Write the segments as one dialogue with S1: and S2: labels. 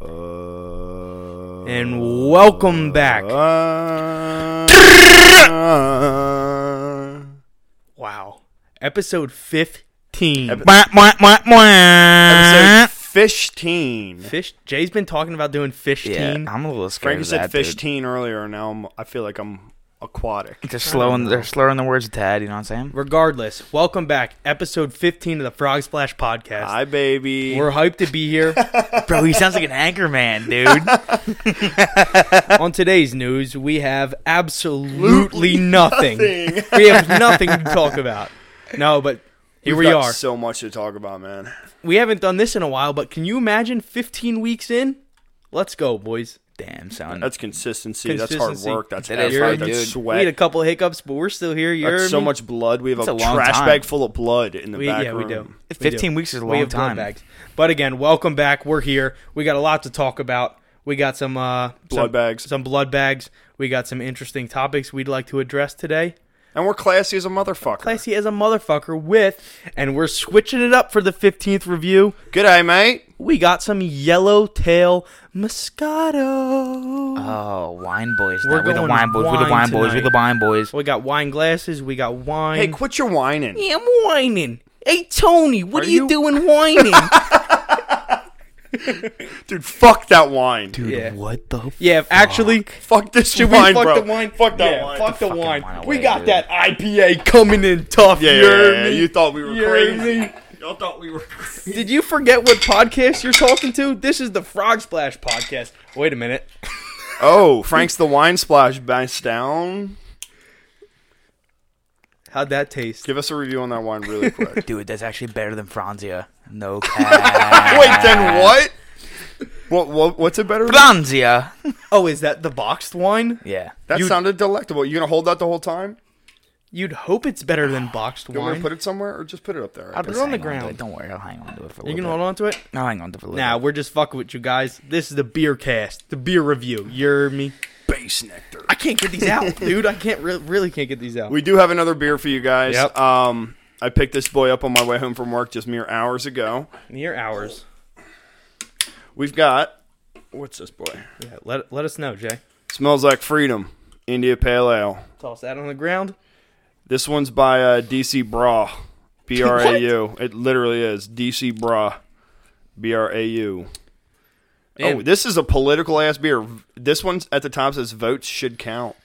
S1: Uh, Oh.
S2: And welcome back. Wow. Episode 15.
S1: Epi-
S2: Mwah, mwah, mwah, mwah. Uh-huh.
S1: Episode 15.
S2: Fish. Jay's been talking about doing fish
S3: Yeah,
S2: teen.
S3: I'm a little scared.
S1: Frankie
S3: of
S1: said
S3: that,
S1: fish
S3: dude.
S1: teen earlier, and now I'm, I feel like I'm aquatic.
S3: They're slowing. They're slurring the words a tad. You know what I'm saying?
S2: Regardless, welcome back. Episode 15 of the Frog Splash podcast.
S1: Hi, baby.
S2: We're hyped to be here.
S3: Bro, he sounds like an anchor man, dude.
S2: On today's news, we have absolutely nothing. we have nothing to talk about. No, but here
S1: We've
S2: we
S1: got
S2: are.
S1: So much to talk about, man.
S2: we haven't done this in a while, but can you imagine 15 weeks in? Let's go, boys.
S3: Damn, son.
S1: That's consistency. That's
S2: Consistency.
S1: hard work. That's
S3: That
S1: effort.
S3: is hard,
S1: that's
S3: dude.
S2: We had a
S1: sweat.
S2: couple hiccups, but we're still here. You're
S1: That's so much blood. We have
S3: It's
S1: a,
S3: a long
S1: trash
S3: time.
S1: bag full of blood in the
S2: We,
S1: back
S2: yeah, we
S1: room.
S2: do. We do.
S3: 15 weeks is a
S2: We
S3: long
S2: have blood
S3: time.
S2: bags. But again, welcome back. We're here. We got a lot to talk about. We got some uh,
S1: Blood
S2: some,
S1: bags.
S2: some blood bags. We got some interesting topics we'd like to address today.
S1: And we're classy as a motherfucker.
S2: Classy as a motherfucker with, and we're switching it up for the 15th review.
S1: G'day, mate.
S2: We got some Yellowtail
S4: Uh,
S2: Moscato.
S3: Oh, wine boys.
S2: We're
S3: We're, we're the
S2: going
S3: wine boys. we're the
S2: wine
S3: wine boys. We're the wine
S2: tonight.
S3: boys.
S2: we got wine glasses. We got wine.
S1: Hey, quit your whining.
S2: Yeah, I'm whining. Hey, Tony, what
S1: Are
S2: are, you,
S1: you-
S2: doing whining?
S1: Dude, fuck that wine. Dude.
S2: Yeah.
S3: what the? F-
S2: yeah, actually,
S1: Fuck this
S2: Should we
S1: wine,
S2: fuck
S1: bro.
S2: the wine?
S1: Fuck that
S2: Yeah,
S1: wine.
S2: Fuck the
S3: fucking
S2: wine.
S3: wine
S2: we
S3: away,
S2: got
S3: dude.
S2: that IPA coming in tough.
S1: Yeah,
S2: you
S1: yeah,
S2: heard
S1: yeah, yeah.
S2: me?
S1: You thought we were
S2: You heard
S1: crazy.
S2: me?
S1: Y'all thought we were
S2: Did you forget what podcast you're talking to? This is the Frog Splash podcast. Wait a minute.
S1: Oh, Frank's the wine splash bass down.
S2: How'd that taste?
S1: Give us a review on that wine really quick.
S3: dude, that's actually better than Franzia. No cap.
S1: Wait, then what? What, what? What's it better? than?
S3: Franzia.
S2: Oh, is that the boxed wine?
S3: Yeah.
S1: That
S2: You-
S1: sounded delectable. You gonna hold that the whole time?
S2: You'd hope it's better than boxed
S1: You want me
S2: wine.
S1: to put it somewhere or just put it up there?
S2: I'll- Put it
S3: Just
S2: on the
S3: hang to
S2: ground.
S3: it. Don't worry, I'll hang on to it for a little
S2: You can
S3: bit.
S2: hold on to it?
S3: I'll hang on to it for a little
S2: Nah,
S3: bit.
S2: we're just fucking with you guys. This is the beer cast, the beer review. You're me.
S1: Base nectar.
S2: I can't get these out, dude. I can't re- really can't get these out.
S1: We do have another beer for you guys.
S2: Yep.
S1: Um, I picked this boy up on my way home from work just mere hours ago.
S2: Near hours.
S1: We've got what's this boy?
S2: Yeah, let let us know, Jay.
S1: Smells like freedom. India Pale Ale.
S2: Toss that on the ground.
S1: This one's by uh, DC Bra. B R A U. It literally is. DC Bra. B R A U.
S2: Damn.
S1: Oh, this is a political ass beer. This one at the top says votes should count.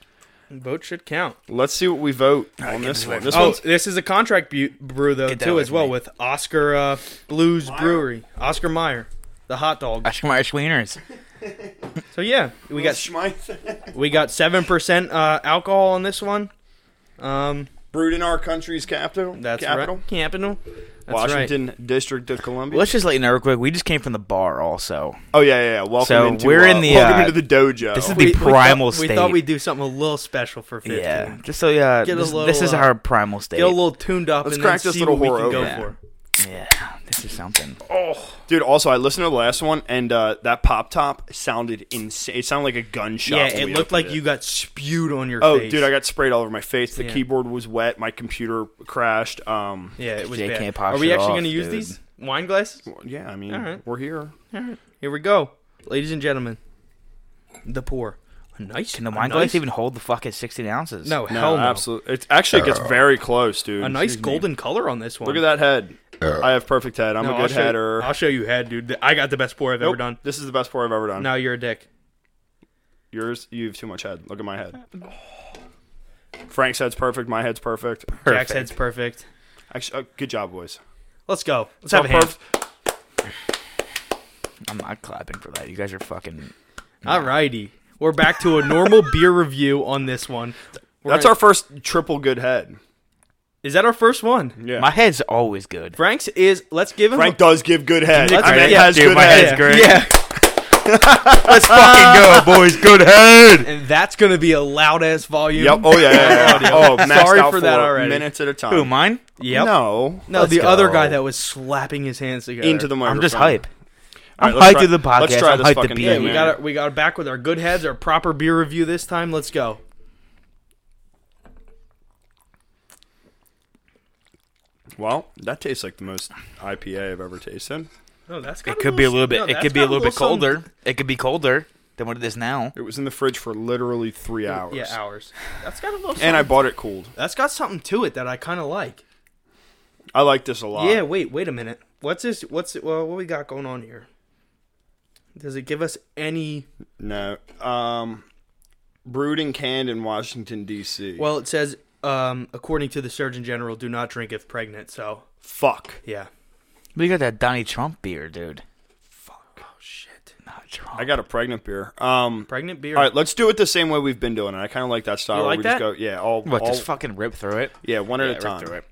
S2: Vote should count.
S1: Let's see what we vote on this
S3: this
S1: one.
S3: one.
S1: This
S2: oh,
S1: one's
S2: this is a contract bu- brew though
S3: Get that
S2: too
S3: away
S2: as
S3: from
S2: well
S3: me.
S2: with Oscar uh, Blues Brewery, Oscar Meyer, the hot dog.
S3: Ashmeyer Schweeners.
S2: So yeah, we got
S3: Oh,
S1: Schmeitz.
S2: we got seven percent uh, alcohol on this one. Um,
S1: brewed in our country's capital.
S2: that's
S1: capital,
S2: right, capital. That's
S1: Washington District of Columbia.
S3: Let's just let you know real quick. We just came from the bar, also.
S1: oh yeah, yeah, yeah. Welcome
S3: So,
S1: into
S3: we're in
S1: uh,
S3: the,
S1: welcome
S3: uh,
S1: into the dojo.
S3: this is
S2: right.
S3: the primal
S2: we thought, We
S3: state.
S2: thought we'd do something a little special for fifteen.
S3: Yeah. Just so yeah.
S2: Get a
S3: This,
S2: little,
S3: this is
S2: uh,
S3: our primal state.
S2: Get a little tuned up
S1: Let's
S2: and then
S1: crack this
S2: see
S1: little
S2: what
S1: whore
S2: we can go
S3: open.
S2: for.
S3: yeah. This is something.
S1: dude. Also, I listened to the last one, and uh, that pop top sounded insane. It sounded like a gunshot.
S2: Yeah,
S1: when
S2: it
S1: we
S2: looked
S1: opened
S2: like
S1: it.
S2: you got spewed on your
S1: Oh,
S2: face.
S1: dude, I got sprayed all over my face. The
S2: Yeah.
S1: keyboard was wet. My computer crashed. Um,
S2: Yeah, it was
S3: Jay
S2: bad.
S3: can't pop
S2: Are we
S3: shit
S2: actually
S3: off,
S2: gonna use
S3: dude.
S2: these wine glasses?
S1: yeah, I mean,
S2: All right.
S1: we're here.
S2: Here we go, ladies and gentlemen. The pour. A nice.
S3: Can the
S2: a
S3: wine
S2: nice,
S3: glass even hold the fuck at 16 ounces?
S2: No,
S1: No,
S2: hell no.
S1: absolutely. It actually gets very close, dude.
S2: A nice
S1: Excuse me.
S2: golden color on this one.
S1: Look at that head. I have perfect head. I'm
S2: No,
S1: a
S2: I'll
S1: good
S2: show you-
S1: header.
S2: I'll show you head, dude. I got the best pour I've ever
S1: Nope,
S2: done.
S1: This is the best pour I've ever done.
S2: Now you're a dick.
S1: Yours, you have too much head. Look at my head. Frank's head's perfect. My head's perfect.
S2: Jack's head's perfect.
S1: Actually, uh, good job, boys.
S2: Let's go. Let's have a hand.
S3: I'm not clapping for that. You guys are fucking.
S2: Alrighty, we're back to a normal beer review on this one. We're
S1: That's
S2: gonna-
S1: our first triple good head.
S2: Is that our first one?
S1: Yeah.
S3: My head's always good.
S2: Frank's is. Let's give him.
S1: Frank
S2: a,
S1: does give good head.
S2: Let's-
S1: I mean,
S2: yeah,
S1: has
S3: dude,
S1: good
S3: my
S1: head.
S3: head's great.
S2: yeah.
S3: Let's fucking go, boys. Good head.
S2: And that's gonna be a loud ass volume.
S1: Yep. Oh yeah. yeah, yeah. oh, maxed
S2: Sorry
S1: out
S2: for that already.
S1: Minutes at a time.
S3: Who, mine?
S2: Yep.
S1: No.
S2: No,
S3: Let's
S2: the other
S3: go.
S2: guy that was slapping his hands together.
S1: Into the microphone.
S3: I'm just hype.
S1: All
S3: I'm
S1: let's
S3: hyped
S1: try-
S3: to the
S1: Let's
S3: podcast.
S1: try
S3: I'm
S1: this
S3: hyped to
S1: fucking
S3: be
S1: thing,
S3: Yeah,
S2: Yeah, we
S1: man.
S2: got it. We got it back with our good heads, our proper beer review this time. Let's go.
S1: Well, that tastes like the most IPA I've ever tasted.
S2: No, that's
S3: It could be a little bit. It could be a little bit colder. It could be colder.
S4: than what it is now.
S1: It was in the fridge for literally three hours.
S2: Yeah, hours. That's got a little.
S1: And I
S2: something-
S1: bought it cooled.
S2: That's got something to it that I kind of like.
S1: I like this a
S4: Uh,
S1: lot.
S2: Yeah. Wait. Wait a minute. What's this? What's well, what we got going on here? Does it give us any?
S1: No. Um, brewed and canned in Washington D.C.
S2: Well, it says um, according to the Surgeon General, do not drink if pregnant. So
S1: fuck.
S2: yeah.
S4: We got that Donnie Trump beer, dude.
S2: Fuck. Oh shit.
S4: Not Trump.
S1: I got a pregnant beer. Um,
S2: Pregnant beer.
S1: all right, let's do it the same way we've been doing it. I kind of like that style.
S2: You
S1: where
S2: like
S1: we
S2: that?
S1: just go, yeah, all,
S4: what?
S1: all
S4: Just fucking rip through it.
S1: yeah, one at
S4: Yeah,
S1: a
S4: rip
S1: time.
S4: through it.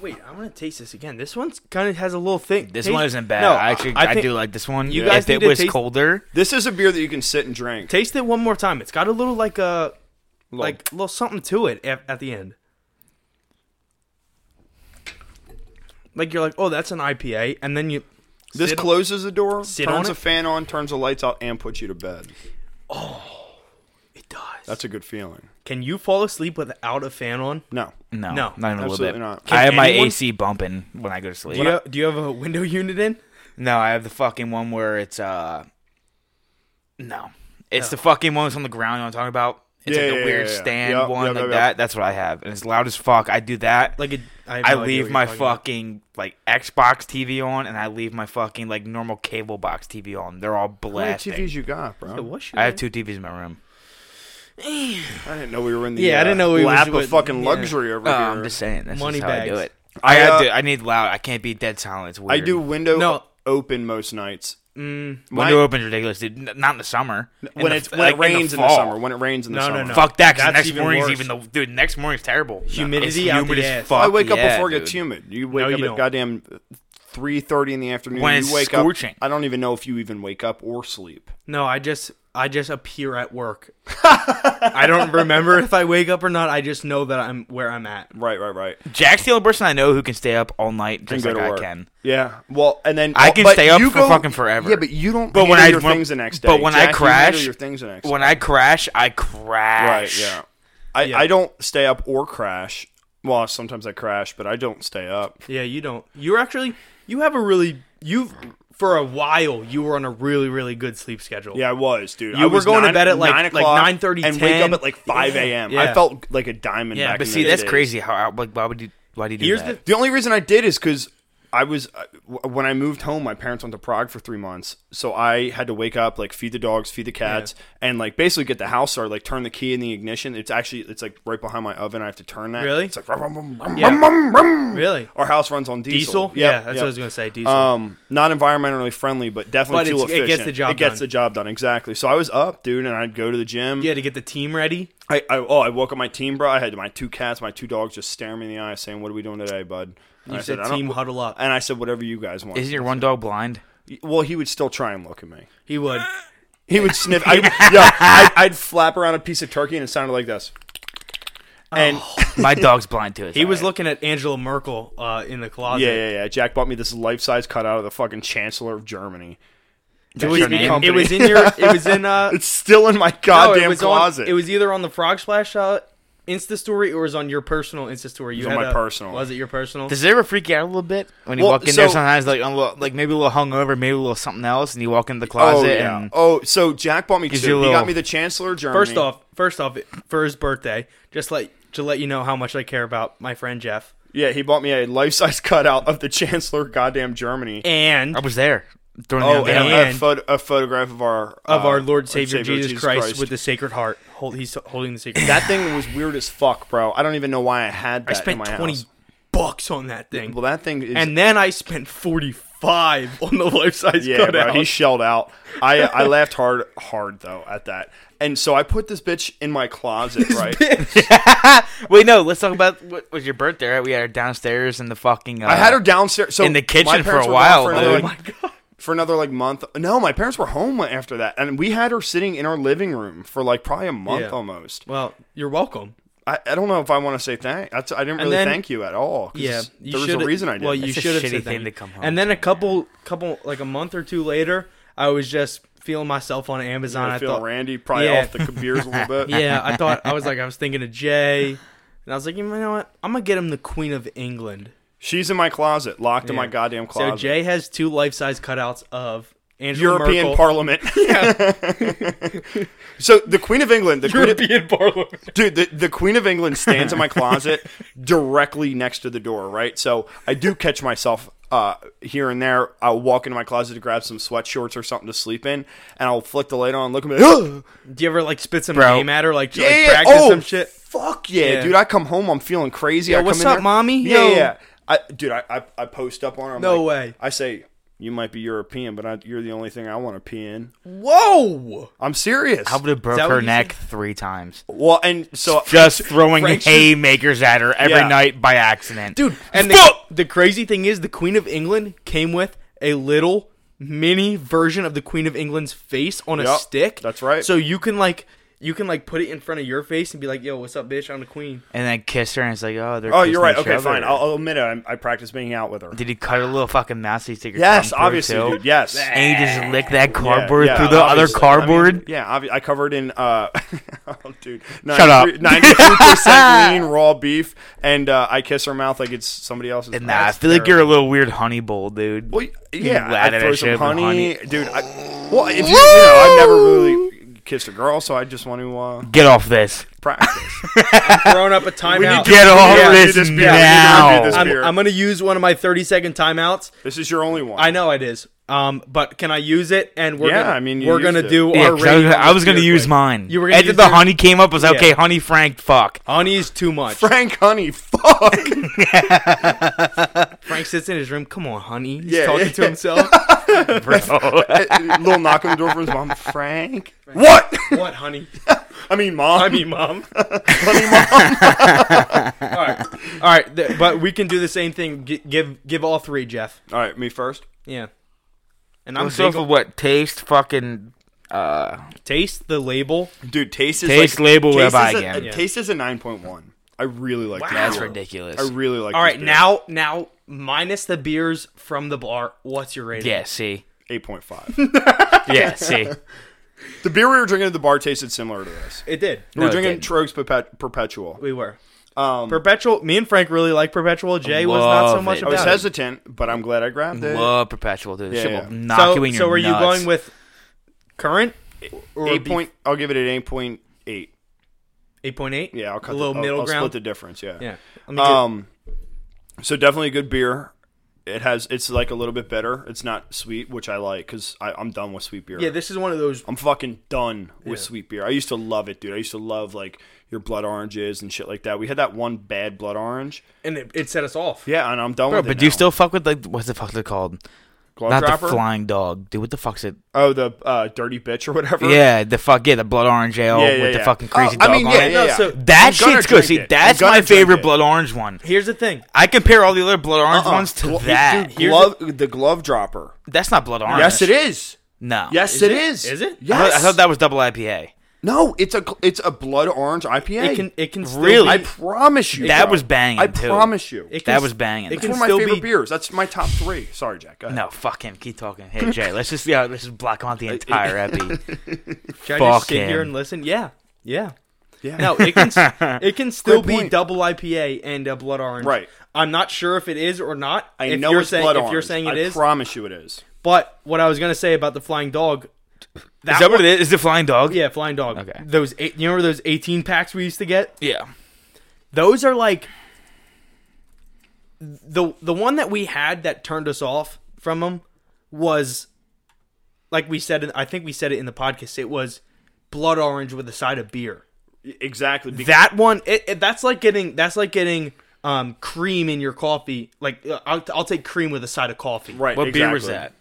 S2: Wait, I want to taste this again. This one's kind of has a little thing.
S4: This
S2: taste-
S4: one isn't bad.
S2: No,
S4: I actually I,
S2: think-
S4: do like this one.
S2: You
S4: You
S2: guys
S4: guys if
S2: need
S4: it
S2: to
S4: was
S2: taste-
S4: colder,
S1: This is a beer that you can sit and drink.
S2: Taste it one more time. It's got a little like uh, a
S1: Little-
S2: like little something to it at, at the end. Like you're like, oh, that's an IPA, and then you
S1: this
S2: sit-
S1: closes the door,
S2: sit on
S1: turns
S2: it?
S1: a fan on, turns the lights out, and puts you to bed.
S2: It does.
S4: Uh,
S1: That's a good feeling.
S2: Can you fall asleep without a fan on?
S1: no.
S4: no,
S2: No,
S4: not even a little
S1: absolutely
S4: bit.
S1: not. Can
S4: I have my
S2: anyone-
S4: AC bumping when I go to
S2: Do
S4: sleep.
S2: you, have, do you have a window unit in?
S4: No, I have the fucking one where it's uh, no, it's the fucking one that's on the ground. You know what I'm talking about? It's
S1: Yeah,
S4: like the
S1: yeah,
S4: weird
S1: yeah, yeah.
S4: stand
S1: Yep,
S4: one
S1: yep,
S4: like
S1: yep, yep.
S4: that. That's what I have, and it's loud as fuck. I do that.
S2: Like, a, I, have
S4: I
S2: no idea
S4: leave
S2: what
S4: my
S2: you're talking about.
S4: fucking like Xbox TV on, and I leave my fucking like normal cable box TV on. They're all
S1: How many
S4: blasting.
S1: TVs you got, bro?
S2: Hey, what should
S4: I have two TVs in my room.
S1: I didn't know we were in the
S2: Yeah, I
S1: uh,
S2: didn't know we
S1: lap
S2: was with-
S1: of fucking
S2: yeah.
S1: luxury over
S4: Uh,
S1: here.
S4: I'm just saying, that's
S2: Money
S4: just how I do
S2: bags.
S4: it. I,
S1: I, uh,
S4: have to, I need loud. I can't be dead silent. It's
S1: I
S4: weird.
S1: do window
S2: No.
S1: open most nights.
S2: Mm,
S1: My-
S4: Window open's ridiculous, dude. N- not in the summer. In
S1: when
S4: the
S1: it's
S4: f-
S1: when
S4: like,
S1: it rains in the,
S4: fall.
S1: summer. When it rains in the
S2: No, no,
S1: summer.
S2: no.
S4: Fuck that, because
S2: That's
S4: next
S2: even
S4: morning's
S2: worse.
S4: even the dude. Next morning's terrible.
S2: Humidity
S4: it's
S2: out
S4: humid
S2: the
S4: as
S2: ass.
S4: fuck.
S1: I wake
S4: yeah,
S1: up before it
S4: dude.
S1: gets humid. You wake
S2: you
S1: up
S2: don't.
S1: at goddamn three thirty in the afternoon.
S4: When
S1: you
S4: it's
S1: wake
S4: scorching.
S1: up. I don't even know if you even wake up or sleep.
S2: no, I just I just appear at work. I don't remember if I wake up or not. I just know that I'm where I'm at.
S1: Right, right, right. And
S4: Jack's the only person I know who can stay up all night just
S1: go
S4: like
S1: to
S4: I
S1: work.
S4: can.
S1: Yeah. Well, and then oh,
S4: I can
S1: but
S4: stay up
S1: you
S4: for fucking forever.
S1: Yeah, but you don't.
S4: But when
S1: handle
S4: I-
S1: your
S4: when-
S1: things the next day.
S4: but when I
S1: Jack, you handle
S4: crash-
S1: your things the next.
S4: When I crash, I
S1: Right.
S4: crash.
S1: Yeah. I, I don't stay up or crash. Well, sometimes I crash, but I don't stay up.
S2: Yeah, you don't. You're actually you have a really you've for a while you were on a really really good sleep schedule.
S1: Yeah, I was, dude.
S2: You
S1: I
S2: were
S1: was
S2: going to
S1: nine-
S2: bed at, like-
S1: nine
S2: like
S1: o'clock
S2: 9:30,
S1: and wake up
S2: 10.
S1: at like five a.m.
S2: Yeah.
S1: I felt like a diamond.
S2: Yeah,
S1: back
S4: But
S1: in
S4: see,
S1: those
S4: that's
S1: days.
S4: crazy. How like why would you why do you do
S2: Here's
S4: that?
S2: the
S1: The only reason I did is because I was uh, w- when I moved home. My parents went to Prague for three months, so I had to wake up, like feed the dogs, feed the cats, and like basically get the house started. Like turn the key in the ignition. It's actually it's like right behind my oven. I have to turn that.
S2: Really?
S1: It's like rum, rum, rum,
S2: Yeah.
S1: rum, rum, rum.
S2: really
S1: our house runs on diesel.
S2: diesel. Yeah, that's what I was
S1: yep.
S2: gonna say. Diesel.
S1: Um, not environmentally friendly, but definitely
S2: But
S1: fuel
S2: it's- it
S1: efficient.
S2: gets the job
S1: It gets
S2: done.
S1: the job done exactly. So I was up, dude, and I'd go to the gym.
S2: you had to get the team ready.
S1: I, I oh I woke up my team, bro. I had my two cats, my two dogs, just staring me in the eye, saying, "What are we doing today, bud?" And
S2: You
S1: I
S2: said
S1: "I don't-
S2: team huddle up.
S1: and I said, "Whatever you guys want."
S4: Isn't your one dog blind?
S1: well, he would still try and look at me.
S2: He would.
S1: He would sniff. I, yeah, I'd, I'd flap around a piece of turkey, and it sounded like this. And
S4: My dog's blind too.
S2: He was looking at Angela Merkel uh, in the closet.
S1: yeah, yeah, yeah. Jack bought me this life-size cutout of the fucking Chancellor of Germany.
S2: It was,
S4: your name?
S2: it was in your. It was in. Uh,
S1: It's still in my
S2: no,
S1: goddamn
S2: it was
S1: closet.
S2: On, it was either on the Frog Splash uh, Insta story or it was on your personal Insta story.
S1: was
S2: You
S1: on
S2: had
S1: my
S2: a-
S1: personal.
S2: Was it your personal?
S4: Does it ever freak you out a little bit when you
S1: Well,
S4: walk in there?
S1: so-
S4: Sometimes like I'm a little, like maybe a little hungover, maybe a little something else, and you walk in the closet
S1: oh yeah.
S4: and
S1: oh, so Jack bought me two.
S4: you a
S1: He
S4: little-
S1: got me the Chancellor of Germany.
S2: First off, first off, for his birthday, just like to let you know how much I care about my friend Jeff.
S1: yeah, he bought me a life-size cutout of the Chancellor of goddamn Germany.
S2: And
S4: I was there during
S1: Oh,
S4: the
S1: and,
S4: event.
S1: a,
S2: and-
S1: photo, a photograph of our
S2: of
S1: uh,
S2: our Lord Savior, Jesus, Christ, with
S1: with
S2: the Sacred Heart. Hold, he's holding the Sacred.
S1: that thing was weird as fuck, bro. I don't even know why I had that
S2: I spent
S1: in my
S2: twenty
S1: house.
S2: bucks on that thing,
S1: Well, that thing is
S2: and then I spent forty five on the life size
S1: yeah, bro.
S2: cutout.
S1: He shelled out. I I laughed hard hard though at that, and so I put this bitch in my closet, right?
S4: Wait, no, let's talk about what was your birthday. Right? We had her downstairs in the fucking. Uh,
S1: I had her downstairs, so
S4: In the
S1: my
S4: kitchen for
S1: parents
S4: a
S1: were gone
S4: while,
S1: For another,
S4: dude.
S2: Oh
S1: like, for another like month. No, my parents were home after that, and we had her sitting in our living room for like probably a month
S2: Yeah.
S1: almost.
S2: well, you're welcome.
S1: I, I don't know if I want to say thank. That's, I didn't really
S2: then-
S1: thank you at all. 'cause
S2: Yeah, you
S1: there was a
S2: shoulda-
S1: reason I did.
S2: Well,
S1: not
S2: you
S4: That's a
S2: should have
S4: shitty
S2: said
S4: thing
S2: that.
S4: to come home
S2: And then
S4: to,
S2: a couple, couple, like a month or two later, I was just feeling myself on Amazon. I
S1: I feel
S2: thought,
S1: Randy probably
S2: Yeah.
S1: off the beers a little bit.
S2: yeah, I thought I was like, I was thinking of Jay, and I was like, you know what? I'm gonna get him the Queen of England.
S1: She's in my closet, locked in
S2: Yeah.
S1: my goddamn closet.
S2: So Jay has two life size cutouts of Angela
S1: European
S2: Merkel.
S1: Parliament. so the Queen of England, the Queen of,
S2: European Parliament.
S1: dude, the, the Queen of England stands in my closet directly next to the door, right? So I do catch myself uh, here and there. I'll walk into my closet to grab some sweatshorts or something to sleep in, and I'll flick the light on, look at me, "Ugh!"
S2: Do you ever like spit some
S4: Bro.
S2: name at her, like, to,
S1: yeah,
S2: like
S1: yeah,
S2: practice
S1: oh,
S2: some shit?
S1: Fuck yeah,
S2: Yeah.
S1: dude! I come home, I'm feeling crazy. I come
S2: what's
S1: in
S2: up,
S1: there-
S2: mommy?
S1: Yeah,
S2: Yo.
S1: yeah. yeah. I, dude, I, I I post up on her. I'm
S2: No
S1: like-
S2: way.
S1: I say you might be European, but I, you're the only thing I want to pee in.
S2: Whoa!
S1: I'm serious.
S4: I would have broke
S2: that what
S4: her
S2: you
S4: neck three times.
S1: well, and so
S4: Just throwing
S1: Frank's just-
S4: haymakers at her every
S1: Yeah.
S4: night by accident.
S2: Dude, and the,
S4: Fuck!
S2: the crazy thing is, the Queen of England came with a little mini version of the Queen of England's face on a
S1: Yup,
S2: stick.
S1: that's right.
S2: So you can like. You can like put it in front of your face and be like, "Yo, what's up, bitch? I'm the queen."
S4: and then kissed her, and it's like, oh, they're.
S1: Oh, you're
S4: kissing
S1: right.
S4: each
S1: Okay,
S4: other.
S1: fine. I'll, I'll admit it. I, I practice being out with her.
S4: Did he cut a little fucking mouse? He stick your
S1: Yes,
S4: thumb through,
S1: obviously,
S4: too?
S1: dude. Yes.
S4: And he just licked that
S1: Yeah,
S4: cardboard
S1: yeah,
S4: through the other
S1: obviously. I mean,
S4: cardboard.
S1: yeah, obvi- I covered in uh, oh, dude,
S4: Shut up.
S1: Ninety-three percent lean raw beef, and uh, I kiss her mouth like it's somebody else's.
S4: nah, I
S1: That's
S4: feel like
S1: terrible.
S4: you're a little weird honey bowl, dude.
S1: Well, yeah,
S4: lathered
S1: I
S4: that
S1: throw
S4: shit
S1: some
S4: with
S1: honey,
S4: honey.
S1: dude. I, well, if you, you know, I never really kissed a girl, so I just want to uh,
S4: Get off this.
S1: practice.
S2: Throwing up a timeout.
S1: need to
S4: Get off
S2: Yeah,
S4: this
S1: this beer. We need to
S4: now.
S1: review this
S2: Oh, I'm,
S1: beer.
S2: I'm gonna use one of my 30 second timeouts.
S1: this is your only one.
S2: I know it is. Um, but can I use it? And we're
S1: Yeah,
S2: gonna,
S1: I mean, you
S2: we're
S1: used
S2: gonna
S1: it.
S2: do our
S4: Yeah, 'cause I was,
S2: rating on
S4: I
S2: this
S4: was gonna
S2: beer
S4: use
S2: quick.
S4: mine.
S2: You were gonna
S4: After
S2: use
S4: the
S2: your-
S4: honey came up, I was like,
S2: Yeah.
S4: okay, honey Frank, fuck.
S2: Honey is too much.
S1: Frank Honey, fuck.
S2: Frank sits in his room. Come on, honey. He's
S1: Yeah,
S2: talking
S1: yeah.
S2: to himself.
S1: Little knock on the door from his mom. Frank, what?
S2: what, honey?
S1: I mean, mom.
S2: I mean, mom. honey, mom. all right, all right. th- but we can do the same thing. G- give give all three, Jeff.
S1: All right, me first.
S2: Yeah. And
S4: I'm
S2: I'm
S4: so
S2: big
S4: for
S2: on-
S4: what taste, fucking uh,
S2: taste the label.
S1: Dude, taste is
S4: Taste
S1: like,
S4: label
S1: taste
S4: whereby
S1: is a,
S4: again.
S1: a- Taste is a nine point one. I really like wow.
S4: that's ridiculous.
S1: I really like.
S2: All
S1: this
S2: right,
S1: beer.
S2: now now minus the beers from the bar. What's your rating?
S4: yeah, see,
S1: eight point five.
S4: yeah, see.
S1: the beer we were drinking at the bar tasted similar to this.
S2: It did.
S1: We were
S4: it
S1: drinking
S4: didn't.
S1: Trogs Perpet- Perpetual.
S2: We were.
S1: Um,
S2: Perpetual. Me and Frank really like Perpetual. Jay was not so
S4: Love
S2: much
S4: it.
S1: I was
S2: about it.
S1: hesitant, but I'm glad I grabbed it.
S4: Love perpetual, dude. This
S1: Yeah,
S4: shit
S1: yeah.
S4: will knock
S2: So,
S4: you in your
S2: so are you
S4: nuts.
S2: going with current?
S1: Eight point. I'll give it an eight point eight.
S2: Eight point eight.
S1: Yeah, I'll cut
S2: a little
S1: the, I'll-
S2: middle
S1: I'll
S2: ground.
S1: Split the difference. Yeah.
S2: yeah. Let me get-
S1: Um, so definitely a good beer. It has. It's like a little bit better. It's not sweet, which I like because I'm done with sweet beer.
S2: yeah, this is one of those.
S1: I'm fucking done with sweet beer. I used to love it, dude. I used to love like your blood oranges and shit like that. We had that one bad blood orange.
S2: And it, it set us off.
S1: Yeah, and I'm done
S4: Bro,
S1: with it.
S4: but do you
S1: now.
S4: still fuck with like what's the fuck they called?
S1: Globe
S4: Not
S1: Dropper?
S4: the flying dog, dude. What the fuck's it?
S1: Oh, the uh, dirty bitch or whatever.
S4: Yeah, the fuck yeah, the blood orange ale
S1: Yeah, yeah,
S4: with the
S1: yeah.
S4: fucking crazy
S1: Oh,
S4: dog
S1: I mean,
S4: on
S1: yeah,
S4: it.
S1: yeah,
S2: No,
S1: yeah.
S2: so
S4: That
S1: I'm gonna
S4: shit's good.
S1: drink
S4: See,
S1: it.
S4: that's
S1: I'm gonna
S4: my
S1: drink
S4: favorite
S1: it.
S4: blood orange one.
S2: Here's the thing.
S4: I compare all the other blood orange
S1: Uh-uh.
S4: ones to
S1: Glo-
S4: that.
S1: dude,
S2: Here's
S1: glove, the glove dropper.
S4: That's not blood orange.
S1: Yes, it is.
S4: No.
S1: Yes,
S2: Is
S1: it
S2: it?
S1: is.
S2: Is it?
S4: I thought,
S1: Yes.
S4: I thought that was double IPA.
S1: No, it's a gl- it's a blood orange IPA.
S2: It can. It can still
S4: Really?
S1: I
S2: Be,
S1: promise you.
S4: That
S1: bro.
S4: was banging,
S1: I
S4: too.
S1: promise you.
S2: it can
S4: That
S2: s-
S4: was banging.
S2: It
S1: it's
S2: can
S1: one of my
S2: still
S1: favorite
S2: be.
S1: beers. That's my top three. Sorry, Jack. Go ahead.
S4: No, fuck him. Keep talking. Hey, Jay, let's just yeah, let's just block out the entire epi.
S2: Should I just
S4: Fuck
S2: sit here
S4: him.
S2: and listen? Yeah. Yeah.
S1: Yeah.
S2: No, it can s- it can still
S1: Great
S2: be
S1: point.
S2: double IPA and a blood orange.
S1: Right.
S2: I'm not sure if it is or not.
S1: I
S2: if
S1: know
S2: you're
S1: it's
S2: saying
S1: blood
S2: if
S1: orange.
S2: you're saying it
S1: I
S2: is,
S1: promise you it is.
S2: but what I was gonna say about the flying dog. That
S4: Is that what
S2: one-
S4: it is? Is it flying dog?
S2: Yeah, flying dog.
S4: Okay.
S2: Those eight, you remember those 18 packs we used to get?
S4: Yeah.
S2: Those are like the the one that we had that turned us off from them was like we said in, I think we said it in the podcast. It was blood orange with a side of beer.
S1: Exactly. Because
S2: That one it, it- that's like getting that's like getting um cream in your coffee. Like uh, I'll, I'll take cream with a side of coffee.
S1: right.
S4: What beer was
S1: exactly.
S4: that?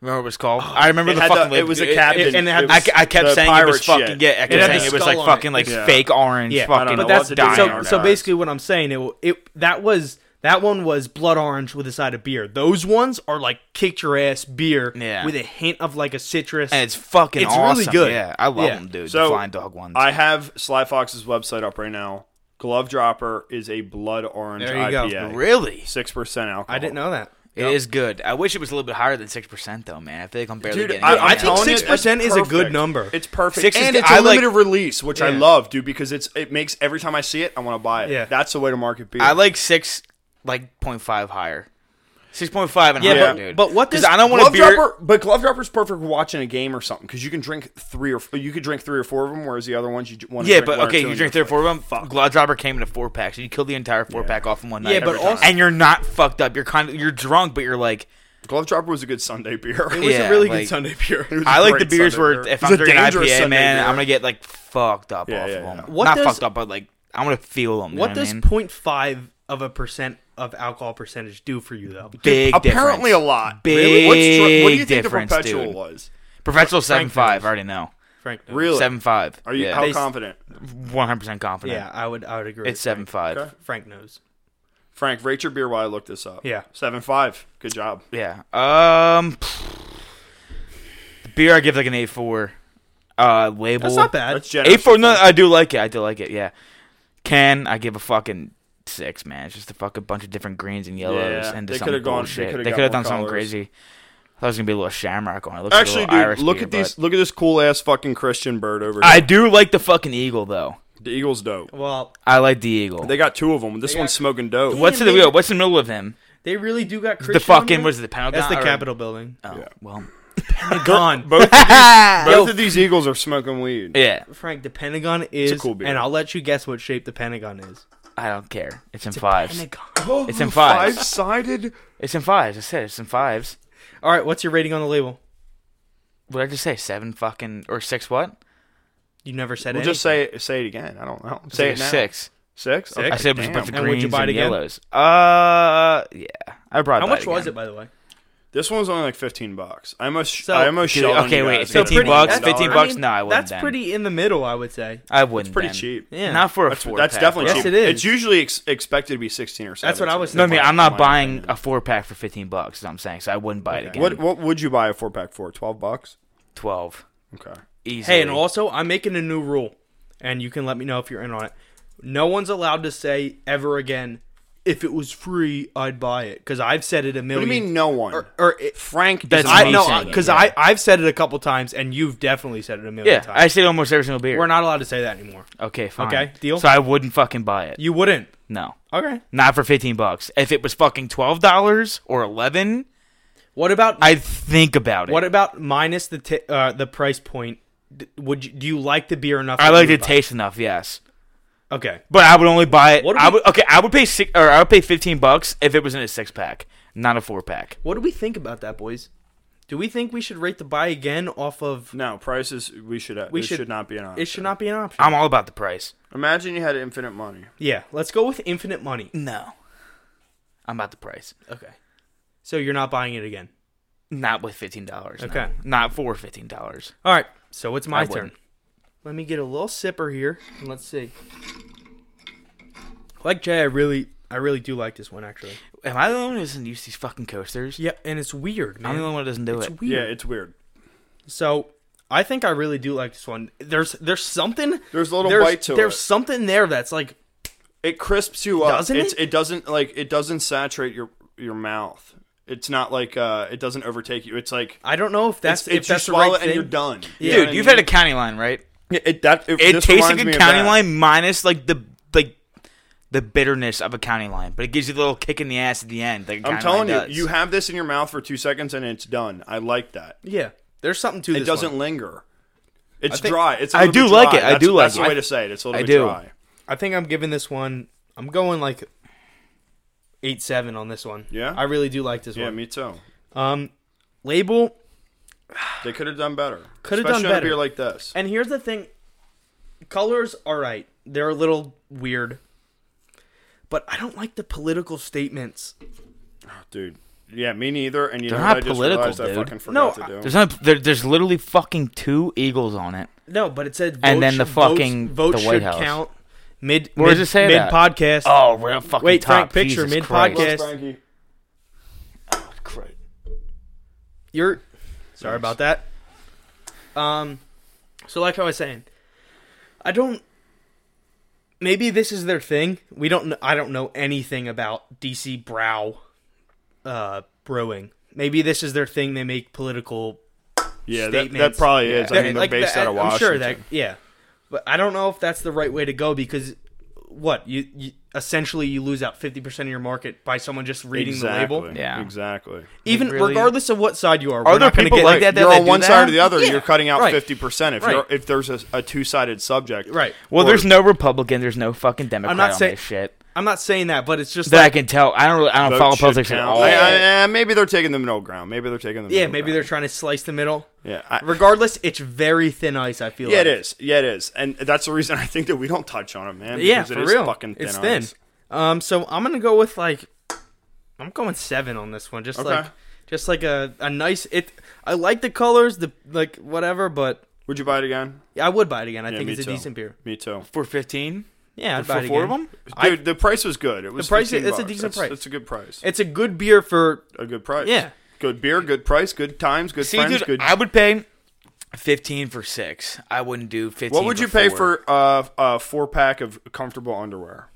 S4: Remember what it was called? I remember
S1: It
S4: the
S1: had
S4: fucking.
S1: the- it was a captain.
S2: and it had-
S4: I,
S1: was
S4: I kept
S1: the
S4: saying it was
S1: pirate
S4: fucking
S1: shit.
S4: yeah. I kept
S2: It had
S4: saying
S2: the
S4: it was
S2: skull
S4: like
S2: on
S4: fucking
S2: it.
S4: like
S1: Yeah.
S4: fake orange.
S2: Yeah, I
S4: fucking.
S1: don't know.
S2: But
S1: Lots
S2: that's
S1: of different
S2: so.
S1: orange
S2: So
S1: eyes.
S2: basically, what I'm saying, it it that was that one was blood orange with a side of beer. Those ones are like kicked your ass beer
S4: Yeah.
S2: with a hint of like a citrus.
S4: and it's fucking.
S2: It's
S4: awesome.
S2: really good.
S4: Yeah, I love
S2: Yeah.
S4: them, dude.
S1: So,
S4: the flying dog ones.
S1: I have Sly Fox's website up right now. Glove Dropper is a blood orange
S2: There you go.
S1: IPA.
S4: really,
S1: Six percent alcohol.
S2: I didn't know that.
S4: it is good. I wish it was a little bit higher than six percent though, man. I feel like I'm barely
S1: Dude,
S4: getting.
S1: I,
S4: it
S1: I'm
S4: right now.
S2: think
S1: telling you,
S2: 6%
S1: it's
S2: is a good
S1: perfect.
S2: number.
S1: It's perfect,
S4: Six is
S1: and
S4: good.
S1: it's a
S4: I like-
S1: limited release, which I
S2: Yeah.
S1: love, dude, because it's it makes every time I see it, I want to buy it.
S2: Yeah.
S1: that's the way to market beer.
S4: I like six, like 0.5 higher. Six point five and
S2: Yeah,
S4: higher,
S1: but-
S4: dude.
S2: but what
S4: 'Cause
S2: this-
S4: I don't want a
S1: glove
S4: beer.
S1: dropper, Oh, but glove dropper's perfect for watching a game or something because you can drink three or f- you could drink three or four of them, whereas the other ones you want.
S4: yeah,
S1: drink
S4: but
S1: one or
S4: okay,
S1: two
S4: you
S1: and
S4: drink three or
S1: you're
S4: four of them. Glove dropper came in a four pack, so you kill the entire four pack off in one night.
S2: Yeah, but
S4: Every
S2: also-
S4: time. and you're not fucked up. You're kind of you're drunk, but you're like
S1: like, Glove dropper was a good Sunday beer.
S2: It was
S4: Yeah,
S2: a really
S4: like-
S2: good Sunday beer.
S1: It was
S4: I
S1: a
S4: like the
S1: great
S4: beers
S1: Sunday
S4: where
S1: beer.
S4: if
S1: It's
S4: I'm
S1: a
S4: drinking
S1: dangerous
S4: IPA,
S1: Sunday
S4: man,
S1: beer.
S4: I'm gonna get like fucked up
S1: Yeah,
S4: off
S1: yeah,
S4: of them.
S1: yeah.
S2: What
S4: not
S2: does-
S4: fucked up, but like I'm gonna feel them. You
S2: What
S4: know
S2: does
S4: I mean?
S2: 0.5 of a percent of alcohol percentage do for you though?
S4: big
S1: apparently
S4: difference.
S1: a lot.
S4: Big
S1: really? What's dr- what do you think the
S4: difference,
S1: perpetual
S4: dude.
S1: was?
S4: Professional seven
S2: knows.
S4: five. I already know.
S2: Frank, knows.
S1: Really?
S4: Seven five.
S1: Are you
S4: Yeah.
S1: how
S2: They-
S1: confident,
S4: One hundred percent confident.
S2: Yeah, I would. I would agree.
S4: It's
S2: with
S4: seven five.
S1: Okay.
S2: Frank. Frank knows.
S1: Frank? Rate your beer while I look this up.
S2: Yeah.
S1: seven five. Good job.
S4: Yeah. Um. The beer I give like an A four. Uh, label.
S2: That's not bad.
S1: That's generous.
S4: A four. No, I do like it. I do like it. Yeah. Can I give a fucking six, man? It's just a fucking bunch of different greens and yellows
S1: Yeah,
S4: and
S1: they
S4: just
S1: coulda
S4: some
S1: gone- they
S4: bullshit.
S1: coulda
S4: They
S1: got
S4: could have
S1: more
S4: done something
S1: colours.
S4: crazy. I thought it was gonna be a little shamrock on it. Looks
S1: Actually,
S4: like
S1: dude,
S4: a little Irish
S1: look
S4: beer,
S1: at these.
S4: but-
S1: Look at this cool ass fucking Christian bird over here.
S4: I do like the fucking eagle though.
S1: the Eagles dope.
S2: well,
S4: I like the eagle.
S1: They got two of them. This
S2: They
S1: one's
S2: got-
S1: smoking dope.
S4: What's in the
S2: Yeah,
S4: wheel?
S2: man.
S4: What's in the middle of him?
S2: they really do got Christian
S4: The fucking
S2: on
S4: what
S2: there.
S4: is it? The Pentagon.
S2: That's the
S4: or-
S2: Capitol building.
S4: Oh well.
S2: Pentagon.
S1: Both of these Eagles are smoking weed.
S4: yeah,
S2: Frank, the Pentagon is,
S1: cool beer.
S2: and I'll let you guess what shape the Pentagon is.
S4: I don't care. It's in fives.
S2: Pentagon.
S4: It's in fives.
S1: sided.
S4: It's in fives. I said it's in fives.
S2: All right, what's your rating on the label?
S4: What did I just say? Seven fucking or six? What?
S2: You never said
S1: We'll
S2: it.
S1: just say say it again. I don't know. Say it now.
S4: six.
S1: Six. Okay,
S4: I said it was
S1: damn.
S4: a bunch of
S2: And would you
S4: greens and,
S2: buy it again?
S4: yellows. Uh, yeah. I brought.
S2: How
S4: that
S2: much was it,
S4: again.
S2: by the way?
S1: This one was only like fifteen bucks. I almost
S2: So-
S1: I almost
S4: Dude,
S1: shelled on
S4: okay,
S1: you
S4: wait,
S1: guys.
S4: So 15
S2: pretty-
S4: bucks,
S2: that's-
S4: 15
S2: I
S4: bucks?
S2: mean,
S4: Nah, I wouldn't
S2: That's
S4: then.
S2: pretty in the middle, I would say.
S4: I wouldn't.
S1: pretty
S4: then.
S1: cheap.
S2: Yeah.
S4: Not for a
S1: That's,
S4: four.
S1: that's
S4: pack,
S1: definitely
S4: though.
S2: Yes,
S1: cheap.
S2: it is.
S1: It's usually ex- expected to be sixteen or seventeen.
S2: That's what I was
S4: No, I
S2: saying.
S4: mean,
S2: My-
S4: I'm not
S1: my
S4: buying
S1: opinion.
S4: a four pack for 15 bucks. Is what I'm saying. So I wouldn't buy it again.
S1: What what would you buy a four pack for? Twelve bucks.
S4: Twelve.
S1: Okay.
S4: Easily.
S2: Hey, and also, I'm making a new rule, and you can let me know if you're in on it. No one's allowed to say ever again, if it was free, I'd buy it. Because I've said it a
S1: What do
S2: million
S1: you mean no one?
S2: Or, or it,
S1: Frank.
S4: That's
S1: is
S2: I
S4: me
S1: amazing.
S2: know
S4: saying it,
S2: because
S4: yeah.
S2: I I've said it a couple times, and you've definitely said it a million
S4: Yeah, I
S2: times.
S4: say almost every single beer.
S2: We're not allowed to say that anymore.
S4: Okay, fine.
S2: Okay, deal?
S4: So I wouldn't fucking buy it.
S2: You wouldn't.
S4: No,
S2: Okay.
S4: not for 15 bucks. If it was fucking 12 dollars or 11,
S2: What about
S4: I'd think about it.
S2: what about minus the t- uh, the price point? D- would you, do you like the beer enough?
S4: I
S2: that
S4: like
S2: you
S4: the
S2: would buy it?
S4: taste enough, yes.
S2: Okay.
S4: But I would only buy it.
S2: What do
S4: I
S2: we-
S4: would okay. I would pay six or I would pay 15 bucks if it was in a six pack, not a four pack.
S2: What do we think about that, boys? Do we think we should rate the buy again off of?
S1: No prices. We should. We
S2: We
S1: should,
S2: should-
S1: not be an option.
S2: It should not be an option.
S4: I'm all about the price.
S1: Imagine you had infinite money.
S2: yeah, let's go with infinite money.
S4: No, I'm about the price.
S2: Okay. So you're not buying it again.
S4: Not with 15 dollars.
S2: Okay.
S4: Not for 15 dollars.
S2: All right. So it's my
S4: I
S2: turn.
S4: wouldn't.
S2: Let me get a little sipper here and let's see. Like Jay, I really, I really do like this one actually.
S4: Am I the only one who doesn't use these fucking coasters?
S2: Yeah, and it's weird,
S4: I'm the
S2: man.
S4: only one who doesn't do
S2: It's
S4: it.
S2: weird.
S1: Yeah, it's weird.
S2: So I think I really do like this one. There's there's something
S1: There's a little
S2: there's,
S1: bite to
S2: There's
S1: it.
S2: something there that's like
S1: It crisps you up.
S2: Doesn't
S1: it's,
S2: it?
S1: it? doesn't like it doesn't saturate your your mouth. It's not like uh it doesn't overtake you. It's like
S2: I don't know if
S1: it's,
S2: that's
S1: it's
S2: if
S1: you
S2: that's the
S1: swallow
S2: right
S1: it and
S2: thing.
S1: you're done.
S2: Yeah.
S4: Dude, you've had a county line, right?
S1: a it, that it,
S4: It
S1: this
S4: tastes
S1: reminds
S4: like
S1: me
S4: a
S1: of
S4: county
S1: that.
S4: line minus like the like the bitterness of a county line, but it gives you the little kick in the ass at the end. Like a
S1: I'm
S4: county
S1: telling you,
S4: line does.
S1: you have this in your mouth for two seconds and it's done. I like that.
S2: Yeah, there's something to
S1: It
S2: this.
S1: doesn't
S2: One.
S1: linger. It's dry. It's a
S4: I
S1: little
S4: do
S1: bit
S4: like
S1: dry.
S4: it. I
S1: That's-
S4: do like
S1: that's
S4: it.
S1: the way to say it. It's a little
S4: I
S1: bit
S4: do.
S1: dry.
S2: I think I'm giving this one. I'm going like eight seven on this one.
S1: Yeah?
S2: I really do like this
S1: Yeah,
S2: one.
S1: me too.
S2: Um, label.
S1: They could have done better.
S2: Coulda done
S1: Especially on a
S2: better.
S1: beer like this.
S2: And here's the thing: colors, all right, they're a little weird, but I don't like the political statements.
S1: Dude. Yeah, me neither. And you
S4: They're
S1: know what
S4: not
S1: I just
S4: political,
S1: realized I
S4: dude.
S1: fucking
S2: No,
S1: forgot to do.
S4: There's not. There, there's literally fucking two eagles on it.
S2: No, but it said vote
S4: And then the
S2: should- votes-
S4: fucking-
S2: vote,
S4: the White
S2: should
S4: House.
S2: count mid
S4: Where does
S2: mid,
S4: it say
S2: mid
S4: that?
S2: podcast.
S4: Oh, we're up fucking
S2: Wait, Frank,
S4: top.
S2: picture,
S4: Jesus
S2: mid-podcast.
S4: Christ.
S2: Yes.
S1: Frankie.
S2: You're sorry about that. Um, so like I was saying, I don't. Maybe this is their thing. We don't. kn- I don't know anything about DC Brow, uh, brewing. Maybe this is their thing. They make political
S1: Yeah, that, that
S2: statements.
S1: probably is. I mean, they're
S2: like
S1: based
S2: the-
S1: out of
S2: I'm
S1: Washington.
S2: sure that yeah, but I don't know if that's the right way to go because what you, you essentially you lose out 50% of your market by someone just reading the label
S1: Exactly,
S4: Yeah.
S1: Exactly.
S2: even
S4: really-
S2: regardless of what side you are we're
S4: there
S2: not gonna
S4: people
S2: get
S4: like that
S1: you're
S4: they
S1: on
S4: do
S1: one
S4: that?
S1: side or the other.
S2: Yeah,
S1: you're cutting out
S2: right.
S1: fifty percent if
S2: Right.
S1: you're, if there's a, a two sided subject.
S2: right
S4: Well,
S1: Or-
S4: there's no Republican, there's no fucking Democrat
S2: not
S4: on
S2: saying-
S4: this shit
S2: i'm not saying that but it's just
S4: that I
S2: like
S4: can tell. I don't really, I don't
S1: Vote
S4: follow
S1: should
S4: politics at
S1: count.
S4: all.
S1: I- I- eh, maybe they're taking the middle ground. Maybe they're taking the
S2: yeah
S1: middle
S2: maybe
S1: ground.
S2: they're trying to slice the middle
S1: yeah. I-
S2: regardless it's very thin ice i feel
S1: yeah,
S2: like.
S1: it is. Yeah, it is, and that's the reason I think that we don't touch on it, man.
S2: yeah
S1: because it
S2: for
S1: is
S2: real
S1: Fucking thin
S2: it's thin
S1: ice.
S2: um so i'm gonna go with like i'm going seven on this one just
S1: Okay.
S2: like just like a, a nice it i like the colors the like whatever but
S1: Would you buy it again?
S2: i would buy it again i
S1: Yeah,
S2: think
S1: me
S2: it's a
S1: too.
S2: decent beer
S1: Me too.
S4: For 15?
S2: yeah I'd
S4: For
S2: buy it
S4: four of
S2: again.
S4: them?
S1: Dude,
S2: I-
S1: the price was good. It was
S2: price-
S1: 15
S2: it's a
S1: bucks.
S2: decent
S1: That's-
S2: price.
S1: That's a good price.
S2: it's a good beer for
S1: a good price.
S2: Yeah.
S1: Good beer, good price, good times, good
S4: See,
S1: friends,
S4: dude,
S1: good.
S4: I would pay 15 for six. I wouldn't do 15
S1: what would you pay for uh, a four pack of comfortable underwear?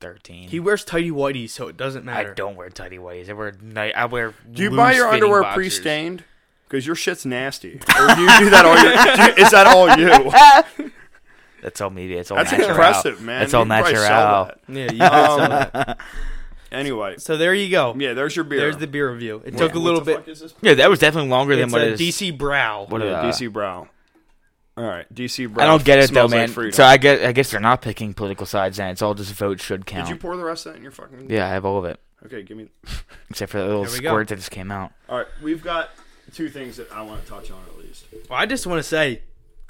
S4: 13?
S2: He wears tidy whitey, so it doesn't
S4: I
S2: matter.
S4: don't wear tidy whities. I wear night. I wear.
S1: Do you buy your
S4: loose-fitting
S1: underwear
S4: boxers.
S1: pre-stained? Because your shit's nasty. Or do you do that all your? do you- is that all you?
S4: That's all media. It's all
S1: That's
S4: natural.
S1: impressive, man.
S4: That's all
S1: You could probably
S4: natural.
S1: sell that. Um,
S2: Yeah, you can sell that.
S1: Anyway,
S2: So there you go.
S1: yeah, there's your beer.
S2: There's the beer review. It took a little
S1: what the
S2: bit.
S1: Fuck is this?
S4: Yeah, that was definitely longer than
S2: It's
S4: what
S2: a
S4: it is.
S2: DC Brow.
S4: what
S1: Yeah,
S4: uh,
S1: DC Brow. All right, DC Brow.
S4: I don't get it though,
S1: Smells like
S4: man.
S1: freedom.
S4: so I guess I guess they're not picking political sides, and it's all just vote should count.
S1: Did you pour the rest of that in your fucking?
S4: yeah, I have all of it
S1: Okay, give me.
S4: except for the little
S2: There we go.
S4: squirt that just came out.
S1: All right, we've got two things that I want to touch on at least.
S2: Well, I just want to say,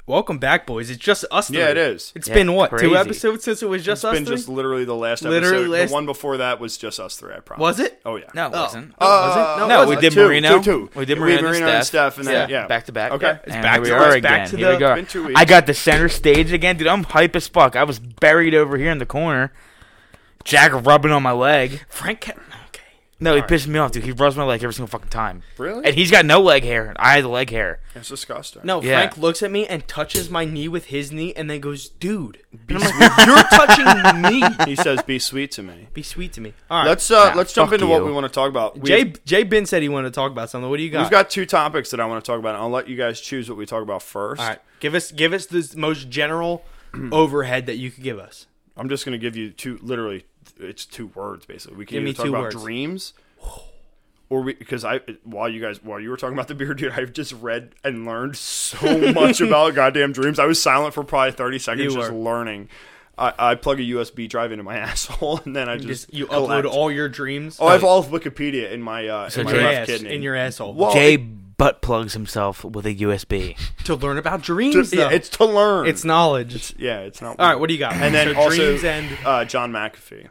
S2: welcome back, boys. It's just us.
S1: Yeah, it
S2: three.
S1: is.
S2: It's
S4: Yeah,
S2: been what
S4: crazy.
S2: two episodes since it was just
S1: It's
S2: us.
S1: been
S2: three?
S1: just literally the last
S2: Literally
S1: episode.
S2: last-
S1: The one before that was just us three. I promise.
S2: was it?
S1: Oh yeah.
S4: No, it
S2: Oh.
S4: wasn't.
S2: Oh, was it? No,
S4: no,
S2: it
S4: we
S2: wasn't.
S4: did
S1: Two,
S4: Marino.
S1: two, two.
S4: We did
S1: We
S4: Marino,
S1: did Marino and Steph, and then- yeah.
S4: back to back.
S1: Okay.
S4: Yep.
S1: It's
S4: and
S2: back
S4: here we
S2: to-
S4: are
S2: it's back
S4: again.
S2: to
S4: here
S2: the-
S4: we go.
S1: It's been two
S4: I
S1: weeks.
S4: got the center stage again, dude. I'm hype as fuck. I was buried over here in the corner. Jack rubbing on my leg.
S2: Frank. Ca- okay.
S4: No, he pissed me off, dude. He rubs my leg every single fucking time.
S1: Really?
S4: And he's got no leg hair. I had the leg hair.
S1: It's disgusting.
S2: No,
S4: Yeah.
S2: Frank looks at me and touches my knee with his knee, and then goes, "Dude, And I'm like, you're touching me."
S1: he says, "Be sweet to me."
S2: Be sweet to me. All right.
S1: Let's uh,
S4: Nah,
S1: let's jump
S4: fuck
S1: into what
S4: you.
S1: we want to talk about. We
S2: Jay Jay Bin said he wanted to talk about something. What do you got?
S1: we've got two topics that I want to talk about. and I'll let you guys choose what we talk about first.
S2: All right. Give us give us the most general overhead that you could give us.
S1: I'm just gonna give you two. Literally, it's two words basically. We can
S2: Give me
S1: either talk
S2: two
S1: about
S2: words.
S1: dreams, or we because I while you guys while you were talking about the beer, dude, I've just read and learned so much about goddamn dreams. I was silent for probably 30 seconds,
S2: You
S1: just
S2: were.
S1: learning. I, I plug a USB drive into my asshole, and then I just,
S2: Just you
S1: collect.
S2: upload all your dreams.
S1: Oh, I have all of Wikipedia in my uh, in my
S2: your
S4: dreams.
S1: left
S2: ass,
S1: kidney
S2: in your asshole
S1: Whoa.
S4: Jay butt plugs himself with a USB.
S2: to learn about
S1: To-
S2: dreams.
S1: yeah,
S2: though.
S1: it's to learn.
S2: it's knowledge.
S1: yeah, it's not.
S2: all right. What do you got?
S1: and then
S2: so
S1: also
S2: dreams and
S1: uh, John McAfee.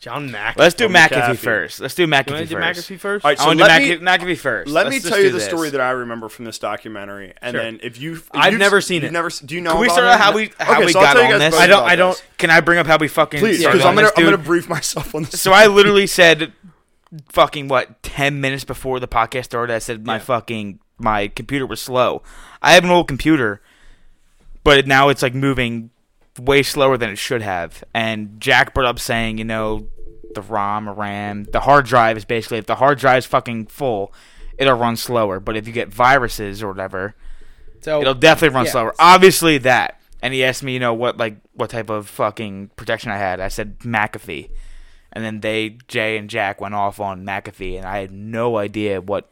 S2: John Mack.
S4: Let's do
S1: From the
S4: McAfee
S1: cafe.
S4: first. Let's do McAfee
S2: you want
S4: first.
S2: to do McAfee first?
S1: All right,
S4: I
S1: so
S4: want to
S1: let
S4: do
S1: me-
S4: McAfee, McAfee first.
S1: Let
S4: Let's
S1: me
S4: just
S1: tell you
S4: do
S1: the
S4: this.
S1: story that I remember from this documentary, and
S2: Sure.
S1: then if you, if
S2: I've
S1: you've-
S2: never seen
S1: you've
S2: it.
S1: Never, s- do you know?
S4: Can we
S1: about
S4: start
S1: it?
S4: out how we how
S1: Okay,
S4: we
S1: so I'll
S4: got
S1: tell you
S4: on
S1: guys
S4: this?
S1: both
S2: I don't.
S1: about
S2: I don't.
S1: this.
S4: Can I bring up how we fucking
S1: Please,
S4: started
S1: because I'm
S4: on
S1: gonna
S4: this,
S1: I'm
S4: dude?
S1: gonna brief myself on this.
S4: So I literally said, fucking what, ten minutes before the podcast started, I said my fucking my computer was slow. I have an old computer, but it, now it's like moving way slower than it should have. And Jack brought up saying, you know, the ROM or RAM, the hard drive is basically if the hard drive's fucking full, it'll run slower. But if you get viruses or whatever,
S2: So
S4: It'll definitely run
S2: Oh, Yeah.
S4: slower. Obviously that. And he asked me, you know, what like what type of fucking protection I had. I said McAfee. And then they Jay and Jack went off on McAfee and I had no idea what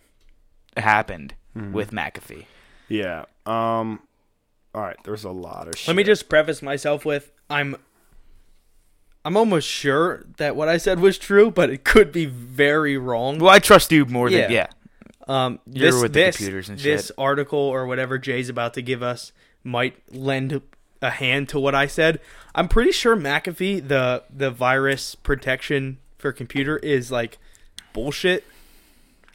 S4: happened
S2: Hmm.
S4: with McAfee.
S1: yeah. Um. All right. There's a lot of. Shit.
S2: Let me just preface myself with I'm I'm almost sure that what I said was true, but it could be very wrong.
S4: Well, I trust you more
S2: Yeah.
S4: than yeah.
S2: Um,
S4: You're
S2: this,
S4: with the
S2: this-
S4: computers and
S2: this
S4: shit.
S2: article or whatever Jay's about to give us might lend a hand to what I said. I'm pretty sure McAfee, the the virus protection for computer, is like bullshit.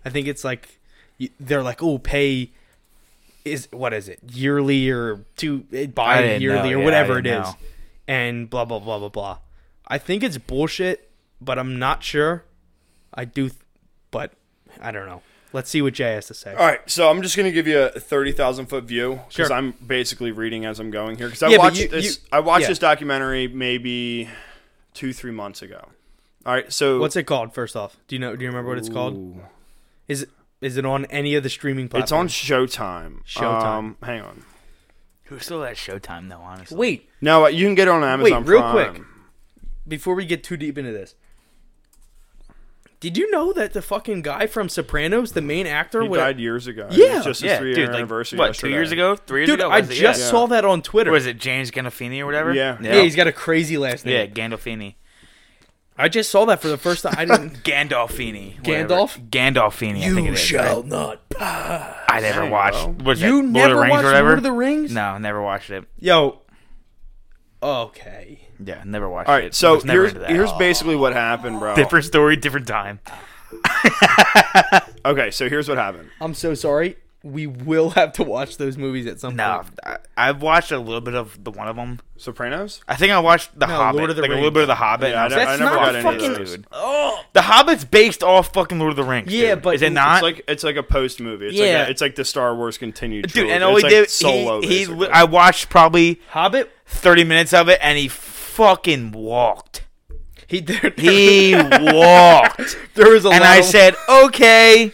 S2: I think it's like y- they're like, oh, pay is what is it yearly or two eh, bi yearly
S4: know,
S2: or
S4: yeah, I
S2: whatever it
S4: didn't
S2: is,
S4: know.
S2: and blah blah blah blah blah. I think it's bullshit, but I'm not sure. I do, th- but I don't know. Let's see what Jay has to say.
S4: Uh,
S1: All right, so I'm just gonna give you a thirty thousand foot view because
S2: Sure.
S1: I'm basically reading as I'm going here. Because I
S2: Yeah, but
S1: watched
S2: you-
S1: this,
S2: you-
S1: I watched
S2: yeah.
S1: this documentary maybe two, three months ago. All right, so
S2: What's it called? First off, do you know? Do you remember what it's called?
S1: Ooh.
S2: Is it is it on any of the streaming
S1: It's on
S2: platforms?
S1: Showtime.
S2: Showtime.
S1: Um, hang on.
S4: Who still has Showtime though? Honestly,
S2: Wait,
S1: No, uh, you can get it on Amazon.
S2: real
S1: Prime.
S2: quick. before we get too deep into this, did you know that the fucking guy from Sopranos, the main actor,
S1: He
S2: would-
S1: died years ago.
S2: Yeah.
S1: It's just his
S4: yeah,
S1: three
S4: dude,
S1: year
S4: like,
S1: anniversary.
S4: what
S1: yesterday.
S4: two years ago, three years
S2: dude,
S4: ago?
S2: I
S4: was it?
S2: just
S4: yeah.
S2: saw that on Twitter.
S4: was it James Gandolfini or whatever?
S1: Yeah.
S2: Yeah, he's got a crazy last
S4: yeah
S2: name.
S4: Gandolfini.
S2: I just saw that for the first time. I didn't.
S4: Gandolfini. whatever.
S2: Gandalf?
S4: Gandolfini. I think it is, right?
S2: not pass.
S4: I never watched. Was
S2: You
S4: that Lord of
S2: never
S4: the Rings
S2: watched
S4: or whatever?
S2: Lord of the Rings?
S4: No, never watched it.
S2: Yo. Okay.
S4: Yeah, never watched
S1: All
S4: it.
S1: right, so
S4: Was never
S1: here's
S4: into that.
S1: here's basically what happened, bro.
S4: different story, different time.
S1: Okay, so here's what happened.
S2: I'm so sorry. We will have to watch those movies at some
S4: No,
S2: point.
S4: I, I've watched a little bit of the one of them.
S1: Sopranos.
S4: I think I watched the
S2: No,
S4: Hobbit,
S2: Lord of the
S4: like a little
S2: Rings.
S4: bit of the Hobbit.
S1: Yeah, I
S4: and
S1: don't-
S4: I
S2: That's
S4: was like,
S1: never
S2: not
S1: got any of
S2: fucking.
S1: those.
S2: Oh,
S4: the Hobbit's based off fucking Lord of the Rings.
S2: Yeah,
S4: dude.
S2: but
S4: is it
S2: it's
S4: not?
S1: It's like it's like a post movie. It's
S2: Yeah.
S1: like a, it's like the Star Wars continued.
S4: dude,
S1: trilogy.
S4: and all
S1: It's
S4: he
S1: like
S4: did,
S1: solo.
S4: he, he
S1: basically.
S4: I watched probably
S2: Hobbit.
S4: thirty minutes of it, and he fucking walked.
S2: He there,
S4: He walked,
S2: there was a
S4: and
S2: lot
S4: I
S2: of-
S4: said, "Okay,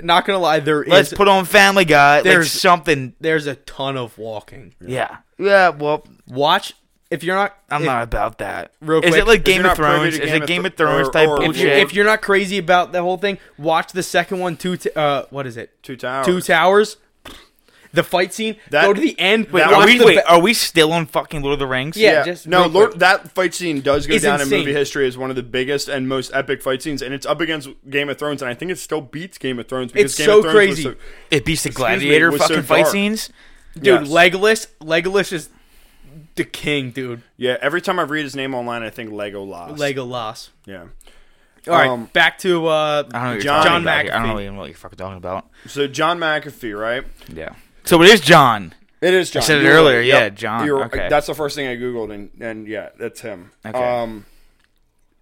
S2: not gonna lie, there is
S4: let's put on Family Guy." There's
S2: There's-
S4: like something.
S2: there's a ton of walking.
S4: Yeah, yeah. Well,
S2: Watch if you're not
S4: I'm
S2: if,
S4: not about that.
S2: Real
S4: is
S2: quick,
S4: it like
S2: if
S4: Game
S1: you're
S4: of
S1: not privy
S4: Thrones?
S1: to
S4: Is
S1: Game
S4: it
S1: of
S4: Game of
S1: Thro-
S4: Thrones
S1: or-
S4: type
S1: or
S2: if
S4: bullshit?
S2: you're, if you're not crazy about the whole thing, watch the second one. Two t- uh, what is it?
S1: Two Towers.
S2: Two towers. The fight scene.
S1: That-
S2: Go to the end.
S1: that
S2: watch
S4: are we
S2: the
S4: wait?
S2: ba-
S4: Are we still on fucking Lord of the Rings?
S2: Yeah.
S1: Yeah,
S2: just
S1: no,
S2: real
S1: Lord,
S2: quick.
S1: that fight scene does go
S2: It's
S1: down
S2: insane.
S1: in movie history as one of the biggest and most epic fight scenes, and it's up against Game of Thrones, and I think it still beats Game of Thrones because
S2: It's
S1: Game
S2: so
S1: of Thrones was
S2: crazy.
S1: so-
S4: It beats the
S1: me,
S4: gladiator
S1: it was so
S4: fucking fight
S1: dark.
S4: scenes.
S2: dude.
S1: Yes.
S2: Legolas. Legolas is the king, dude.
S1: yeah, every time I read his name online, I think Lego lost.
S2: Legolas.
S1: Yeah.
S2: All right,
S1: Um,
S2: back to uh,
S4: I don't know. What you're
S1: John-
S4: talking
S2: John
S4: about here. I don't
S2: McAfee.
S4: even know what you're fucking talking about.
S1: So John McAfee, right?
S4: Yeah. So it is John.
S1: It is John.
S4: said it
S1: You're
S4: earlier,
S1: right.
S4: yeah, John,
S1: You're-
S4: okay.
S1: That's the first thing I googled, and and yeah, that's him.
S4: Okay.
S1: Um,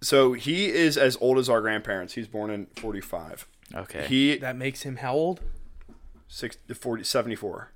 S1: so he is as old as our grandparents. He's born in 45.
S4: Okay.
S1: He
S2: that makes him how old?
S1: six, 40, 74.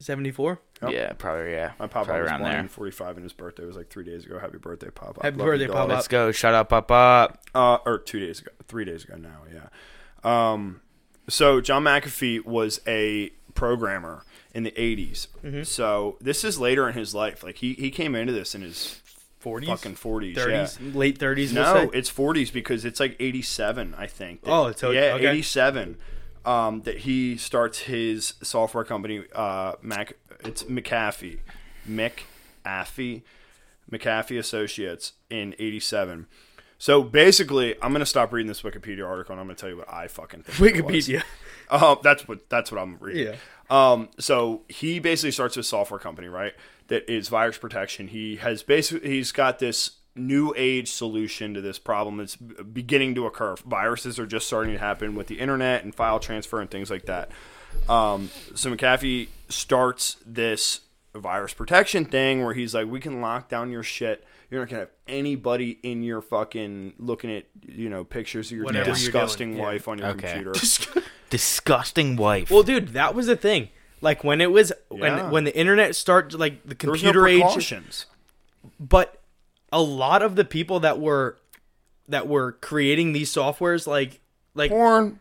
S2: Seventy four.
S4: Yeah, probably. Yeah.
S1: Oh. My papa
S4: probably
S1: was
S4: around
S1: born in
S4: there.
S1: 45, and his birthday was like three days ago. Happy birthday, papa!
S2: Happy
S1: Love you,
S2: birthday,
S1: dog.
S2: Papa.
S4: Let's go. Shut up, up, up.
S1: uh, or two days ago, three days ago now. Yeah. Um, so John McAfee was a programmer in the 80s. So this is later in his life. Like he he came into this in his
S2: Forties.
S1: fucking 40s. yeah.
S2: Thirties. Late thirties.
S1: No, it's 40s because it's like 87, I think. that-
S2: Oh, it's o-
S1: yeah,
S2: okay.
S1: 87. Um, that he starts his software company, uh, Mac. It's McAfee, Mick Affee, McAfee Associates in 87. So basically, I'm gonna stop reading this Wikipedia article and I'm gonna tell you what I fucking think it was.
S2: Wikipedia.
S1: Uh, that's what that's what I'm reading.
S2: Yeah.
S1: Um, so he basically starts a software company, right? That is virus protection. He has basically he's got this new age solution to this problem that's b- beginning to occur. Viruses are just starting to happen with the internet and file transfer and things like that. Um, so McAfee starts this virus protection thing where he's like, we can lock down your shit. You're not gonna have anybody in your fucking looking at you know pictures of your
S2: Whatever you're doing,
S1: disgusting
S2: yeah.
S1: wife on your
S4: Okay.
S1: computer.
S4: Disgusting wife.
S2: Well, dude, that was the thing. Like when it was
S1: Yeah.
S2: when when the internet started, like the
S1: There was
S2: computer
S1: no
S2: age.
S1: precautions.
S2: But a lot of the people that were that were creating these softwares, like like
S1: Porn.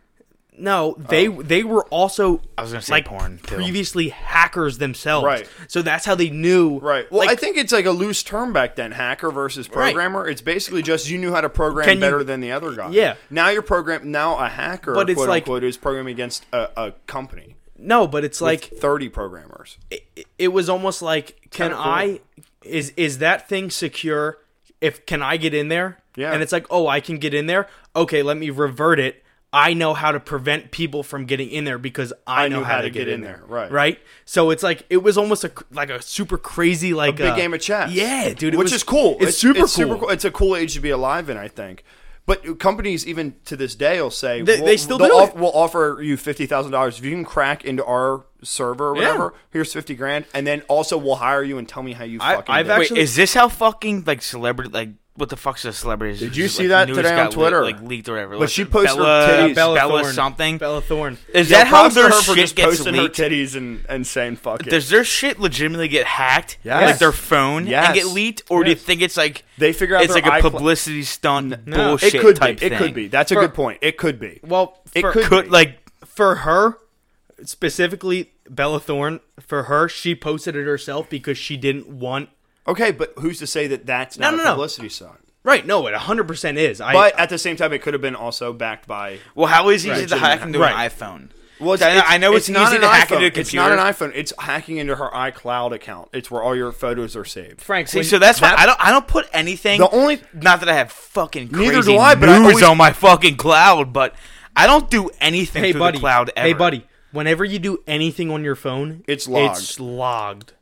S1: Oh.
S2: no, they they were also
S4: I was gonna say
S2: like
S4: porn, too.
S2: previously hackers themselves.
S1: Right.
S2: So that's how they knew.
S1: Right. Well,
S2: like,
S1: I think it's like a loose term back then, hacker versus
S2: Right.
S1: programmer. It's basically just you knew how to program
S2: Can you-
S1: better than the other guy.
S2: Yeah.
S1: Now you're program now a hacker,
S2: But it's
S1: quote
S2: like-
S1: unquote, is programming against a, a company.
S2: no, but it's
S1: Like
S2: like
S1: thirty programmers.
S2: it, it was almost like can
S1: kinda cool.
S2: i is is that thing secure if can i get in there
S1: Yeah.
S2: and it's like oh i can get in there okay let me revert it i know how to prevent people from getting in there because i,
S1: I
S2: know
S1: knew
S2: how, to get, in there.
S1: right.
S2: right so it's like it was almost a cr- like a super crazy like
S1: Big
S2: uh,
S1: game of chess.
S2: yeah dude it
S1: Which
S2: was-
S1: is cool.
S2: it's, super, cool.
S1: It's a cool age to be alive in, I think. But companies, even to this day, will say
S2: They-
S1: we'll,
S2: they still
S1: they'll
S2: do
S1: off-
S2: it.
S1: We'll offer you fifty thousand dollars if you can crack into our server or whatever. Here's fifty grand, and then also we'll hire you and tell me how you
S2: I-
S1: fucking.
S2: I've
S1: did it.
S4: Wait,
S2: actually-
S4: is this how fucking like celebrity like what the fuck's a celebrity?
S1: Did you see that today on Twitter?
S4: like leaked or whatever.
S1: But she posted her
S4: Bella,
S1: titties.
S4: Bella,
S2: Thorne.
S4: something.
S2: bella thorne
S4: Is
S1: Yeah,
S4: that how
S1: props to
S4: their
S1: her for
S4: shit
S1: just
S4: gets
S1: posting her
S4: leaked?
S1: titties and, and saying fuck it.
S4: Does their shit legitimately get hacked?
S1: Yes.
S4: Like their phone
S1: Yes.
S4: and get leaked, or do you think it's like
S1: They figure out
S4: it's
S1: their
S4: like a
S1: iCloud-
S4: publicity stunt
S1: it
S4: bullshit
S1: could
S4: type
S1: be.
S4: thing?
S1: It could be. That's a
S2: For-
S1: good point. It could be.
S2: well
S1: It
S2: for,
S1: could-
S4: Could like
S2: for her specifically Bella Thorne, for her, she posted it herself because she didn't want.
S1: Okay, but who's to say that that's
S2: No,
S1: not
S2: no,
S1: a
S2: no.
S1: publicity stunt?
S2: Right? No, it 100 percent is. I,
S1: But at the same time, it could have been also backed by.
S4: Well, how is it easy to hack into
S2: Right.
S4: an iPhone?
S1: Well,
S4: I know- I know it's, easy to hack into a computer.
S1: It's not an iPhone. It's hacking into her iCloud account. It's where all your photos are saved.
S2: Frank,
S4: See,
S2: when-
S4: so that's why
S2: that-
S4: I don't. I don't put anything.
S1: The only-
S4: not that I have fucking crazy
S1: Neither do I, but I
S4: news
S1: always-
S4: on my fucking cloud, but I don't do anything
S2: Hey
S4: through
S2: buddy,
S4: the cloud ever.
S2: hey buddy. Whenever you do anything on your phone,
S1: It's logged.
S2: It's logged.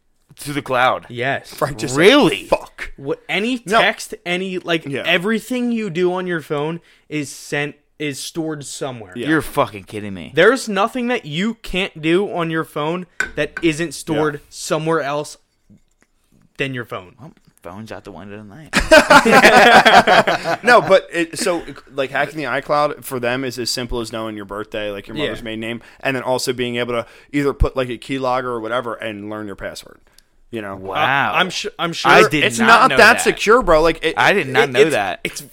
S4: to the cloud.
S2: Yes.
S1: Frank just said,
S4: Really?
S1: fuck.
S2: What any text, any like
S1: Yeah.
S2: everything you do on your phone is sent is stored somewhere.
S4: You're fucking kidding me.
S2: There's nothing that you can't do on your phone that isn't stored
S1: Yeah.
S2: somewhere else than your phone.
S4: Oh, Phone's out the window tonight.
S1: Uh, no, but it, so like hacking the iCloud for them is as simple as knowing your birthday, like your
S2: Yeah.
S1: mother's maiden name, and then also being able to either put like a keylogger or whatever and learn your password. You know,
S2: I-
S4: Wow.
S2: I'm sure. I'm sure.
S4: I did
S1: it's
S4: not
S1: not,
S4: know
S1: that,
S4: that.
S1: secure, bro. Like it,
S4: I did not
S2: it-
S4: know
S2: it's-
S4: that.
S2: It's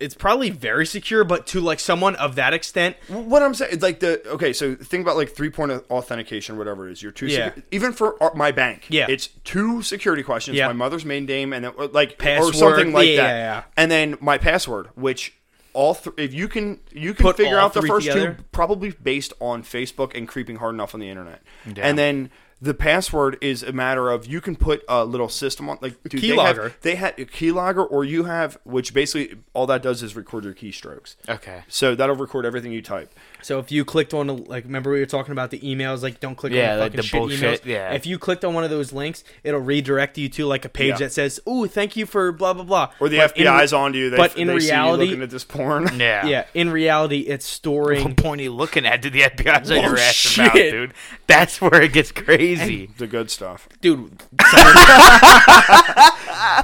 S2: it's probably very secure, but to like someone of that extent,
S1: What I'm saying, like the okay, so think about like three point authentication, whatever it is. Your two,
S2: Yeah.
S1: secu- even for our- my bank,
S2: Yeah.
S1: it's two security questions.
S2: Yeah.
S1: My mother's maiden name and then or, like or
S2: Password.
S1: something like
S2: Yeah,
S1: that,
S2: yeah, yeah.
S1: and then my password, which. All th- if you can you can
S2: Put
S1: figure
S2: all
S1: out the
S2: three
S1: first
S2: together?
S1: two probably based on Facebook and creeping hard enough on the internet, and then the password is a matter of you can put a little system on like dude, they have-
S2: Keylogger.
S1: They had a keylogger, or you have which basically all that does is record your keystrokes.
S4: Okay.
S1: So that'll record everything you type.
S2: So if you clicked on a, like remember we were talking about the emails like don't click
S4: Yeah,
S2: on the
S4: like
S2: fucking
S4: the
S2: shit
S4: bullshit,
S2: emails.
S4: yeah.
S2: If you clicked on one of those links, it'll redirect you to like a page
S1: Yeah.
S2: that says, "Ooh, thank you for blah blah blah."
S1: Or the
S2: But in-
S1: FBI's on to you. They,
S2: but in
S1: they see
S2: reality-
S1: you looking at this porn.
S4: Yeah.
S2: yeah, in reality, it's
S4: What
S2: storing.
S4: point are you looking at? Did the FBI's on
S2: Oh,
S4: your ass
S2: shit.
S4: about, dude? That's where it gets crazy.
S1: The good stuff.
S2: Dude,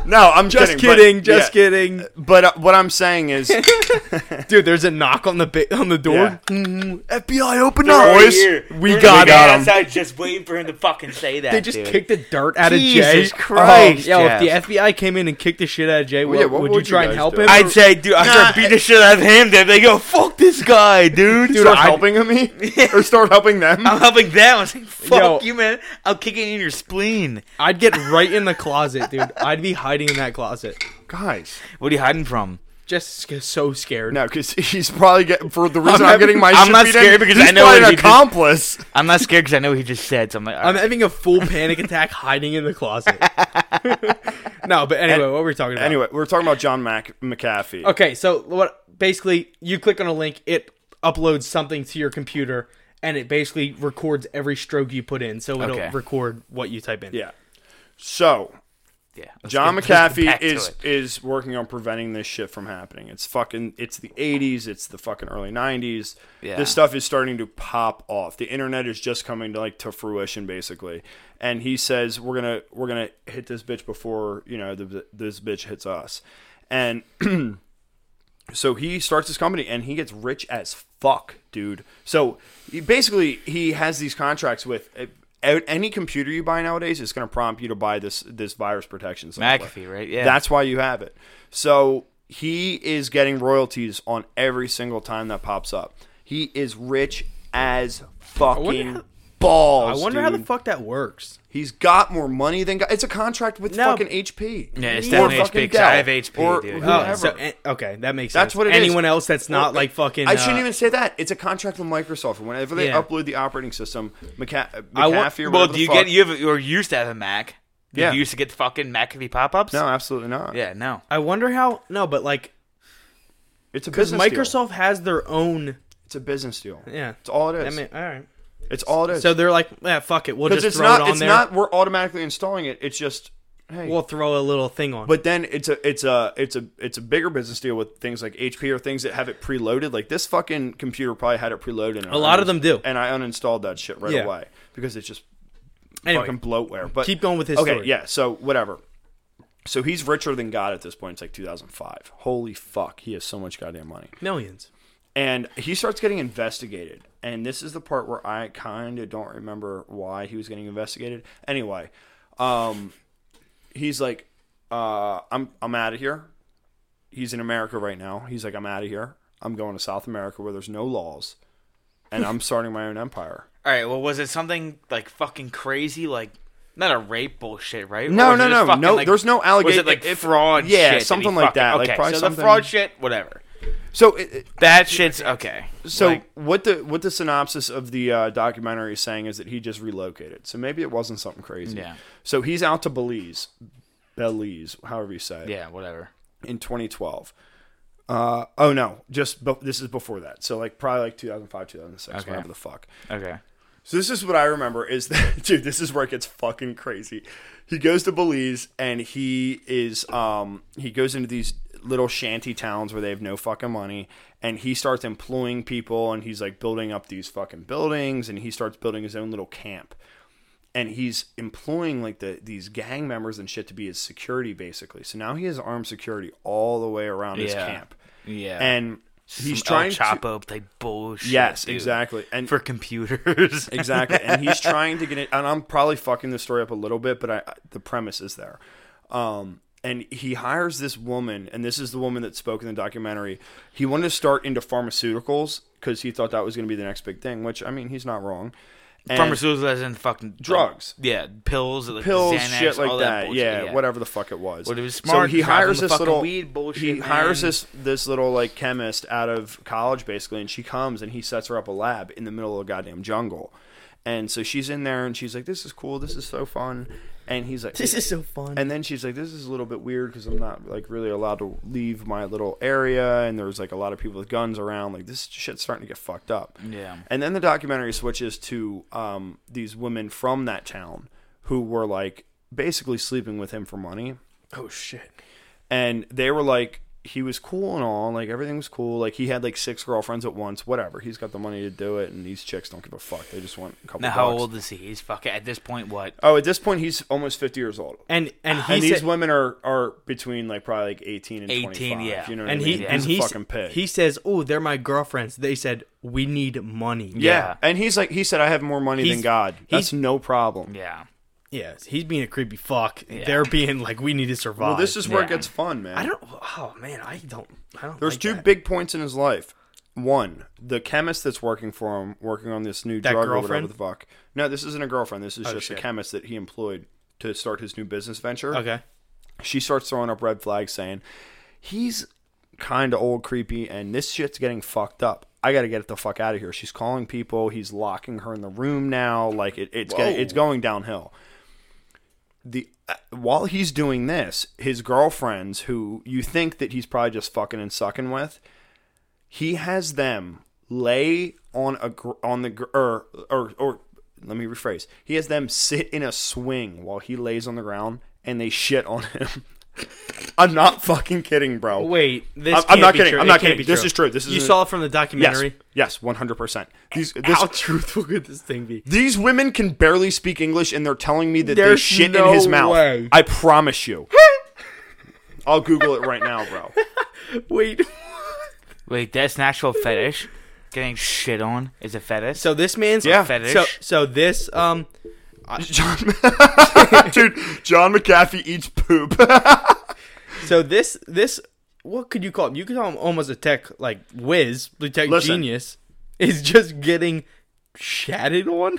S1: No, I'm
S2: just
S1: kidding. but-
S2: kidding, just
S1: yeah.
S2: kidding.
S1: But uh, what I'm saying is,
S2: Dude, there's a knock on the ba- on the door.
S1: FBI, open
S4: Mm-hmm. They're
S1: up,
S4: already
S1: boys.
S4: here.
S1: We got, him.
S4: outside just waiting for him to fucking say that.
S2: They just
S4: dude.
S2: kicked the dirt out of Jay.
S4: Jesus Christ,
S2: yo, if
S4: Jeff.
S2: the FBI came in and kicked the shit out of Jay,
S1: Well,
S2: what,
S1: yeah, what
S2: would,
S1: would you
S2: you try and
S1: guys
S2: help
S1: do?
S2: him?
S4: I'd say, dude, I start beating the shit out of him. Then they go, "Fuck this guy, dude."
S1: Dude, start helping me, or start helping them.
S4: I'm helping them. I'm saying, "Fuck
S2: Yo.
S4: you, man." I'm kicking in your spleen.
S2: I'd get right in the closet, dude. I'd be hiding in that closet,
S1: Guys,
S4: What are you hiding from?
S2: just sc- so scared.
S1: no, because he's probably getting for the reason I'm,
S4: not-
S1: getting my.
S4: I'm
S1: shit
S4: not
S1: beat in,
S4: scared because
S1: he's
S4: I know
S1: probably
S4: what
S1: an
S4: he did.
S1: accomplice.
S4: I'm not scared because I know what he just said. So I'm like,
S2: I'm having a full panic attack hiding in the closet. no, but anyway, what were we talking about?
S1: Anyway, we we're talking about John Mac- McAfee.
S2: Okay, so what basically you click on a link, it uploads something to your computer and it basically records every stroke you put in. So it'll
S4: Okay.
S2: record what you type in.
S1: Yeah. So
S4: yeah, let's
S1: John
S4: get- let's get
S1: McAfee
S4: back to
S1: is
S4: it.
S1: is working on preventing this shit from happening. It's fucking it's the 80s, it's the fucking early 90s.
S4: Yeah.
S1: This stuff is starting to pop off. The internet is just coming to like to fruition basically. And he says we're going to we're going to hit this bitch before, you know, the, this bitch hits us. And so he starts this company and he gets rich as fuck, dude. So he- basically, he has these contracts with uh, a- any computer you buy nowadays is going to prompt you to buy this this virus protection software.
S4: McAfee, right? Yeah.
S1: that's why you have it. So he is getting royalties on every single time that pops up. He is rich as fucking
S2: how-
S1: balls.
S2: I wonder how the
S1: dude.
S2: fuck that works.
S1: He's got more money than God. It's a contract with
S2: No.
S1: fucking HP.
S4: Yeah, it's
S1: Or
S4: definitely
S1: fucking
S4: HP, 'cause I
S1: Dell.
S4: have HP,
S1: Or
S4: dude.
S2: Oh,
S1: whoever.
S2: so eh, okay, that makes
S1: That's
S2: sense.
S1: what it is.
S2: Anyone else that's not
S1: Well,
S2: like fucking
S1: I shouldn't
S2: uh,
S1: even say that. It's a contract with Microsoft. Whenever they
S2: Yeah.
S1: upload the operating system, McA-
S2: I wa-
S1: McAfee. or
S4: Well,
S1: whatever
S4: do
S1: the
S4: you
S1: fuck-
S4: get you have or used to have a Mac? Did
S1: Yeah.
S4: You used to get the fucking McAfee pop-ups.
S1: No, absolutely not.
S4: Yeah. No.
S2: I wonder how No, but like
S1: it's a business. Microsoft.
S2: Microsoft has their own
S1: It's a business deal.
S2: Yeah.
S1: it's all it
S2: I
S1: is.
S2: mean, all right.
S1: it's all it is.
S2: So they're like, yeah, fuck it. We'll
S1: because it's
S2: just throw
S1: not.
S2: it on
S1: it's
S2: there.
S1: not. We're automatically installing it. It's just. Hey.
S2: We'll throw a little thing on.
S1: but then it's a it's a it's a it's a bigger business deal with things like HP or things that have it preloaded. Like this fucking computer probably had it preloaded.
S2: A lot of them do.
S1: And I uninstalled that shit right
S2: Yeah.
S1: away because it's just
S2: anyway,
S1: fucking bloatware. But
S2: keep going with his
S1: okay,
S2: story.
S1: yeah. So whatever. So he's richer than God at this point. It's like 2005. Holy fuck, he has so much goddamn money.
S2: millions.
S1: And he starts getting investigated. And this is the part where I kind of don't remember why he was getting investigated. Anyway, um, he's like, uh, "I'm I'm out of here." He's in America right now. He's like, "I'm out of here. I'm going to South America where there's no laws, and I'm starting my own empire."
S4: All right. Well, was it something like fucking crazy, like not a rape bullshit, right? Or
S1: No,
S4: was
S1: no,
S4: it just
S1: no,
S4: fucking,
S1: no,
S4: like-
S1: there's no
S4: Was
S1: allegation-
S4: it like
S1: if-
S4: fraud?
S1: yeah,
S4: shit he
S1: something like
S4: fucking-
S1: that, like,
S4: okay,
S1: probably
S4: so
S1: something-
S4: the fraud shit, whatever.
S1: So, it, it-
S4: That shit's okay.
S1: so
S4: Like,
S1: what the what the synopsis of the uh, documentary is saying is that he just relocated. So maybe it wasn't something crazy.
S4: Yeah.
S1: So he's out to Belize, Belize, however you say it,
S4: yeah, whatever.
S1: in 2012. Uh, oh no, just be- this is before that. So like probably like 2005, 2006,
S4: Okay.
S1: whatever the fuck.
S4: Okay.
S1: So this is what I remember is that dude, this is where it gets fucking crazy. He goes to Belize and he is um he goes into these little shanty towns where they have no fucking money and he starts employing people and he's like building up these fucking buildings and he starts building his own little camp. And he's employing like the these gang members and shit to be his security basically. So now he has armed security all the way around his
S4: Yeah.
S1: camp.
S4: Yeah.
S1: And he's
S4: Some
S1: trying
S4: El
S1: to
S4: Chapo type bullshit.
S1: Yes,
S4: dude,
S1: exactly. And
S4: For computers.
S1: exactly and he's trying to get it and i'm probably fucking the story up a little bit but i the premise is there um and he hires this woman and this is the woman that spoke in the documentary he wanted to start into pharmaceuticals because he thought that was going to be the next big thing which i mean he's not wrong and
S4: Pharmaceuticals as in fucking
S1: Drugs.
S4: like, yeah, pills, like
S1: pills
S4: Xanax,
S1: shit like
S4: all
S1: that,
S4: bullshit,
S1: yeah, whatever the fuck it was
S4: But he was smart,
S1: so he
S4: dropping
S1: hires
S4: the
S1: this
S4: fucking
S1: little
S4: weed bullshit,
S1: he hires
S4: man.
S1: this this little like chemist out of college basically and she comes and he sets her up a lab in the middle of the goddamn jungle and so she's in there and she's like this is cool this is so fun and he's like
S2: This is so fun.
S1: and then she's like this is a little bit weird because i'm not like really allowed to leave my little area and there's like a lot of people with guns around like this shit's starting to get fucked up
S4: Yeah.
S1: and then the documentary switches to um, these women from that town who were like basically sleeping with him for money
S2: oh shit.
S1: and they were like he was cool and all like everything was cool like he had like six girlfriends at once whatever he's got the money to do it and these chicks don't give a fuck they just want a couple
S4: Now,
S1: bucks.
S4: how old is he? He's fucking at this point. What?
S1: oh at this point he's almost 50 years old
S2: And and he
S1: and these
S2: said,
S1: women are are between like probably like 18 and
S4: 18,
S1: 25
S4: yeah.
S1: you know what
S2: and
S1: I
S2: he
S1: mean?
S2: and
S1: he's
S2: he
S1: a
S2: s-
S1: fucking pig
S2: he says, "Oh, they're my girlfriends." They said, "We need money."
S1: yeah.
S4: Yeah.
S1: and he's like he said i have more money than
S2: He's-
S1: god that's
S2: he's-
S1: no problem
S4: Yeah.
S2: Yeah, he's being a creepy fuck. They're being like, "We need to survive."
S1: well this is where it
S4: Yeah.
S1: gets fun man
S2: I don't. Oh man, I don't. I don't.
S1: There's
S2: like
S1: two
S2: that.
S1: big points in his life. One, the chemist that's working for him, working on this new drug or whatever
S2: girlfriend? Oh,
S1: the fuck. No, this isn't a girlfriend. This is just
S2: shit.
S1: a chemist that he employed to start his new business venture.
S2: Okay.
S1: She starts throwing up red flags saying, he's kind of old, creepy, and this shit's getting fucked up. I got to get it the fuck out of here. She's calling people. He's locking her in the room now. Like, it, it's, get, it's going downhill the uh, while he's doing this, his girlfriends, who you think that he's probably just fucking and sucking with, he has them lay on a gr- on the gr- or or or let me rephrase. He has them sit in a swing while he lays on the ground and they shit on him. I'm not fucking kidding, bro.
S2: Wait, this.
S1: I'm- I'm
S2: can't
S1: not
S2: be
S1: kidding.
S2: True.
S1: I'm
S2: It
S1: not
S2: can't
S1: kidding.
S2: be
S1: This is true. This
S2: you
S1: is-
S2: saw it from the
S1: Yes,
S2: documentary.
S1: yes, 100%. These this,
S2: How truthful could this thing be?
S1: these women can barely speak English, and they're telling me that
S2: There's
S1: they shit
S2: no
S1: in his mouth.
S2: way.
S1: I promise you. I'll Google it right now, bro.
S2: Wait.
S4: Wait, that's an actual fetish. Getting shit on is a fetish.
S2: So this man's
S1: Yeah.
S4: Fetish.
S2: So so this um
S1: John, dude, John McAfee eats poop.
S2: so this this what could you call him? You could call him almost a tech like whiz, the tech
S1: Listen.
S2: genius is just getting shatted on.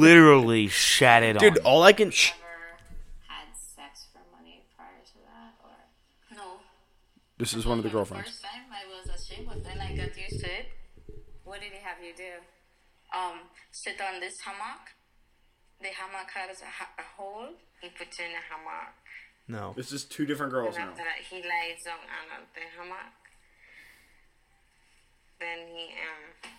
S4: literally shatted on.
S2: Dude, all I can sh-
S5: ever had sex for money prior to that, or no?
S1: this is one of the girlfriends.
S5: First time I was ashamed, but then I got used to it. What did he have you do? Um, sit on this hammock. The hammock has a, ha- a hole. He put you in a hammock.
S2: no.
S1: This is two different girls
S5: And
S1: now.
S5: after that, he lies down on the hammock. Then he um.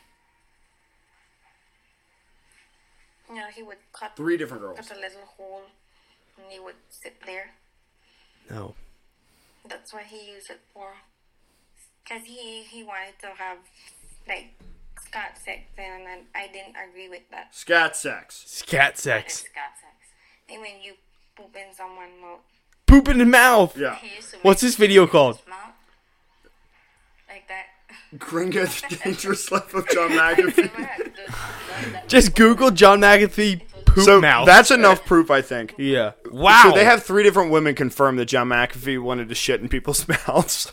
S5: You know, he would cut
S1: Three different girls.
S5: cut a little hole, and he would sit there.
S2: No.
S5: That's what he used it for. Cause he he wanted to have like Scott sex and then I didn't agree with that.
S1: Scat sex.
S2: Scat sex.
S5: Scott sex. And when you poop in someone's mouth,
S2: Poop in the mouth.
S1: Yeah.
S5: he used to
S2: What's
S5: make
S2: this video called?
S5: his mouth like that.
S1: Gringo, the dangerous life of John McAfee.
S5: McAfee.
S2: Just Google John McAfee poop
S1: So
S2: mouth.
S1: that's enough proof, I think.
S2: yeah.
S4: wow.
S1: So they have three different women confirm that John McAfee wanted to shit in people's mouths.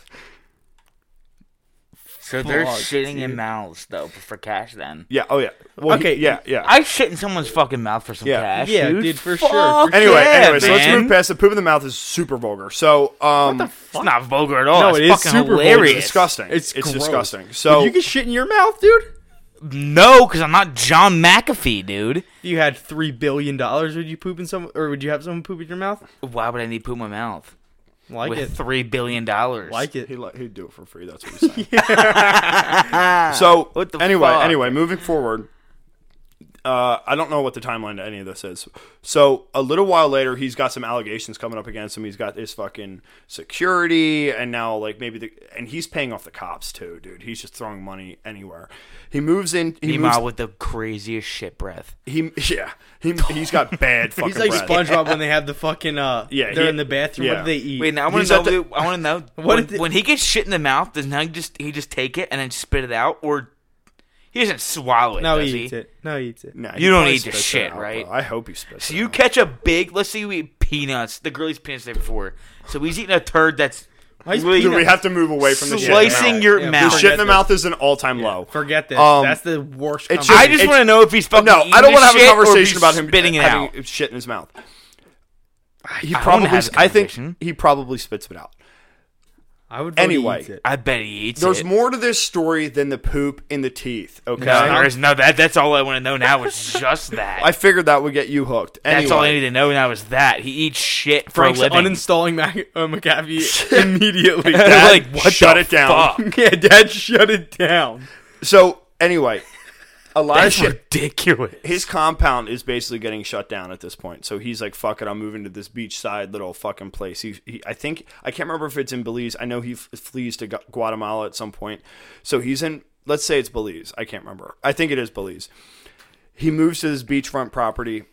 S4: So they're
S1: Fuck,
S4: shitting in mouths though for cash. Then
S1: Yeah. Oh yeah. Well,
S2: Okay.
S1: okay. yeah. Yeah.
S4: I shit in someone's fucking mouth for some
S1: Yeah.
S4: cash.
S2: Yeah,
S4: dude,
S2: dude, for
S4: Fuck
S2: sure, for
S1: anyway.
S4: yeah,
S1: anyway. So let's
S4: man.
S1: move past the poop in the mouth is super vulgar. So um,
S4: It's not vulgar at all.
S2: No,
S4: it's
S2: it is
S4: fucking
S2: super vulgar.
S4: hilarious.
S1: it's disgusting.
S2: It's
S1: It's,
S2: gross.
S1: disgusting.
S2: If
S1: So
S2: you get shit in your mouth, dude.
S4: No, because I'm not John McAfee, dude.
S2: If you had three billion dollars, would you poop in some, or would you have someone poop in your mouth?
S4: Why would I need poop in my mouth
S2: Like
S4: with
S2: it,
S4: three billion dollars?
S2: like
S1: he
S2: it.
S1: li- he'd do it for free. That's what he's saying. so
S4: What the
S1: anyway,
S4: fuck?
S1: anyway, moving forward. Uh, I don't know what the timeline to any of this is. So a little while later, he's got some allegations coming up against him. He's got his fucking security, and now like maybe the and he's paying off the cops too, dude. He's just throwing money anywhere. He moves in. He moves,
S4: Meanwhile, with the craziest shit breath.
S1: he yeah. He he's got bad fucking.
S2: He's like
S1: breath.
S2: SpongeBob when they have the fucking uh,
S1: Yeah,
S2: they're
S1: he-
S2: in the bathroom. What
S1: yeah.
S2: do they eat?
S4: Wait, now I want
S1: He's
S4: to know.
S1: at the-
S4: dude, I want to know
S2: What
S4: when,
S2: if the-
S4: when he gets shit in the mouth. Does now he just he just take it and then spit it out, or he doesn't swallow it?
S2: no,
S4: does
S2: he eats it. No, he eats it.
S1: Nah,
S4: You
S1: he
S4: don't
S1: probably
S4: eat the
S1: spits it
S4: shit,
S1: out,
S4: right?
S1: bro. I hope he spits.
S4: So
S1: it
S4: you
S1: out.
S4: catch a big. Let's say we eat peanuts. The girlie's peanuts the day before. So he's eating a turd that's
S2: he's
S4: really
S1: Do we have to move away from the shit in the mouth?
S4: slicing your
S2: Yeah,
S4: mouth.
S1: The shit in the mouth is an all-time low.
S2: Forget this.
S1: Um,
S2: That's the worst.
S1: it's
S2: combination.
S4: I just
S1: It's-
S4: want to know if he's fucking.
S1: No,
S4: eating
S1: I don't
S4: the
S1: want to have
S4: shit
S1: a
S4: or if
S1: conversation
S4: he's
S1: about him
S4: spitting it out.
S1: having shit in his mouth. He
S4: I wanna
S1: probably,
S4: have a
S1: I think
S4: conversation.
S1: he probably spits it out.
S2: I would vote he
S1: anyway.
S2: eats it.
S4: I bet he eats
S1: There's
S4: it.
S1: more to this story than the poop in the teeth. Okay,
S4: No, there is no that. That's all I want to know now. Is just that.
S1: I figured that would get you hooked. Anyway,
S4: That's all I need to know now. Is that he eats shit for
S2: Frank's
S4: a living?
S2: uninstalling Mac- uh, McAfee immediately.
S4: They're
S2: Dad,
S4: like, what
S1: shut
S4: the
S1: it down.
S4: fuck?
S2: yeah, Dad, shut it down.
S1: So anyway, a lot of
S4: That's
S1: shit.
S4: ridiculous.
S1: His compound is basically getting shut down at this point. So he's like, "Fuck it, I'm moving to this beachside little fucking place." He, he I think I can't remember if it's in Belize. I know he f- flees to Gu- Guatemala at some point. So he's in. Let's say it's Belize. I can't remember. I think it is Belize. he moves to this beachfront property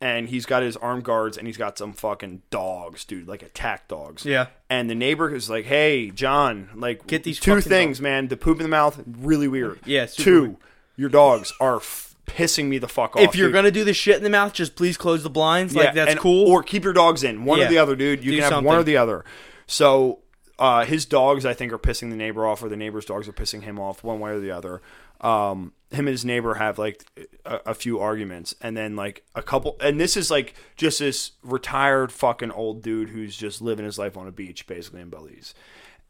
S1: and he's got his armed guards and he's got some fucking dogs, dude, like attack dogs.
S2: Yeah.
S1: And the neighbor is like, "Hey, John, like
S2: Get these
S1: two
S2: fucking
S1: things, man. The poop in the mouth, really weird.
S2: Yeah, super
S1: two,
S2: weird.
S1: your dogs are f- pissing me the fuck off.
S2: If you're
S1: dude.
S2: gonna do the shit in the mouth, just please close the blinds.
S1: Yeah,
S2: like that's
S1: and-
S2: cool.
S1: Or keep your dogs in. One
S2: Yeah.
S1: or the other, dude. You
S2: Do
S1: can have one or
S2: something.
S1: the other. So uh, his dogs, I think, are pissing the neighbor off, or the neighbor's dogs are pissing him off, one way or the other. Um, him and his neighbor have like a, a few arguments, and then like a couple. And this is like just this retired fucking old dude who's just living his life on a beach, basically in Belize.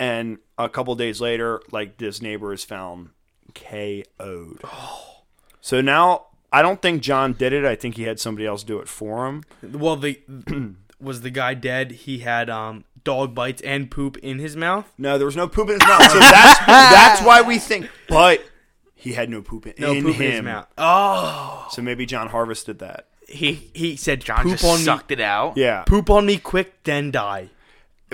S1: And a couple days later, like this neighbor is found KO'd. So now I don't think John did it. I think he had somebody else do it for him.
S2: well, the was the guy dead? He had um dog bites and poop in his mouth.
S1: No, there was no poop in his mouth. So that's that's why we think. But he had no poop in,
S2: No
S1: in
S2: poop
S1: him.
S2: in his mouth. Oh,
S1: So maybe John harvested that.
S2: he he said
S4: John
S2: poop
S4: just
S2: on
S4: sucked
S2: me.
S4: it out.
S1: Yeah.
S2: Poop on me quick, then die.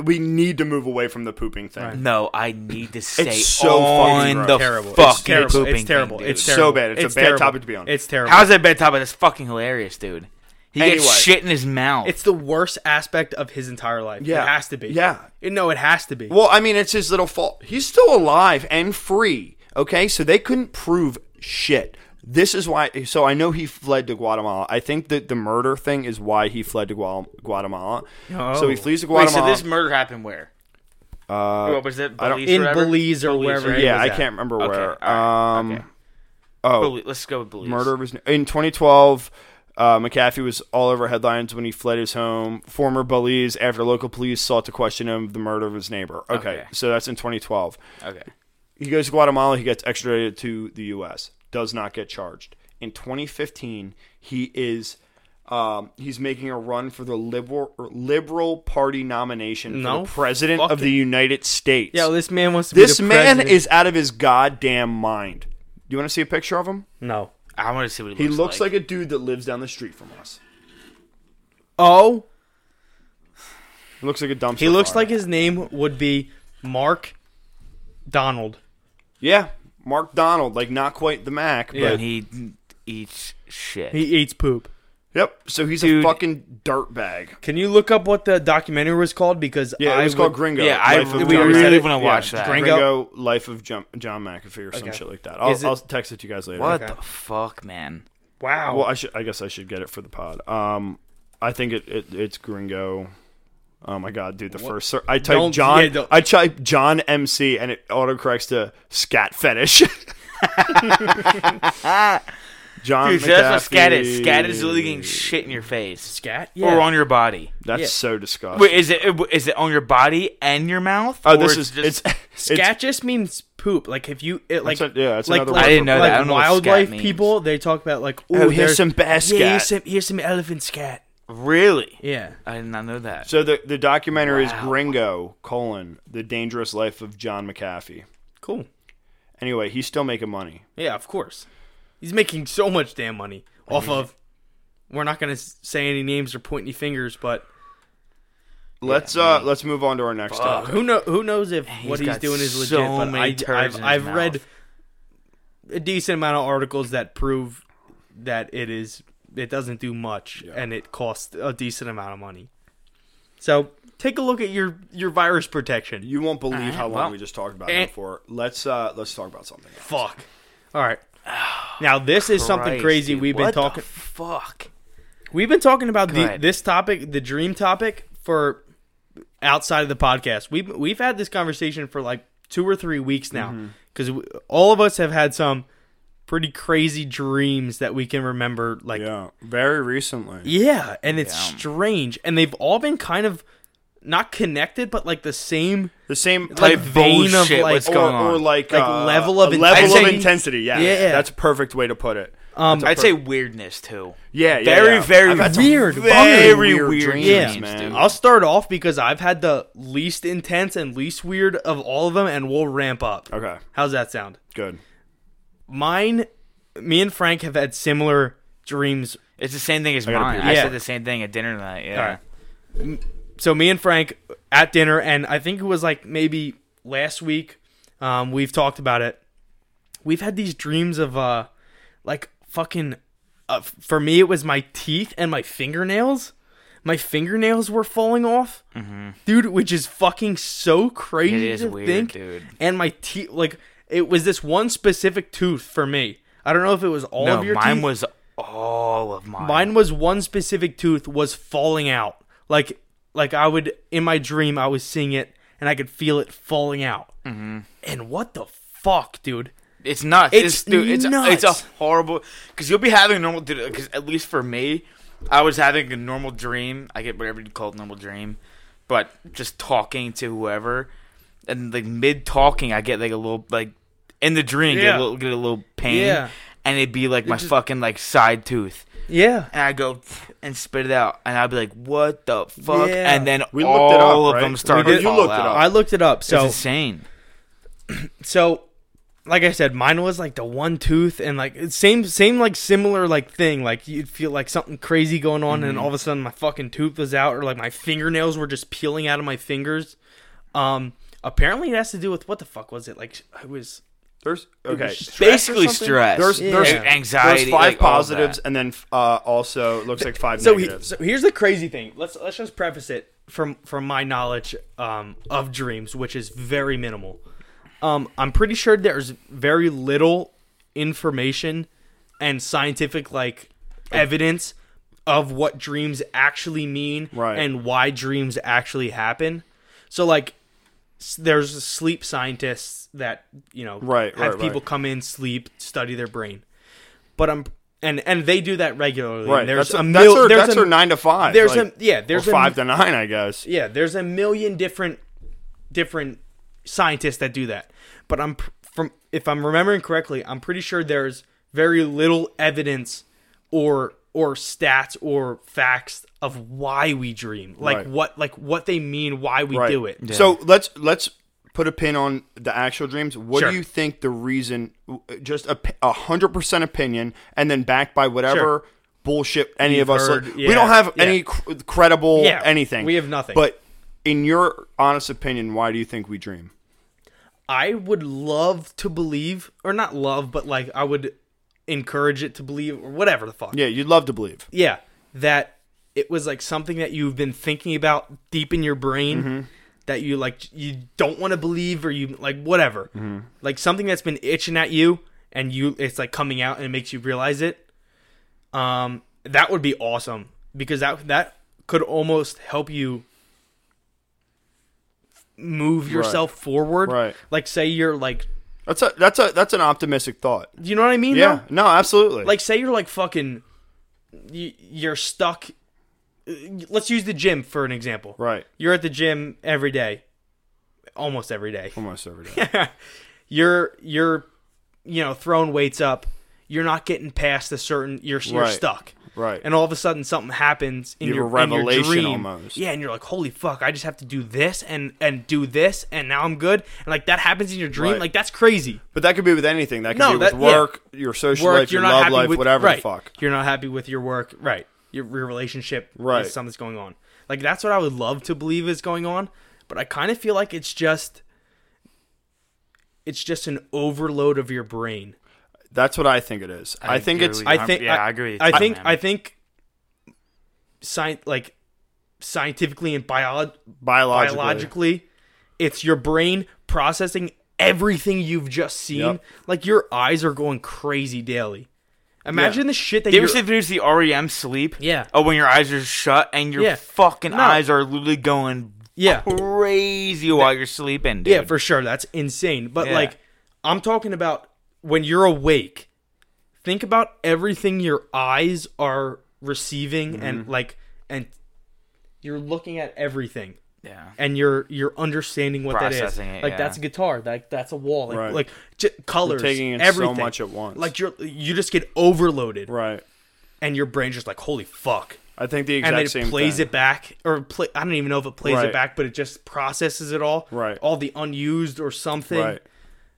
S1: We need to move away from the pooping thing.
S4: No, I need to stay
S1: so
S4: on
S1: fucking
S4: the
S1: gross.
S2: Terrible.
S4: fucking
S2: it's terrible.
S4: pooping.
S2: it's terrible.
S4: thing, dude.
S2: it's
S1: so
S2: terrible.
S1: bad. It's a bad
S2: terrible.
S1: topic to be on.
S2: It's terrible.
S4: How's that bad topic? That's fucking hilarious, dude. He
S1: Anyway.
S4: gets shit in his mouth.
S2: it's the worst aspect of his entire life.
S1: Yeah.
S2: It has to be.
S1: Yeah.
S2: No, it has to be.
S1: Well, I mean, it's his little fault. He's still alive and free. Okay, so they couldn't prove shit. This is why. So I know he fled to Guatemala. I think that the murder thing is why he fled to Gual- Guatemala. So he flees to
S4: Oh. Wait,
S1: Guatemala.
S4: so this murder happened where? Uh, what was it?
S1: I don't-
S4: Belize
S2: in
S4: or whatever?
S2: Belize or wherever.
S4: right?
S2: he
S1: yeah,
S2: was
S1: I
S2: at.
S1: can't remember
S4: Okay,
S1: where.
S4: all right,
S1: Um, oh.
S4: okay. Belize- Let's go with Belize.
S1: Murder of his in 2012. Uh, McAfee was all over headlines when he fled his home. Former Belize, after local police sought to question him of the murder of his neighbor. Okay,
S4: Okay.
S1: so that's in 2012.
S4: Okay.
S1: He goes to Guatemala. He gets extradited to the U.S. Does not get charged. In 2015, he is um, he's making a run for the liberal liberal party nomination
S2: No
S1: for the president of
S2: fucking-
S1: the United States.
S2: Yeah, this man wants to be
S1: this
S2: the
S1: man
S2: president.
S1: is out of his goddamn mind. Do you want to see a picture of him?
S2: no.
S4: I want to see what he,
S1: He looks like. a dude that lives down the street from us.
S2: Oh,
S1: He looks like a dumpster.
S2: he looks
S1: fire.
S2: like his name would be Mark Donald.
S1: yeah, Mark Donald, like not quite the Mac, but
S2: Yeah.
S4: And he eats shit.
S2: He eats poop.
S1: yep. So he's
S4: Dude.
S1: a fucking dirtbag.
S2: Can you look up what the documentary was called? Because
S1: Yeah,
S2: I
S1: it was
S2: would-
S1: Uh, called Gringo.
S4: yeah, I,
S1: Life of
S4: we
S1: John
S4: really
S1: McAfee.
S4: want to
S1: Yeah,
S4: watch that.
S2: Gringo.
S1: Gringo, Life of John, John McAfee or some
S2: Okay.
S1: shit like that. I'll,
S2: Is it-
S1: I'll text it to you guys later.
S4: What
S2: Okay.
S4: the fuck, man?
S2: Wow.
S1: Well, I should. I guess I should get it for the pod. Um, I think it, it it's Gringo. Oh my god, dude! The first ser- I type
S2: Don't-
S1: John,
S2: yeah, don't-
S1: I type John MC, and it autocorrects to scat fetish. John,
S4: Dude, so that's what scat is.
S1: McAfee.
S4: Scat is literally getting shit in your face
S2: Scat?
S4: or on your body.
S1: That's
S2: Yeah.
S1: so disgusting.
S4: Wait, is it is it on your body and your mouth?
S1: oh,
S4: or
S1: this is it's, it's
S2: Scat just means poop. Like if you it, like
S1: That's a- yeah, that's
S2: like,
S1: another
S2: like,
S1: word I
S4: didn't know
S2: like
S4: that. I don't know what scat
S2: wildlife
S4: means.
S2: people they talk about like
S1: Oh, here's
S2: there's-
S1: some bass
S2: Yeah, here's
S1: scat.
S2: some here's some elephant scat.
S4: really?
S2: Yeah.
S4: I did not know that.
S1: So the the documentary is Gringo: colon The Dangerous Life of John McAfee.
S2: Cool.
S1: Anyway, he's still making money.
S2: Yeah, of course. He's making so much damn money off of. We're not gonna s- say any names or point any fingers, but
S1: Let's uh let's move on to our next
S2: uh,
S1: topic.
S2: who know who knows if what
S4: he's
S2: he's
S4: got
S2: doing is legit.
S4: so
S2: but
S4: many
S2: I,
S4: turds in
S2: I've,
S4: his
S2: I've
S4: mouth.
S2: read a decent amount of articles that prove that it is it doesn't do much and it costs a decent amount of money. So take a look at your your virus protection.
S1: You won't believe how long
S4: well.
S1: we just talked about
S2: Eh.
S1: him for. Let's uh let's talk about something. else.
S2: Fuck. All right. Now this is something
S4: Christ,
S2: crazy
S4: dude,
S2: we've been
S4: what the
S2: talking.
S4: fuck.
S2: We've been talking about the,
S4: Good.
S2: this topic, the dream topic, for outside of the podcast. We've we've had this conversation for like two or three weeks now because all of us have had some pretty crazy dreams that we can remember. Like, yeah,
S1: Yeah, very recently.
S2: and it's strange, and they've all been kind of not connected, but like the same.
S1: The same
S2: Like
S1: type
S2: vein of
S4: bullshit,
S2: like
S4: what's
S1: or,
S4: going
S1: or
S4: on?
S1: like
S2: Like
S1: uh,
S2: level of
S1: a level
S2: intensity?
S1: of intensity. Yeah,
S2: Yeah.
S1: that's a perfect way to put it.
S2: Um,
S4: I'd say weirdness too.
S1: Yeah, yeah,
S4: Very,
S1: yeah.
S4: very
S1: I've had some
S2: weird,
S1: very
S4: weird
S1: weird,
S4: dreams,
S1: dreams,
S2: yeah,
S1: man.
S2: I'll start off because I've had the least intense and least weird of all of them, and we'll ramp up.
S1: Okay,
S2: How's that sound?
S1: good.
S2: mine me and frank have had similar dreams
S4: It's the same thing as
S1: gotta
S4: mine.
S1: pee.
S4: I
S2: Yeah.
S4: said the same thing at dinner tonight. Yeah.
S2: Alright. so me and frank at dinner and i think it was like maybe last week um, we've talked about it we've had these dreams of uh like fucking uh, for me it was my teeth and my fingernails my fingernails were falling off dude which is fucking so crazy
S4: Mm-hmm. It is
S2: to
S4: weird,
S2: think
S4: dude.
S2: and my teeth like it was this one specific tooth for me i don't know if it was all
S4: No,
S2: of your
S4: mine
S2: teeth.
S4: was all of mine.
S2: Mine was one specific tooth was falling out. Like like I would in my dream I was seeing it and I could feel it falling out. Mm-hmm. And what the fuck, dude?
S4: It's nuts.
S2: It's
S4: It's, dude, it's, it's
S2: nuts.
S4: a horrible because you'll be having a normal. Because at least for me, I was having a normal dream. I get whatever you call it, normal dream, but just talking to whoever, and like mid talking, I get like a little like in the dream get
S2: Yeah.
S4: a little get a little pain,
S2: Yeah.
S4: and it'd be like my fucking like side tooth.
S2: Yeah.
S4: And I go and spit it out, and I'd be like, "What the fuck?"
S2: Yeah.
S4: And then
S1: We
S4: all
S1: looked it up,
S4: of
S1: right?
S4: them started.
S1: We
S4: to
S1: did- you
S4: fall
S1: looked it
S4: out.
S1: up.
S2: I looked it up.
S4: It's
S2: So
S4: insane.
S2: so like I said, mine was like the one tooth and like it's same same like similar like thing. Like you'd feel like something crazy going on and all of a sudden my fucking tooth was out or like my fingernails were just peeling out of my fingers. Um apparently it has to do with what the fuck was it? Like I was
S1: There's okay.
S4: Basically
S2: something?
S4: stress.
S1: There's
S2: Yeah.
S1: there's
S2: There's
S4: anxiety,
S1: There's five
S4: like, all
S1: positives
S4: that.
S1: and then uh, also it looks like five
S2: so, he,
S1: negatives.
S2: so here's the crazy thing. Let's let's just preface it from from my knowledge um, of dreams, which is very minimal. Um, I'm pretty sure there's very little information and scientific like evidence of what dreams actually mean
S1: Right.
S2: and why dreams actually happen. So like s- there's sleep scientists that you know
S1: Right,
S2: have
S1: right,
S2: people
S1: right.
S2: come in sleep study their brain but i'm and and they do that regularly
S1: right.
S2: there's
S1: that's
S2: a
S1: that's
S2: mil-
S1: her,
S2: there's
S1: that's
S2: a-
S1: her nine to five.
S2: there's
S1: like,
S2: a yeah there's
S1: or
S2: a
S1: five to nine, I guess.
S2: yeah there's a million different different scientists that do that but i'm pr- from if i'm remembering correctly i'm pretty sure there's very little evidence or or stats or facts of why we dream like
S1: Right.
S2: what like what they mean why we
S1: Right.
S2: do it
S1: So let's let's put a pin on the actual dreams. What
S2: Sure.
S1: do you think the reason? Just a p- a hundred percent opinion, and then backed by whatever.
S2: Sure.
S1: Bullshit! Any
S2: You've
S1: of us?
S2: heard,
S1: like,
S2: yeah,
S1: we don't have
S2: yeah.
S1: any cr- credible
S2: Yeah,
S1: anything.
S2: we have nothing.
S1: But in your honest opinion, why do you think we dream?
S2: I would love to believe, or not love, but like I would encourage it to believe, or whatever the fuck.
S1: Yeah, you'd love to believe.
S2: Yeah, that it was like something that you've been thinking about deep in your brain
S1: Mm-hmm.
S2: that you like you don't want to believe or you like whatever,
S1: Mm-hmm.
S2: like something that's been itching at you and you it's like coming out and it makes you realize it. Um, that would be awesome because that that could almost help you move yourself forward.
S1: Right.
S2: Like say you're like
S1: That's a that's a that's an optimistic thought.
S2: you know what I mean?
S1: Yeah.
S2: though?
S1: No, absolutely.
S2: Like say you're like fucking you, you're stuck uh, let's use the gym for an example.
S1: right.
S2: You're at the gym every day. Almost every day.
S1: Almost every day.
S2: you're you're you know throwing weights up you're not getting past a certain you're, you're
S1: Right.
S2: stuck
S1: Right.
S2: and all of a sudden something happens in
S1: You
S2: your
S1: have a
S2: in your
S1: revelation
S2: dream.
S1: almost.
S2: yeah and you're like holy fuck i just have to do this and and do this and now i'm good and like that happens in your dream
S1: Right.
S2: like that's crazy
S1: But that could be with anything. That could
S2: No,
S1: be
S2: that-
S1: with work, your social
S2: work
S1: life,
S2: you're
S1: your
S2: not
S1: love
S2: happy
S1: life,
S2: with
S1: whatever
S2: right.
S1: the fuck.
S2: you're not happy with your work right your, your relationship
S1: Right.
S2: is something's going on like that's what i would love to believe is going on but i kind of feel like it's just it's just an overload of your brain
S1: That's what I think it is. I, think
S4: agree
S1: it's
S4: with you.
S2: I
S4: I'm-
S2: think.
S4: yeah,
S2: I,
S4: I agree with
S2: I
S4: you,
S2: think.
S4: man.
S2: I think. Sci- like, scientifically and bio-
S1: biologically.
S2: biologically, it's your brain processing everything you've just seen.
S1: Yep.
S2: Like your eyes are going crazy daily. Imagine the shit that
S4: You
S2: you're.
S4: ever see the videos of the REM sleep?
S2: Yeah.
S4: Oh, when your eyes are shut and your
S2: Yeah.
S4: fucking
S2: No.
S4: eyes are literally going
S2: Yeah.
S4: crazy while you're sleeping, dude.
S2: yeah, for sure. That's insane. But
S4: Yeah.
S2: like, I'm talking about when you're awake. Think about everything your eyes are receiving,
S1: Mm-hmm.
S2: and like, and you're looking at everything.
S4: yeah.
S2: and you're you're understanding what that is.
S4: Processing it,
S2: like
S4: yeah.
S2: that's a guitar, like that's a wall, like
S1: Right.
S2: like j- colors,
S1: taking in so
S2: everything.
S1: much at once.
S2: Like you're you just get overloaded,
S1: Right.
S2: and your brain's just like holy fuck,
S1: I think the exact
S2: and then
S1: same
S2: it plays
S1: thing.
S2: it back or play. I don't even know if it plays it
S1: Right.
S2: back, but it just processes it all,
S1: Right.
S2: All the unused or something,
S1: Right.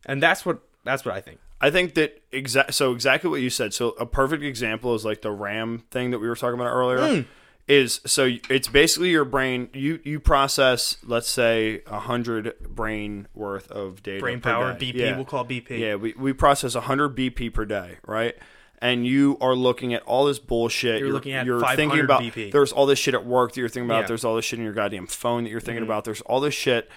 S2: And that's what that's what I think.
S1: I think that exact so exactly what you said. So a perfect example is like the RAM thing that we were talking about earlier.
S2: Hmm.
S1: Is so y- it's basically your brain. You you process let's say a hundred brain worth of data.
S2: Brain
S1: per
S2: power,
S1: day.
S2: BP, we'll call BP.
S1: Yeah, we we process hundred BP per day, right? And you are looking at all this bullshit. You're,
S2: looking at
S1: you're
S2: 500
S1: thinking about
S2: BP.
S1: there's all this shit at work that you're thinking about.
S2: Yeah.
S1: There's all this shit in your goddamn phone that you're thinking about. There's all this shit,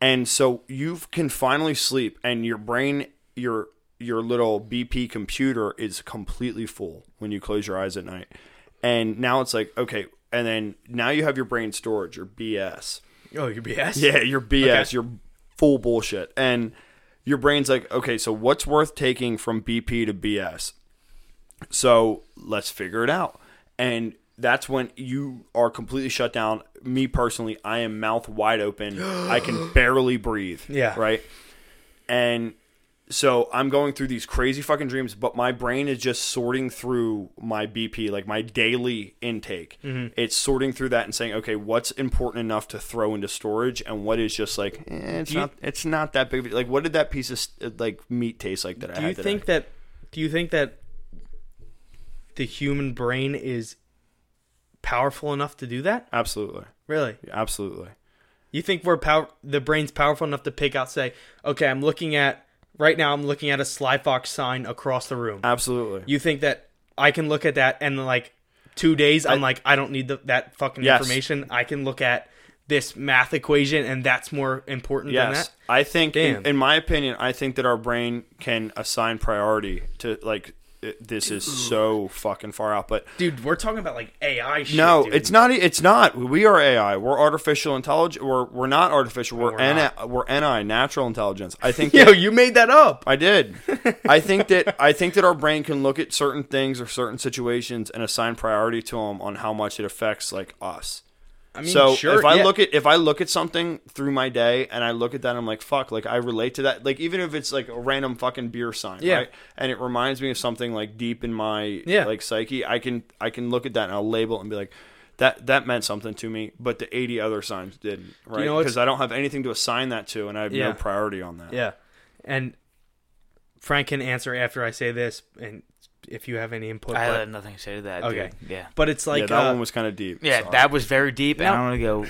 S1: and so you can finally sleep, and your brain, your your little BP computer is completely full when you close your eyes at night, and now it's like okay, and then now you have your brain storage, your BS.
S2: Oh, your BS.
S1: Yeah, your BS, your full bullshit. And your brain's like, okay, so what's worth taking from BP to BS? So let's figure it out. And that's when you are completely shut down. Me personally, I am mouth wide open. I can barely breathe.
S2: Yeah.
S1: Right. And so I'm going through these crazy fucking dreams, but my brain is just sorting through my BP, like my daily intake. It's sorting through that and saying, okay, what's important enough to throw into storage, and what is just like eh, it's not it's not that big. Of, a- like, what did that piece of s- like meat taste like that I
S2: Do
S1: had
S2: you
S1: today?
S2: think that? Do you think that the human brain is powerful enough to do that?
S1: absolutely,
S2: Really?
S1: absolutely.
S2: You think we're power the brain's powerful enough to pick out say, okay, I'm looking at right now I'm looking at a Sly Fox sign across the room.
S1: Absolutely.
S2: you think that I can look at that and like 2 days I'm like I don't need the, that fucking
S1: Yes.
S2: information. I can look at this math equation and that's more important than
S1: yes.
S2: that.
S1: I think, in,
S2: Damn.
S1: in my opinion, I think that our brain can assign priority to like it- this is so fucking far out, but
S2: Dude, we're talking about like AI shit.
S1: No,
S2: dude.
S1: it's not. e-, It's not. We are AI. We're artificial intelligence. We're we're not artificial. We're,
S2: we're
S1: N we're NI natural intelligence. I think.
S2: Yo,
S1: that-
S2: you made that up.
S1: I did. I think that I think that our brain can look at certain things or certain situations and assign priority to them on how much it affects like us.
S2: I mean,
S1: so
S2: sure,
S1: if I
S2: yeah.
S1: look at if I look at something through my day and I look at that, I'm like, fuck, like I relate to that. Like even if it's like a random fucking beer sign,
S2: Yeah.
S1: right? And it reminds me of something like deep in my
S2: Yeah.
S1: like psyche, I can I can look at that and I'll label it and be like, that that meant something to me, but the 80 other signs didn't, right?
S2: know what's-
S1: Because I don't have anything to assign that to, and I have
S2: Yeah.
S1: no priority on that.
S2: Yeah. And Frank can answer after I say this and if you have any input.
S4: I
S2: but-
S4: had nothing to say to that.
S2: okay.
S4: Dude. Yeah.
S2: But it's like
S1: yeah, that
S2: uh,
S1: one was kind of deep.
S4: Yeah,
S1: Sorry.
S4: that was very deep, and I want to go.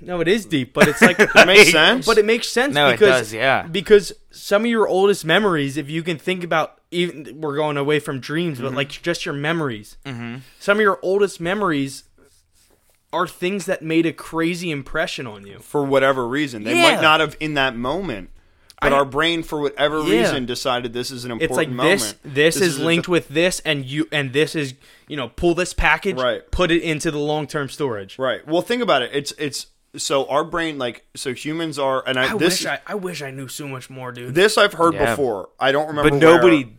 S2: No, it is deep, but it's like
S1: That makes sense.
S2: But it makes sense
S4: No, it
S2: because
S4: does, yeah.
S2: because some of your oldest memories, if you can think about, even we're going away from dreams, but like just your memories. Mm-hmm. Some of your oldest memories are things that made a crazy impression on you.
S1: for whatever reason. They
S4: Yeah.
S1: might not have in that moment, but our brain, for whatever
S2: Yeah.
S1: reason, decided this is an important
S2: It's like
S1: moment.
S2: this. This, is,
S1: a-
S2: linked with this, and you and this is you know pull this package,
S1: Right.
S2: put it into the long term storage.
S1: right. Well, think about it. It's it's so our brain like so humans are and I,
S2: I
S1: this
S2: wish I, I wish I knew so much more, dude.
S1: this I've heard
S4: Yeah.
S1: before. I don't remember
S4: But
S1: where-
S4: nobody.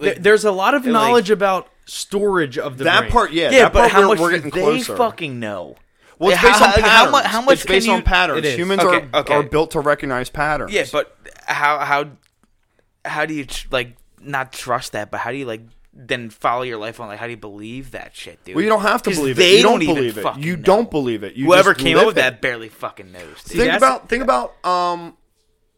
S2: There- there's a lot of knowledge about storage of the
S1: that
S2: brain.
S1: part yeah,
S4: Yeah,
S1: that
S4: but
S1: part
S4: how
S1: we're,
S4: much
S1: we're
S4: do
S1: getting
S4: they
S1: closer.
S4: fucking know?
S1: well, it's
S4: how-
S1: based on
S4: how-
S1: patterns.
S4: how mu- how much
S1: it's based
S4: can
S1: on
S4: you-
S2: It
S1: patterns.
S2: is.
S1: Humans
S4: Okay,
S1: are
S4: okay.
S1: are built to recognize patterns.
S4: Yeah, but how how how do you tr- like not trust that? But how do you like then follow your life on like how do you believe that shit, dude?
S1: well, you don't have to
S4: 'Cause
S1: believe it.
S4: they
S1: You don't,
S4: even
S1: believe it.
S4: fucking
S1: You
S4: know.
S1: don't believe it. You
S4: Whoever
S1: just
S4: came up
S1: live
S4: with
S1: it.
S4: that barely fucking knows. Dude.
S1: Think
S2: that's-
S1: about think about um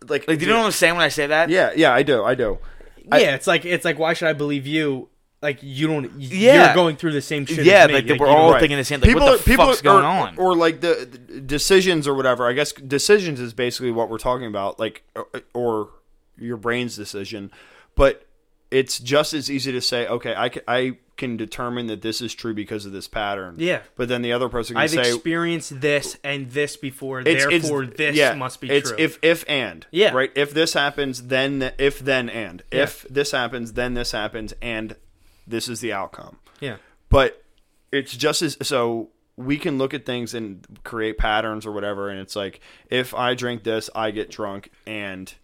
S1: like
S4: Like, do you know what I'm saying when I say that?
S1: yeah yeah I do I do.
S2: Yeah, it's like it's like why should I believe you? Like you don't. y-
S4: Yeah.
S2: you're going through the same shit.
S4: Yeah,
S2: as me.
S4: like, we're
S2: you don't-
S4: all thinking the same. Like, what the fuck's
S1: are-
S4: going on?
S1: Or like the, the decisions or whatever. I guess decisions is basically what we're talking about, like or, or your brain's decision. But it's just as easy to say, okay, I can, I can determine that this is true because of this pattern.
S2: Yeah.
S1: But then the other person can
S2: I've
S1: say
S2: experienced this and this before.
S1: it's, it's-
S2: therefore, this
S1: yeah,
S2: must be
S1: it's
S2: true.
S1: If if and
S2: Yeah.
S1: right. If this happens, then th- if then and if this happens, then this happens, and this is the outcome
S2: yeah,
S1: but it's just as so we can look at things and create patterns or whatever and it's like if i drink this i get drunk and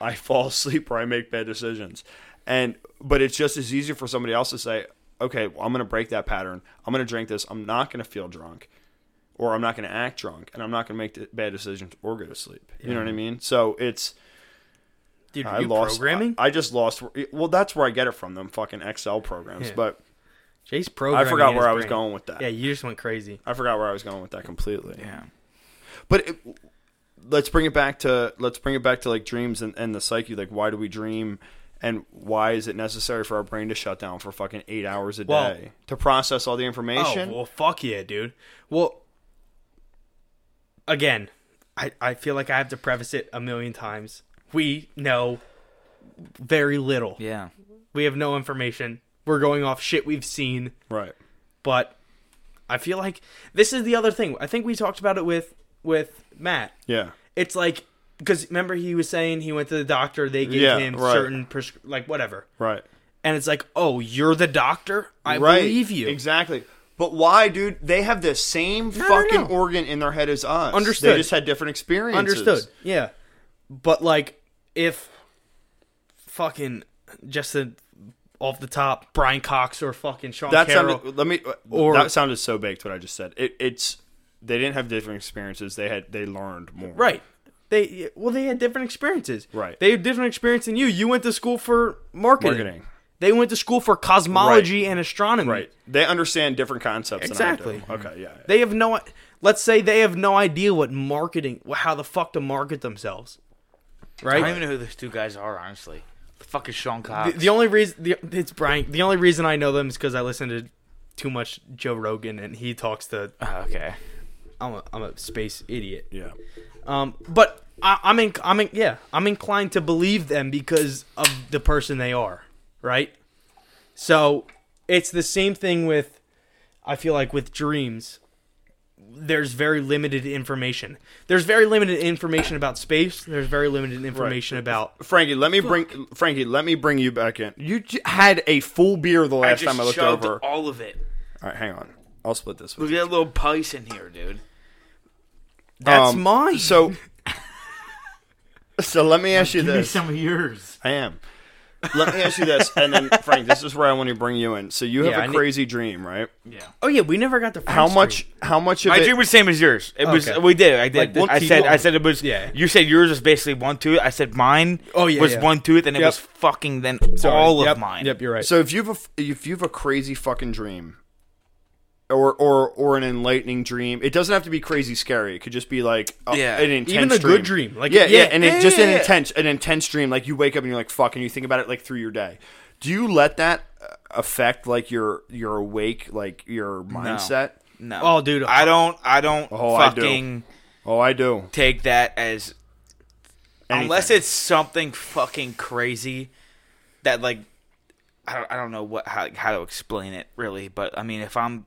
S1: i fall asleep or i make bad decisions and but it's just as easy for somebody else to say okay well, i'm going to break that pattern i'm going to drink this i'm not going to feel drunk or i'm not going to act drunk and i'm not going to make the bad decisions or go to sleep you know what i mean so it's
S2: dude, are
S1: i
S2: you
S1: lost
S2: programming?
S1: I, I just lost well that's where i get it from them fucking excel programs
S2: Yeah.
S1: but
S2: Jay's programming.
S1: I forgot
S2: in
S1: where
S2: his
S1: I was
S2: brain.
S1: going with that.
S2: Yeah, you just went crazy.
S1: I forgot where I was going with that completely.
S4: Yeah.
S1: But it, let's bring it back to let's bring it back to like dreams and, and the psyche. Like, why do we dream, and why is it necessary for our brain to shut down for fucking eight hours a day
S2: Well-
S1: to process all the
S2: Oh
S1: information?
S2: well, fuck yeah, dude. Well, again, I I feel like I have to preface it a million times. We know very little.
S4: Yeah.
S2: We have no information. We're going off shit we've seen.
S1: right.
S2: but I feel like this is the other thing. I think we talked about it with with Matt.
S1: Yeah.
S2: It's like because remember he was saying he went to the doctor. They gave
S1: Yeah,
S2: him
S1: right.
S2: certain prescri- like whatever,
S1: Right.
S2: and it's like, oh, you're the doctor. I
S1: right.
S2: believe you.
S1: exactly. But why, dude? They have the same
S2: no,
S1: fucking
S2: no.
S1: organ in their head as us.
S2: Understood.
S1: They just had different experiences.
S2: Understood. Yeah, but like if fucking just the, off the top, Brian Cox or fucking Sean
S1: That
S2: Carroll.
S1: sounded. Let me.
S2: Or-
S1: that sounded so baked. What I just said. It, it's. They didn't have different experiences. They had. They learned more.
S2: Right. They well, they had different experiences.
S1: Right.
S2: They had different experience than you. You went to school for marketing.
S1: Marketing.
S2: They went to school for cosmology and astronomy.
S1: Right. They understand different concepts.
S2: Exactly.
S1: Than I do. Okay. Yeah.
S2: They have no. Let's say they have no idea what marketing, how the fuck to market themselves.
S4: I don't
S2: Right.
S4: even know who those two guys are, honestly. The fuck is Sean
S2: The,
S4: Cox?
S2: the only reason the, it's Brian. The only reason I know them is because I listen to too much Joe Rogan and he talks to.
S4: Ah, okay.
S2: I'm a, I'm a space idiot.
S1: yeah.
S2: Um, but I, I'm in, I'm in, yeah, I'm inclined to believe them because of the person they are, right? So it's the same thing with, I feel like with dreams. There's very limited information. There's very limited information about space. There's very limited information about.
S1: Frankie, let me bring Frankie. Let me bring you back in. You j- had a full beer the last time I looked
S4: shoved
S1: over. All
S4: all of it.
S1: right, hang on. I'll split this with
S4: Look
S1: you.
S4: at that little pice in here, dude.
S2: That's
S1: Um,
S2: mine.
S1: So, so let me ask you this.
S4: of yours.
S1: I am. Let me ask you this, and then Frank, this is where I want to bring you in. So you have
S2: Yeah,
S1: a
S2: I need-
S1: crazy dream, right?
S4: Yeah.
S2: oh yeah, we never got the.
S1: How
S2: French
S1: much?
S2: screen.
S1: How much of
S4: My
S1: it?
S4: dream was same as yours. It was
S2: Okay.
S4: we did. I
S2: Like,
S4: did.
S2: one
S4: I
S2: to
S4: said.
S2: one.
S4: I said it was.
S2: Yeah.
S4: You said yours was basically one to it. I said mine.
S2: Oh, yeah,
S4: Was
S2: yeah.
S4: one to it. Then it
S2: Yep.
S4: was fucking. Then
S2: Sorry.
S4: all
S2: Yep,
S4: of mine.
S2: Yep, you're right.
S1: So if you've a if you've a crazy fucking dream, or or or an enlightening dream, it doesn't have to be crazy scary. It could just be like a,
S4: Yeah.
S1: an intense
S2: Even a
S1: dream.
S2: good dream, like-
S1: yeah, yeah,
S2: yeah,
S1: and
S2: yeah,
S1: it, just
S2: yeah,
S1: an
S2: yeah.
S1: intense an intense dream. Like you wake up and you're like fuck, and you think about it like through your day. Do you let that uh, affect like your your awake like your mindset?
S4: No.
S2: Oh, dude.
S4: I don't. I don't
S1: Oh, I do.
S4: fucking
S1: Oh, I do.
S4: take that as
S1: Anything.
S4: unless it's something fucking crazy that like I don't, I don't know what how, how to explain it really but i mean if i'm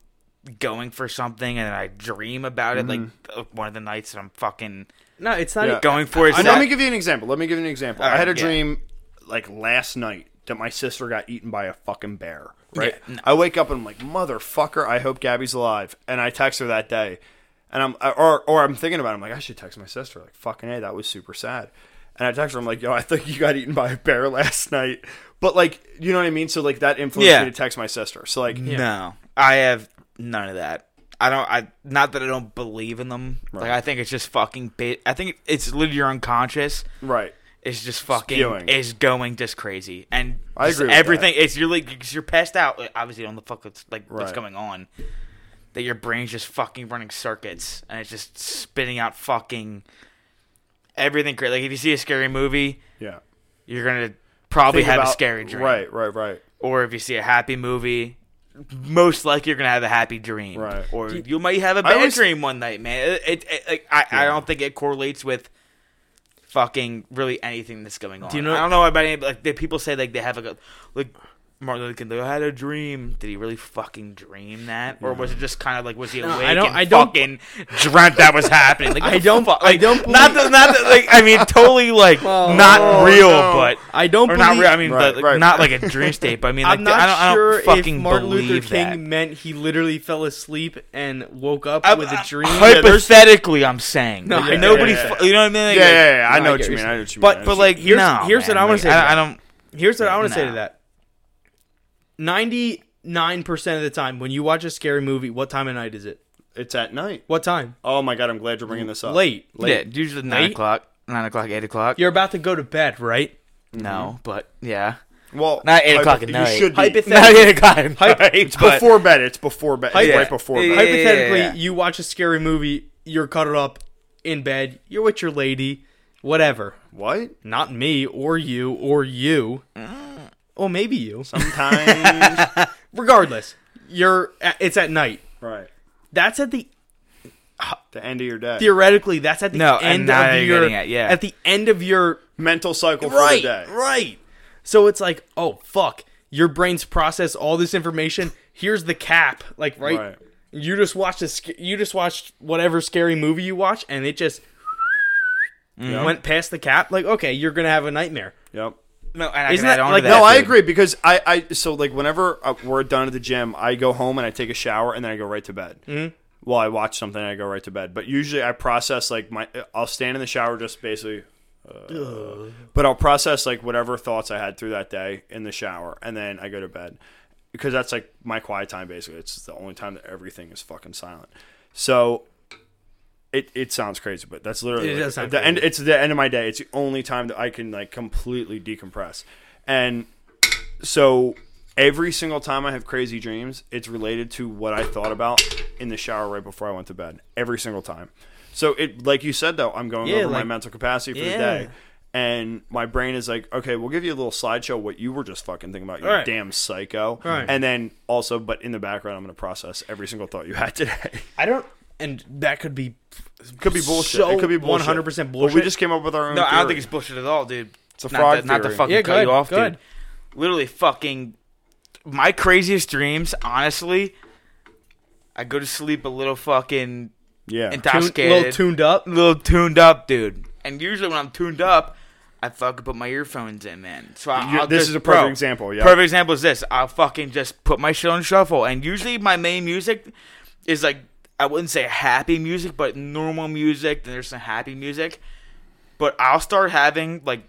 S4: going for something and i dream about it like uh, one of the nights that i'm fucking
S2: no, it's not.
S1: Yeah.
S4: going for it
S1: And
S4: so-
S1: let me give you an example. Let me give you an example. I
S4: Alright,
S1: had a
S4: yeah.
S1: dream like last night that my sister got eaten by a fucking bear. Right.
S4: Yeah, no.
S1: I wake up and I'm like, motherfucker, I hope Gabby's alive. And I text her that day. and I'm I- or or I'm thinking about it, I'm like I should text my sister like fucking hey that was super sad and I text her I'm like yo I think you got eaten by a bear last night but like you know what I mean so like that influenced
S4: Yeah.
S1: me to text my sister so like
S4: No, I have none of that. I don't. I not that I don't believe in them. Like I think it's just fucking. Ba- I think it's literally your unconscious.
S1: right
S4: is just fucking
S1: Spewing.
S4: is going just crazy, and
S1: I
S4: just
S1: agree with
S4: everything. It's you're like 'cause you're passed out. like, Obviously, on the fuck that's like what's
S1: Right.
S4: going on. That your brain's just fucking running circuits, and it's just spitting out fucking everything. cra- Like if you see a scary movie,
S1: yeah
S4: you're gonna probably
S1: Think
S4: have a
S1: about-
S4: scary dream,
S1: right right right
S4: Or if you see a happy movie. Most likely, you're gonna have a happy dream,
S1: Right.
S4: Or you might have a
S1: I
S4: bad
S1: always-
S4: dream one night, man. It, it, it- like, I, I don't think it correlates with fucking really anything that's going on.
S2: you know-
S4: I don't know about any, but, like the people say like they have like a like Martin Luther King I had a dream. Did he really fucking dream that, or was it just kind of like was he awake
S2: I don't-
S4: and
S2: I don't-
S4: fucking dreamt that was happening? Like,
S2: I don't-
S4: fuck-
S2: I
S4: like,
S2: don't Oh,
S4: not that, not that, like I mean totally like not real, but
S2: I don't
S4: or
S2: believe.
S4: not real. I mean,
S1: Right,
S4: but,
S1: right.
S4: not like a dream state. But I mean, like,
S2: I'm not
S4: I, don't, I don't
S2: sure
S4: fucking
S2: if Martin Luther
S4: believe
S2: King
S4: that.
S2: meant he literally fell asleep and woke up
S4: I-
S2: with
S4: I-
S2: a dream.
S4: Hypothetically, I'm saying
S2: No,
S4: like,
S2: I get
S4: nobody.
S1: it.
S4: fu- you know what I mean? Like,
S1: yeah yeah, yeah, yeah. I
S2: No,
S1: know
S2: I
S1: what
S2: get
S1: you
S2: what
S1: mean
S2: you're
S1: I know what you mean I
S4: But
S1: know
S4: but
S1: what you
S4: like
S2: Here's-
S4: no,
S2: here's what
S4: man,
S2: I wanna
S4: like,
S2: say
S4: I,
S2: about
S4: I don't.
S2: Here's what I want to say
S4: Nah.
S2: to that. Ninety-nine percent of the time, when you watch a scary movie, what time of night is it?
S1: mean. it's at night
S2: What time?
S1: oh my god I'm glad you're bringing this up
S2: Late.
S4: Uh, Yeah, usually nine
S2: Eight?
S4: o'clock, nine o'clock, eight o'clock.
S2: You're about to go to bed, right?
S4: no, but yeah,
S1: well
S4: Not eight
S1: hypo-
S4: o'clock at night.
S1: you should be
S2: Hypothetically,
S4: not eight o'clock. at night,
S1: it's
S4: but-
S1: before bed it's before bed it's
S2: Yeah.
S1: right before bed
S4: Yeah, yeah,
S2: hypothetically,
S4: yeah.
S2: you watch a scary movie, you're cuddled up in bed, you're with your lady, whatever.
S1: what
S2: Not me or you or you.
S4: Mm.
S2: Or maybe you.
S1: sometimes
S2: Regardless, you're at, it's at night.
S1: right
S2: That's at the
S1: the end of your day
S2: theoretically that's at the
S4: No, and
S2: end
S4: now
S2: of
S4: you're
S2: your
S4: getting it, yeah.
S2: at the end of your
S1: mental cycle for the day
S2: right. So it's like, oh fuck, your brain's processed all this information. Here's the cap, like right.
S1: Right.
S2: You just watched a, sc- you just watched whatever scary movie you watch, and it just went past the cap. Like, okay, you're gonna have a nightmare.
S1: yep
S4: no, and I
S2: Isn't
S4: can add
S2: that,
S4: on to
S2: like,
S4: that,
S1: No, I
S4: dude.
S1: agree because I, I so like whenever uh, we're done at the gym, I go home and I take a shower and then I go right to bed. Mm-hmm. Well, I watch something and I go right to bed. But usually I process like my I'll stand in the shower just basically, uh, but I'll process like whatever thoughts I had through that day in the shower and then I go to bed because that's like my quiet time basically. It's the only time that everything is fucking silent. So. It, it sounds crazy, but that's literally
S2: It
S1: like,
S2: does sound
S1: the
S2: crazy.
S1: end. It's the end of my day. It's the only time that I can like completely decompress, and so every single time I have crazy dreams, it's related to what I thought about in the shower right before I went to bed. Every single time. So it, like you said though, I'm going
S2: Yeah,
S1: over my
S2: like-
S1: mental capacity for the
S2: Yeah.
S1: day, and my brain is like, okay, we'll give you a little slideshow what you were just fucking thinking about, you
S2: Right.
S1: damn psycho.
S2: Right.
S1: And then also, but in the background, I'm going to process every single thought you had today.
S2: I don't, and that could be
S1: could be bullshit.
S2: So
S1: it could be bullshit.
S2: 100%
S1: But we
S2: bullshit.
S1: just came up with our own.
S4: No, I don't
S1: theory.
S4: think it's bullshit at all, dude. It's
S1: a
S4: not
S1: frog
S4: to, not to
S1: theory.
S4: fucking
S2: Yeah,
S4: cut
S2: good,
S4: you off,
S2: good.
S4: dude. Literally, fucking my craziest dreams. Honestly, I go to sleep a little fucking
S1: yeah.
S2: tuned,
S4: intoxicated,
S2: little tuned up.
S4: little tuned up, dude. And usually when I'm tuned up, I fucking put my earphones in, man. So I,
S1: You-
S4: will
S1: this
S4: just,
S1: is a perfect
S4: bro,
S1: example, yeah.
S4: perfect example is this. I'll fucking just put my shit on shuffle, and usually my main music is like I wouldn't say happy music, but normal music. Then there's some happy music, but I'll start having like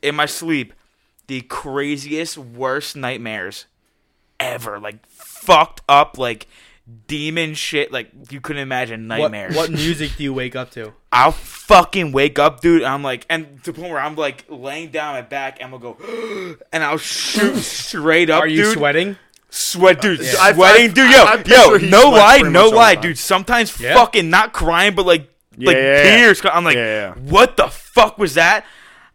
S4: in my sleep the craziest, worst nightmares ever. Like fucked up, like demon shit. Like you couldn't imagine
S2: What,
S4: nightmares.
S2: what music do you wake up to?
S4: I'll fucking wake up, dude. And I'm like, and to the point where I'm like laying down on my back and I'm gonna go, and I'll shoot straight up.
S2: Are you
S4: dude.
S2: sweating?
S4: Sweat, dude.
S1: I-
S4: Sweating,
S1: I-
S4: dude.
S1: I-
S4: Yo,
S1: I
S4: yo.
S1: picture he
S4: No
S1: sweats
S4: lie,
S1: pretty
S4: no
S1: much all
S4: lie,
S1: the time.
S4: dude. Sometimes
S2: Yeah.
S4: fucking not crying, but like, like
S1: Yeah.
S4: tears. co- I'm like,
S1: Yeah, yeah.
S4: what the fuck was that?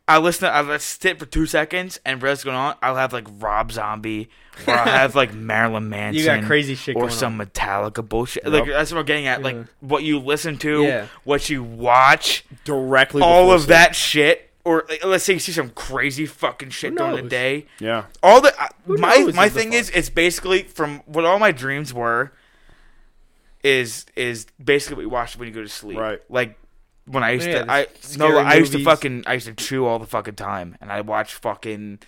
S4: I listen. I let sit for two seconds, and rest going on. I'll have like Rob Zombie, or I'll have like Marilyn Manson.
S2: crazy shit
S4: or
S2: going
S4: some Metallica bullshit. Like that's what I'm getting at. Like what you listen to,
S2: Yeah.
S4: what you watch,
S1: directly
S4: all
S1: before
S4: of
S1: sleep.
S4: that shit. Or like, let's say you see some crazy fucking shit during the
S2: knows?
S4: day.
S1: Yeah.
S4: All the I- my
S2: knows
S4: my
S2: is the
S4: thing is, it's basically from what all my dreams were. Is is basically what you watch when you go to sleep.
S1: Right.
S4: Like when I used
S2: Yeah,
S4: to, I
S2: the
S4: no,
S2: scary
S4: I used to
S2: movies.
S4: fucking, I used to chew all the fucking time, and I watched fucking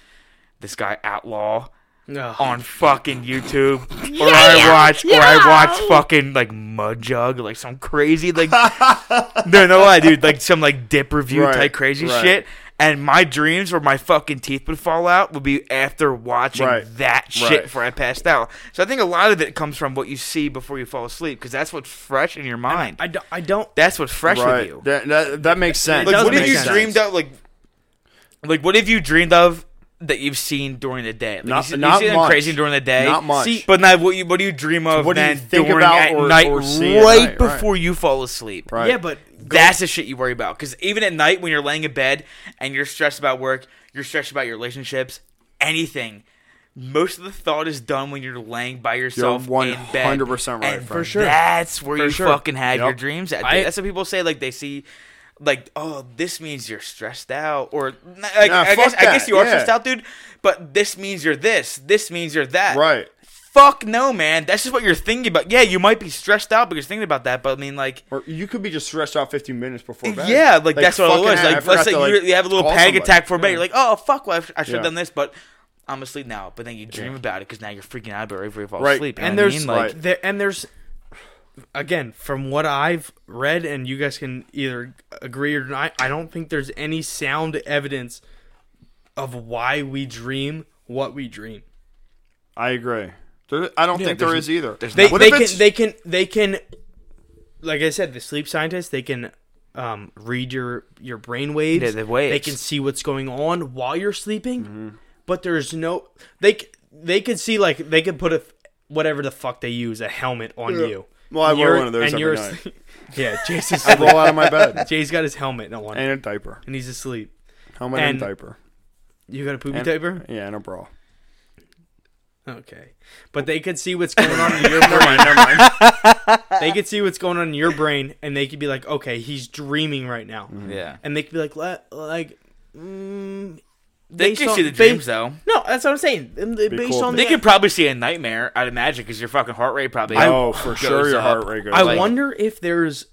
S4: this guy Outlaw.
S2: No.
S4: on fucking YouTube, or I watch, or I watch fucking like Mud Jug, like some crazy like, no, no lie, dude, like some like dip review
S1: Right,
S4: type crazy
S1: right.
S4: shit. And my dreams where my fucking teeth would fall out would be after watching
S1: Right,
S4: that shit
S1: right.
S4: before I passed out. So I think a lot of it comes from what you see before you fall asleep, because that's what's fresh in your mind.
S2: I don't. I don't.
S4: that's what's fresh
S1: right.
S4: with you.
S1: That, that, that makes sense.
S2: does
S4: Like, what
S2: make
S4: have you
S2: sense.
S4: dreamed of? Like, like what have you dreamed of that you've seen during the day? Like,
S1: Not-
S4: you see, you
S1: not
S4: see them
S1: much.
S4: crazy during the day.
S1: Not much.
S4: See- but now, what you what do you dream of?
S1: What do you
S4: then
S1: think
S4: during
S1: about
S4: at
S1: or-
S4: night,
S1: or see at
S4: right,
S1: night, right.
S4: before you fall asleep?
S1: Right.
S2: Yeah, but
S4: That's the shit you worry about. Because even at night, when you're laying in bed and you're stressed about work, you're stressed about your relationships, anything. Most of the thought is done when you're laying by yourself in bed.
S1: 100% right,
S4: And
S1: For
S2: sure.
S4: That's where
S2: For
S4: you
S2: sure.
S4: fucking have your
S1: Yep.
S4: dreams at.
S2: I-
S4: that's what people say. Like they see, like, oh, this means you're stressed out, or like,
S1: Nah,
S4: I guess
S1: fuck
S4: I guess
S1: that,
S4: you are
S1: yeah.
S4: stressed out, dude. But this means you're this. This means you're that.
S1: Right.
S4: Fuck no, man. That's just what you're thinking about. Yeah, you might be stressed out because you're thinking about that, but I mean, like,
S1: Or you could be just stressed out 15 minutes before bed.
S4: yeah, like, that's what it
S1: fucking
S4: was.
S1: hell, I
S4: Like,
S1: forgot
S4: let's say
S1: to,
S4: you,
S1: like,
S4: you have a little
S1: call
S4: panic
S1: somebody.
S4: attack for a bit. You're like, oh fuck, well, I, should
S1: Yeah.
S4: have done this, but I'm asleep now. But then you dream about it because now you're freaking out about it before you fall
S1: Right.
S4: asleep. You know
S2: and
S4: what I
S2: there's
S4: mean?
S2: like
S4: like,
S1: Right.
S2: there and there's again from what I've read and you guys can either agree or not. I don't think there's any sound evidence of why we dream what we dream.
S1: I agree. There, I don't think there
S4: there's-
S1: is either.
S2: They,
S1: What
S2: they
S1: if
S2: can
S1: it's-
S2: they can they can like I said the sleep scientists they can um, read your your brain waves.
S4: Yeah, the waves.
S2: They can see what's going on while you're sleeping.
S1: Mm-hmm.
S2: But there's no they c- they could see like they could put a whatever the fuck they use a helmet on you.
S1: Well, I
S2: And
S1: wear
S2: you're-
S1: one of those
S2: and
S1: every
S2: you're
S1: night.
S2: asleep- yeah, Jay's
S1: I
S2: asleep.
S1: roll out of my bed
S2: Jay's got his helmet on and,
S1: and a diaper.
S2: he's asleep.
S1: Helmet
S2: And-
S1: and, diaper.
S2: You got a poopy
S1: And-
S2: diaper?
S1: Yeah, and a bra.
S2: Okay. But they could see what's going on in your brain. They could see what's going on in your brain and they could be like, okay, he's dreaming right now.
S1: Mm-hmm.
S4: yeah,
S2: and they could be like, "Le- like, mm,
S4: they
S2: based
S4: can
S2: on-
S4: see the
S2: ba-
S4: dreams though.
S2: No, that's what I'm saying. And they- Based
S1: cool.
S2: on
S4: They
S2: the,
S4: could probably see a nightmare, I'd imagine, because your fucking heart rate probably.
S1: oh, for sure your
S4: up.
S1: heart rate goes
S2: I
S1: up.
S2: wonder if there's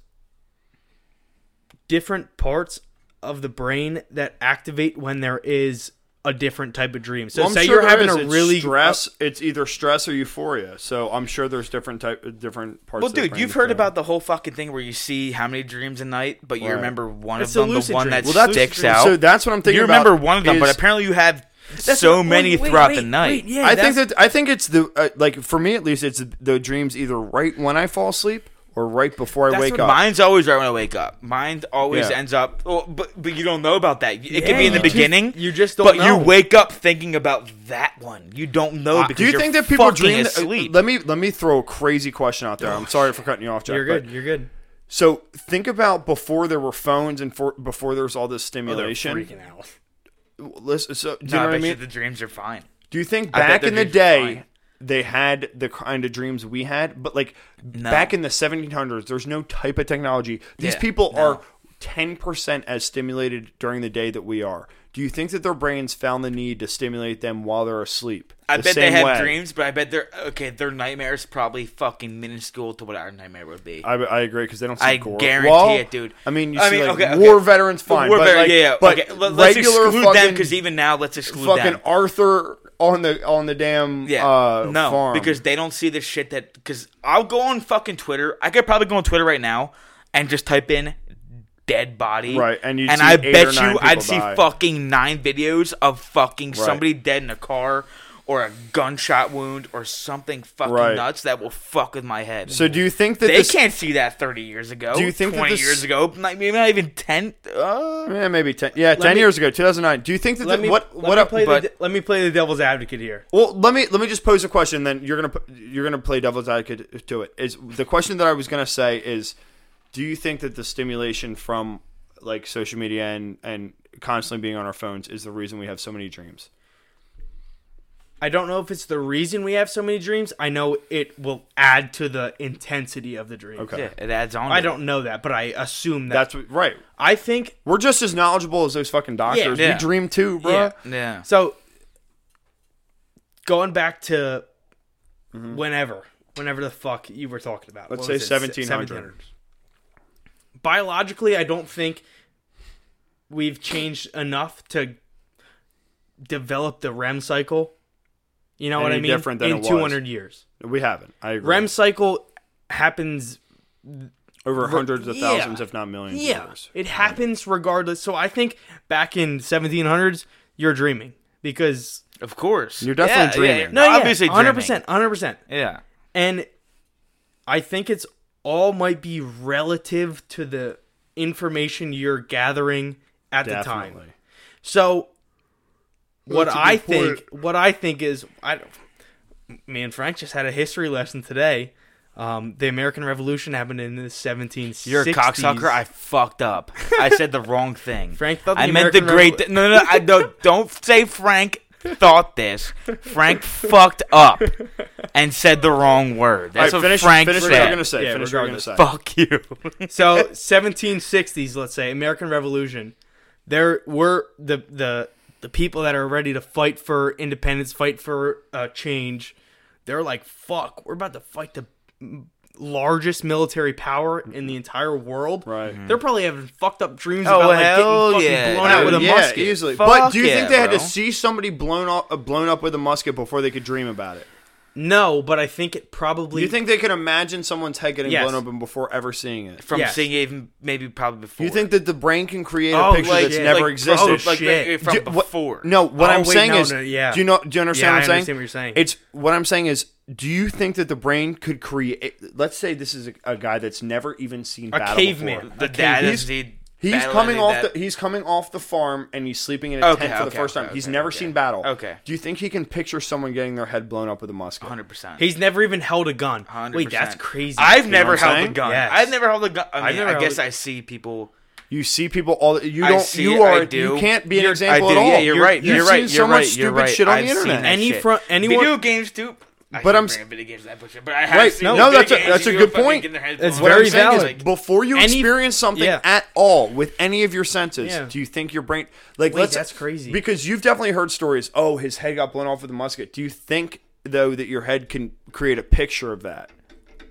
S2: different parts of the brain that activate when there is a different type of dream. So
S1: Well, I'm
S2: say
S1: sure
S2: you're
S1: there
S2: having
S1: is.
S2: a
S1: It's
S2: really
S1: stress. it's either stress or euphoria. So I'm sure there's different type, different parts.
S4: Well,
S1: of the
S4: dude,
S1: brain
S4: you've
S1: that
S4: heard
S1: do it.
S4: about the whole fucking thing where you see how many dreams a night, but you
S1: Right.
S4: remember one
S2: It's a
S4: of them, the
S2: lucid
S4: one
S2: dream.
S4: that
S2: Well,
S1: that's-
S4: sticks out.
S1: So that's what I'm thinking.
S4: you
S1: about
S4: remember one of them, but
S1: is-
S4: apparently you have
S2: That's
S4: so
S2: what-
S4: many
S2: wait, wait,
S4: throughout
S2: wait,
S4: the night.
S2: wait, yeah,
S1: I think
S2: that's-
S1: that I think it's the uh, like for me at least it's the dreams either right when I fall asleep or right before I
S4: That's
S1: wake
S4: what-
S1: up.
S4: Mine's always right when I wake up. Mine always
S1: Yeah.
S4: ends up. Well, but but you don't know about that. It could
S2: Yeah,
S4: be in the
S2: you just-
S4: beginning.
S2: you just don't
S4: But
S2: know.
S4: you wake up thinking about that one. You don't know
S1: Uh,
S4: because
S1: Do you
S4: are
S1: think that people dream? that-
S4: asleep?
S1: let me let me throw a crazy question out there. I'm sorry for cutting you off, Jack.
S2: You're
S1: but-
S2: good. You're good.
S1: So think about before there were phones and for, before there was all this
S4: Oh,
S1: stimulation.
S2: freaking out.
S1: Listen, so, do you
S4: no,
S1: know
S4: I
S1: what I
S4: bet you
S1: mean?
S4: the dreams are fine.
S1: Do you think
S4: I bet
S1: back
S4: their
S1: in the
S4: dreams are fine.
S1: day they had the kind of dreams we had? But like back in the 1700s, there's no type of technology. These
S4: Yeah,
S1: people
S4: no.
S1: are 10% as stimulated during the day that we are. Do you think that their brains found the need to stimulate them while they're asleep?
S4: I
S1: The
S4: bet they
S1: same
S4: have
S1: way.
S4: dreams, but I bet they're okay. Their nightmares probably fucking minuscule to what our nightmare would be.
S1: I, I agree because they don't. See
S4: I
S1: gore.
S4: guarantee
S1: Well,
S4: it, dude.
S1: I mean, you
S4: I
S1: see
S4: mean,
S1: like
S4: okay, okay.
S1: war veterans, fine.
S4: War
S1: but,
S4: veteran-
S1: like-
S4: yeah, yeah.
S1: But
S4: okay. Let- let's
S1: regular
S4: exclude them
S1: fucking-
S4: because even now, let's exclude
S1: fucking
S4: them.
S1: Arthur on the on the damn
S4: Yeah,
S1: uh,
S4: no,
S1: farm.
S4: because they don't see the shit that. Because I'll go on fucking Twitter. I could probably go on Twitter right now and just type in dead body.
S1: Right, and you'd
S4: and
S1: see
S4: I
S1: eight or
S4: bet
S1: nine
S4: you I'd
S1: people
S4: see
S1: die.
S4: fucking nine videos of fucking somebody dead in a car or a gunshot wound or something fucking
S1: Right.
S4: nuts that will fuck with my head.
S1: so do you think that
S4: they
S1: this,
S4: can't see that 30 years ago.
S1: Do you think that
S4: 20
S1: this-
S4: years ago? Not, maybe not even 10. Uh,
S1: Yeah, eh, maybe ten. Yeah, ten
S2: me-
S1: years ago, two thousand nine. Do you think that
S2: Let
S1: the,
S2: me
S1: what
S2: let
S1: what
S2: me
S1: up-
S2: play
S4: but-
S2: the de- let me play the devil's advocate here.
S1: Well, let me let me just pose a question. Then you're gonna pu- you're gonna play devil's advocate to it. Is the question that I was gonna say is, do you think that the stimulation from like social media and and constantly being on our phones is the reason we have so many dreams?
S2: I don't know if it's the reason we have so many dreams. I know it will add to the intensity of the dream.
S1: Okay.
S4: yeah, it adds on.
S2: I
S4: to it.
S2: don't know that, but I assume that.
S1: That's what, right.
S2: I think
S1: We're just as knowledgeable as those fucking doctors.
S4: yeah.
S1: We dream too, bro.
S2: Yeah.
S4: Yeah.
S2: so. Going back to whenever, whenever the fuck you were talking about.
S1: Mm-hmm. Let's
S2: What
S1: say
S2: was it? Se-
S1: seventeen hundred.
S2: 1700. Biologically, I don't think we've changed enough to develop the REM cycle You know what
S1: Any
S2: I mean?
S1: different than
S2: in
S1: it was.
S2: 200 years.
S1: We haven't. I agree.
S2: REM cycle happens
S1: over hundreds of
S2: yeah.
S1: thousands, if not millions. of
S2: Yeah,
S1: years.
S2: it happens regardless. So I think back in 1700s, you're dreaming because
S4: Of course.
S1: You're definitely
S4: Yeah, yeah,
S1: dreaming.
S4: No,
S2: yeah,
S4: obviously
S2: 100%, 100%.
S4: dreaming. Yeah.
S2: And I think it's all might be relative to the information you're gathering at the time.
S1: Definitely.
S2: So what
S3: That's a
S2: I
S3: good point.
S2: think, what I think is, I don't- me and Frank just had a history lesson today. Um, the American Revolution happened in the 1760s.
S4: You're a cocksucker. I fucked up. I said the wrong thing.
S2: Frank thought the
S4: I meant the
S2: American
S4: great.
S2: Revol-
S4: no, no, no, I don't. Don't say Frank thought this. Frank fucked up and said the wrong word. That's
S1: All
S4: what
S1: right, finish,
S4: Frank
S1: finish
S4: said.
S1: what you're gonna say.
S2: Yeah,
S1: finish what you're gonna
S2: regardless.
S1: say.
S4: Fuck you.
S2: So
S1: Eh.
S2: 1760s, let's say American Revolution. There were the the the people that are ready to fight for independence, fight for uh, change. They're like, "Fuck, we're about to fight the m- largest military power in the entire world."
S1: Right.
S2: They're probably having fucked up dreams
S4: Oh,
S2: about like,
S4: hell
S2: getting fucking
S4: yeah.
S2: blown out with a
S1: yeah,
S2: musket.
S1: easily.
S4: Fuck
S1: but do you
S4: yeah,
S1: think they had to
S4: bro.
S1: see somebody blown up, uh, blown up with a musket before they could dream about it?
S2: No, but I think it probably.
S1: You think they could imagine someone's head getting
S2: Yes.
S1: blown open before ever seeing it?
S4: From
S2: Yes.
S4: seeing even maybe probably before.
S1: You think that the brain can create a
S2: Oh,
S1: picture
S2: like-
S1: that's
S2: yeah.
S1: never
S2: like,
S1: existed?
S2: oh,
S4: like,
S2: shit.
S4: from
S1: Do- what-
S4: before?
S1: No, what
S2: Oh,
S1: I'm
S2: wait,
S1: saying
S2: no,
S1: is,
S2: no, yeah.
S1: do you know? Do you understand
S2: Yeah,
S1: what I'm
S2: I
S1: saying?
S2: understand what you're saying.
S1: It's what I'm saying is, do you think that the brain could create? Let's say this is a, a guy that's never even seen
S2: a
S1: battle
S2: caveman?
S1: before.
S4: the
S2: A
S4: dad
S2: caveman.
S4: is the
S1: He's
S4: battle
S1: coming
S4: and
S1: off
S4: that-
S1: the he's coming off the farm and he's sleeping in a
S4: Okay,
S1: tent for the
S4: okay,
S1: first time.
S4: okay,
S1: he's
S4: okay,
S1: never
S4: okay.
S1: seen battle.
S4: Okay.
S1: Do you think he can picture someone getting their head blown up with a musket?
S4: 100%.
S2: He's never even held a gun.
S4: 100%.
S2: Wait, that's crazy.
S4: I've
S1: know
S4: never
S1: what I'm
S4: held a
S1: saying?
S4: gun.
S2: Yes.
S4: I've never held a gun. I,
S2: I've
S4: mean,
S2: never
S4: I
S2: held
S4: guess
S2: a-
S4: I see people.
S1: You see people all you
S4: I
S1: don't
S4: see
S1: you
S4: it, I
S1: are
S4: do.
S1: you can't be an
S4: You're-
S1: example
S4: I do.
S1: at all.
S4: Yeah, you're right.
S1: You've
S4: You're
S1: seen
S4: right. You're
S1: so much
S4: right.
S1: stupid
S4: you're right.
S1: shit on
S4: I've
S1: the
S4: seen
S1: internet.
S4: that
S2: Any
S4: shit.
S2: fro- anyone-
S4: Video games, dude. I
S1: But
S4: hate
S1: I'm
S4: bringing
S1: s-
S4: Video games. That bullshit, but I have
S1: Wait,
S4: seen
S1: no,
S4: video
S1: that's a-
S4: games,
S1: that's
S4: you
S1: a
S4: go
S1: good
S4: fucking
S1: point.
S4: get their heads
S2: It's
S4: blown
S1: What
S4: up.
S1: I'm
S2: very
S1: saying is,
S2: valid.
S1: before you
S2: Any-
S1: experience something
S2: yeah.
S1: at all with any of your senses,
S2: Yeah.
S1: do you think your brain like
S2: Wait,
S1: let's-
S2: that's crazy.
S1: Because you've definitely heard stories. Oh, his head got blown off with a musket. Do you think though that your head can create a picture of that?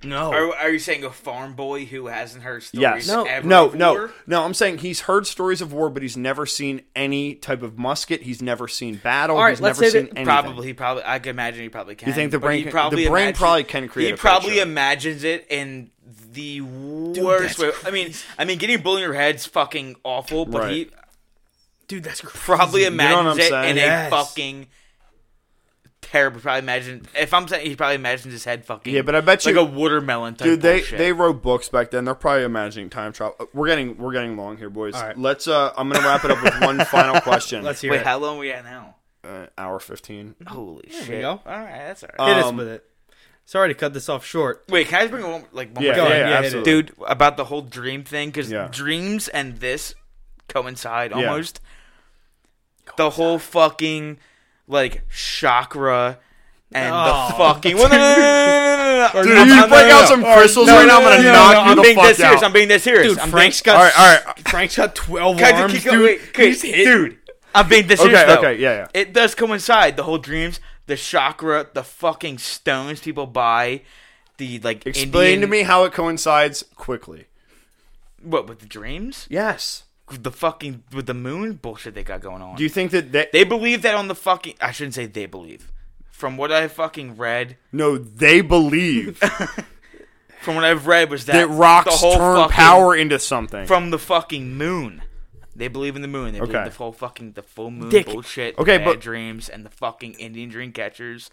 S2: no.
S4: Are, are you saying a farm boy who hasn't heard
S1: Yes.
S4: stories
S2: No.
S4: ever
S1: no,
S4: before?
S1: no, no. I'm saying he's heard stories of war, but he's never seen any type of musket. He's never seen battle.
S2: All right,
S1: he's
S2: let's
S1: never
S2: say
S1: seen
S2: that-
S1: anything.
S4: Probably, he probably. I can imagine he probably can.
S1: think the
S4: but
S1: brain
S4: he
S1: can-
S4: probably
S1: the brain
S4: imagine-
S1: probably can create
S4: He
S1: a
S4: probably
S1: picture.
S4: imagines it in the worst
S2: that's
S4: way. I mean, I mean, getting bullied in your head's fucking awful, but
S1: Right.
S4: he
S2: Dude, that's crazy.
S4: probably
S1: know what
S4: imagines
S1: I'm
S4: it
S1: saying?
S4: in
S2: Yes.
S4: a fucking terrible. Probably imagine if I'm saying he probably imagines his head fucking.
S1: Yeah, but I bet
S4: like
S1: you-
S4: a watermelon. Type
S1: Dude, they
S4: bullshit.
S1: they wrote books back then. They're probably imagining time travel. Uh, We're getting we're getting long here, boys.
S2: right.
S1: Let's. uh I'm gonna wrap it up with one final question.
S2: Let's hear
S4: Wait,
S2: it.
S4: how long we at now?
S1: Uh, hour fifteen.
S4: Holy shit!
S2: go.
S4: All right, that's all right.
S2: Hit us
S1: Um,
S2: with it. Sorry to cut this off short.
S4: Wait, can I just bring one like one
S1: Yeah,
S4: more
S2: ahead.
S1: yeah,
S2: Yeah, hit it.
S1: absolutely.
S4: dude about the whole dream thing because
S1: Yeah.
S4: dreams and this coincide
S1: Yeah.
S4: almost the whole fucking like chakra and
S2: Oh.
S4: the fucking well, no, no, no, no, no, no, no, no.
S1: Dude, if you
S4: I'm-
S1: break
S4: no, no,
S1: out
S4: no.
S1: some crystals right now, I'm gonna
S4: No, no,
S1: knock
S4: no,
S1: you
S4: I'm
S1: the
S4: being
S1: fuck
S4: dead serious.
S1: out.
S4: I'm being dead serious.
S2: Dude,
S4: I'm
S2: Frank's
S4: being,
S2: got
S1: All right, all right.
S2: Frank's got twelve
S4: Guys,
S2: arms.
S4: keep going.
S2: dude.
S4: Wait,
S2: Can you just
S4: wait.
S2: hit-
S4: dude. I'm being dead serious
S1: Okay,
S4: though.
S1: okay, yeah, yeah.
S4: It does coincide the whole dreams, the chakra, the fucking stones people buy, the like
S1: Explain
S4: Indian,
S1: to me how it coincides quickly.
S4: what with the dreams.
S1: Yes.
S4: with the fucking with the moon bullshit they got going on.
S1: Do you think that they,
S4: they believe that on the fucking I shouldn't say they believe. From what I fucking read,
S1: no? They believe
S4: from what I've read was that,
S1: that rocks
S4: the whole
S1: turn
S4: fucking,
S1: power into something.
S4: from the fucking moon. They believe in the moon. They believe
S1: Okay.
S4: the whole fucking the full moon
S2: Dick.
S4: bullshit.
S1: Okay,
S4: bad
S1: but-
S4: dreams and the fucking Indian dream catchers,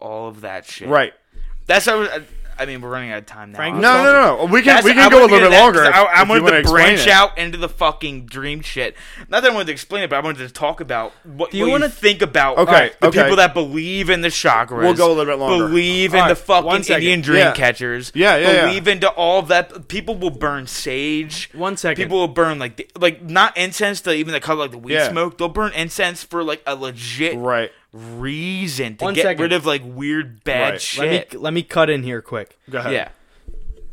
S4: all of that shit.
S1: right. Uh,
S4: That's how. I, I mean, we're running out of time now.
S2: Frank,
S4: I'm
S1: No, no,
S4: sorry.
S1: no, no. We can
S4: That's-
S1: we
S4: I
S1: can go a
S4: wanted to
S1: little
S4: get
S1: bit
S4: that,
S1: longer.
S4: 'cause I, I
S1: if you wanna
S4: wanted to
S1: explain
S4: branch
S1: it.
S4: out into the fucking dream shit. Not that I wanted to explain it, but I wanted to talk about what
S2: Do
S4: Do
S2: you
S4: you want
S2: wanna-
S4: to think about.
S1: Okay,
S4: the
S1: okay.
S4: people that believe in the chakras.
S1: We'll go a little bit longer.
S4: Believe in
S2: All
S4: the
S2: right, one
S4: fucking
S2: second.
S4: Indian dream
S1: Yeah.
S4: catchers.
S1: Yeah, yeah, yeah.
S4: Believe into all of that. People will burn sage.
S2: One second.
S4: People will burn like the, like not incense. The even the color like the weed
S1: Yeah.
S4: smoke. They'll burn incense for like a legit
S1: Right.
S4: reason to
S2: One
S4: get
S2: second.
S4: rid of like weird bad
S1: Right.
S4: shit.
S2: Let me let me cut in here quick.
S1: Go ahead.
S4: yeah.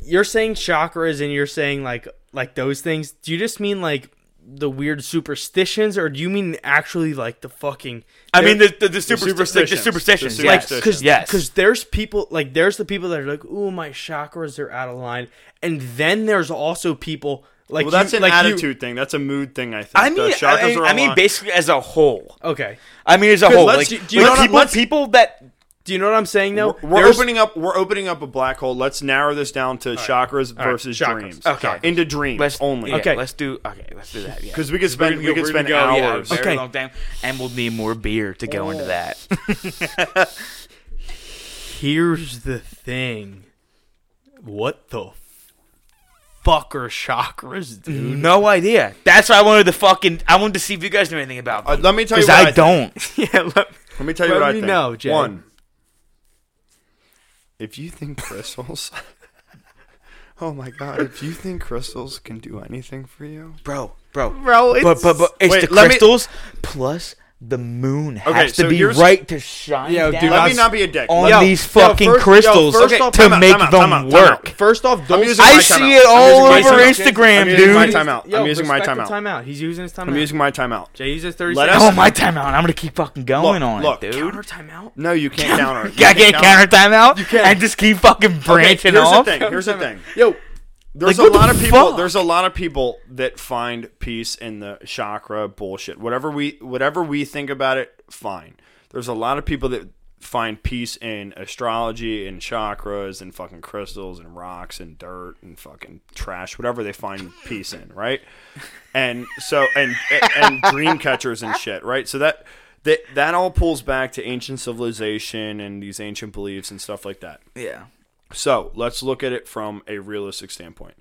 S2: You're saying chakras and you're saying like like those things. Do you just mean like the weird superstitions, or do you mean actually like the fucking?
S4: I mean the the, the, super,
S1: superstitions.
S4: superstitions. The superstitions.
S1: The
S4: yes.
S1: superstitions.
S2: because
S4: yes.
S2: because there's people like there's the people that are like, oh my chakras are out of line, and then there's also people like
S1: Well, that's
S2: you-
S1: an
S2: like you-
S1: attitude thing. That's a mood thing. I think.
S4: I
S1: The
S4: mean,
S1: chakras
S4: I mean,
S1: are
S4: I mean
S1: aligned.
S4: basically as a whole.
S2: okay,
S4: I mean, as a whole,
S2: let's-
S4: like
S2: do you
S4: like
S2: know-
S4: people,
S2: let's-
S4: people that
S2: Do you know what I'm saying though?
S1: We're, we're
S2: There's-
S1: opening up. We're opening up a black hole. Let's narrow this down to chakras
S2: right,
S1: versus
S2: chakras.
S1: dreams.
S4: Okay.
S1: into dreams
S4: Let's
S1: only.
S4: Yeah,
S2: Okay.
S4: let's do. Okay, let's do that. Yeah.
S1: because we could spend
S3: gonna
S1: we
S3: go-
S1: could
S3: we're
S1: spend
S3: gonna go-
S4: yeah,
S1: hours.
S4: very
S2: Okay.
S4: long time, and we'll need more beer to go into that.
S2: Here's the thing. What the fuck are chakras, dude?
S4: no idea. That's why I wanted to fucking. I wanted to see if you guys knew anything about.
S1: Uh,
S4: them.
S1: let me tell you. What
S4: Because
S1: I,
S4: I,
S1: think.
S4: don't.
S2: yeah, let,
S1: Let me tell you
S2: Let
S1: what I
S2: me
S1: think.
S2: know, Jay.
S1: One. If you think crystals, oh my god! If you think crystals can do anything for you,
S4: bro, bro,
S2: Bro,
S4: but
S2: it's-
S4: but but it's
S1: Wait,
S4: the
S1: let me-
S4: crystals plus the moon has
S1: Okay,
S4: to
S1: so
S4: be
S1: here's-
S4: right to shine.
S2: Yo,
S4: down
S2: dude,
S1: let
S2: I
S1: me
S2: was-
S1: not be a dick.
S4: on
S2: Yo,
S4: these
S2: yo,
S4: fucking
S2: first- yo,
S4: crystals
S2: first
S1: off,
S4: to
S1: time out,
S4: make
S1: time out,
S4: them
S1: time out, time
S4: work.
S1: out.
S2: First off, don't
S1: I'm using
S4: I
S1: my
S4: see
S1: timeout.
S4: it
S1: I'm
S4: all
S1: using my
S4: over
S1: timeout.
S4: Instagram,
S1: I'm using my
S4: dude.
S1: timeout.
S2: Yo,
S1: I'm using my
S2: respect the
S1: timeout.
S2: timeout. He's using his timeout.
S1: I'm using my timeout.
S2: Jay uses thirty
S1: Let
S2: seconds.
S4: Oh my timeout! I'm gonna keep fucking going on
S1: look,
S4: it, dude.
S2: counter timeout.
S1: No, you can't counter. You
S4: Gotta get a
S1: can't
S4: counter timeout and just keep fucking
S1: Okay,
S4: branching
S1: here's
S4: off.
S1: the thing. Here's the thing.
S2: Yo,
S1: There's
S4: Like,
S1: a
S4: what
S1: lot
S4: the
S1: of people.
S4: fuck?
S1: There's a lot of people that find peace in the chakra bullshit. Whatever we whatever we think about it, fine. There's a lot of people that find peace in astrology and chakras and fucking crystals and rocks and dirt and fucking trash. Whatever they find peace in, right? And so and and dream catchers and shit, right? So that. That, that all pulls back to ancient civilization and these ancient beliefs and stuff like that.
S4: Yeah.
S1: So let's look at it from a realistic standpoint.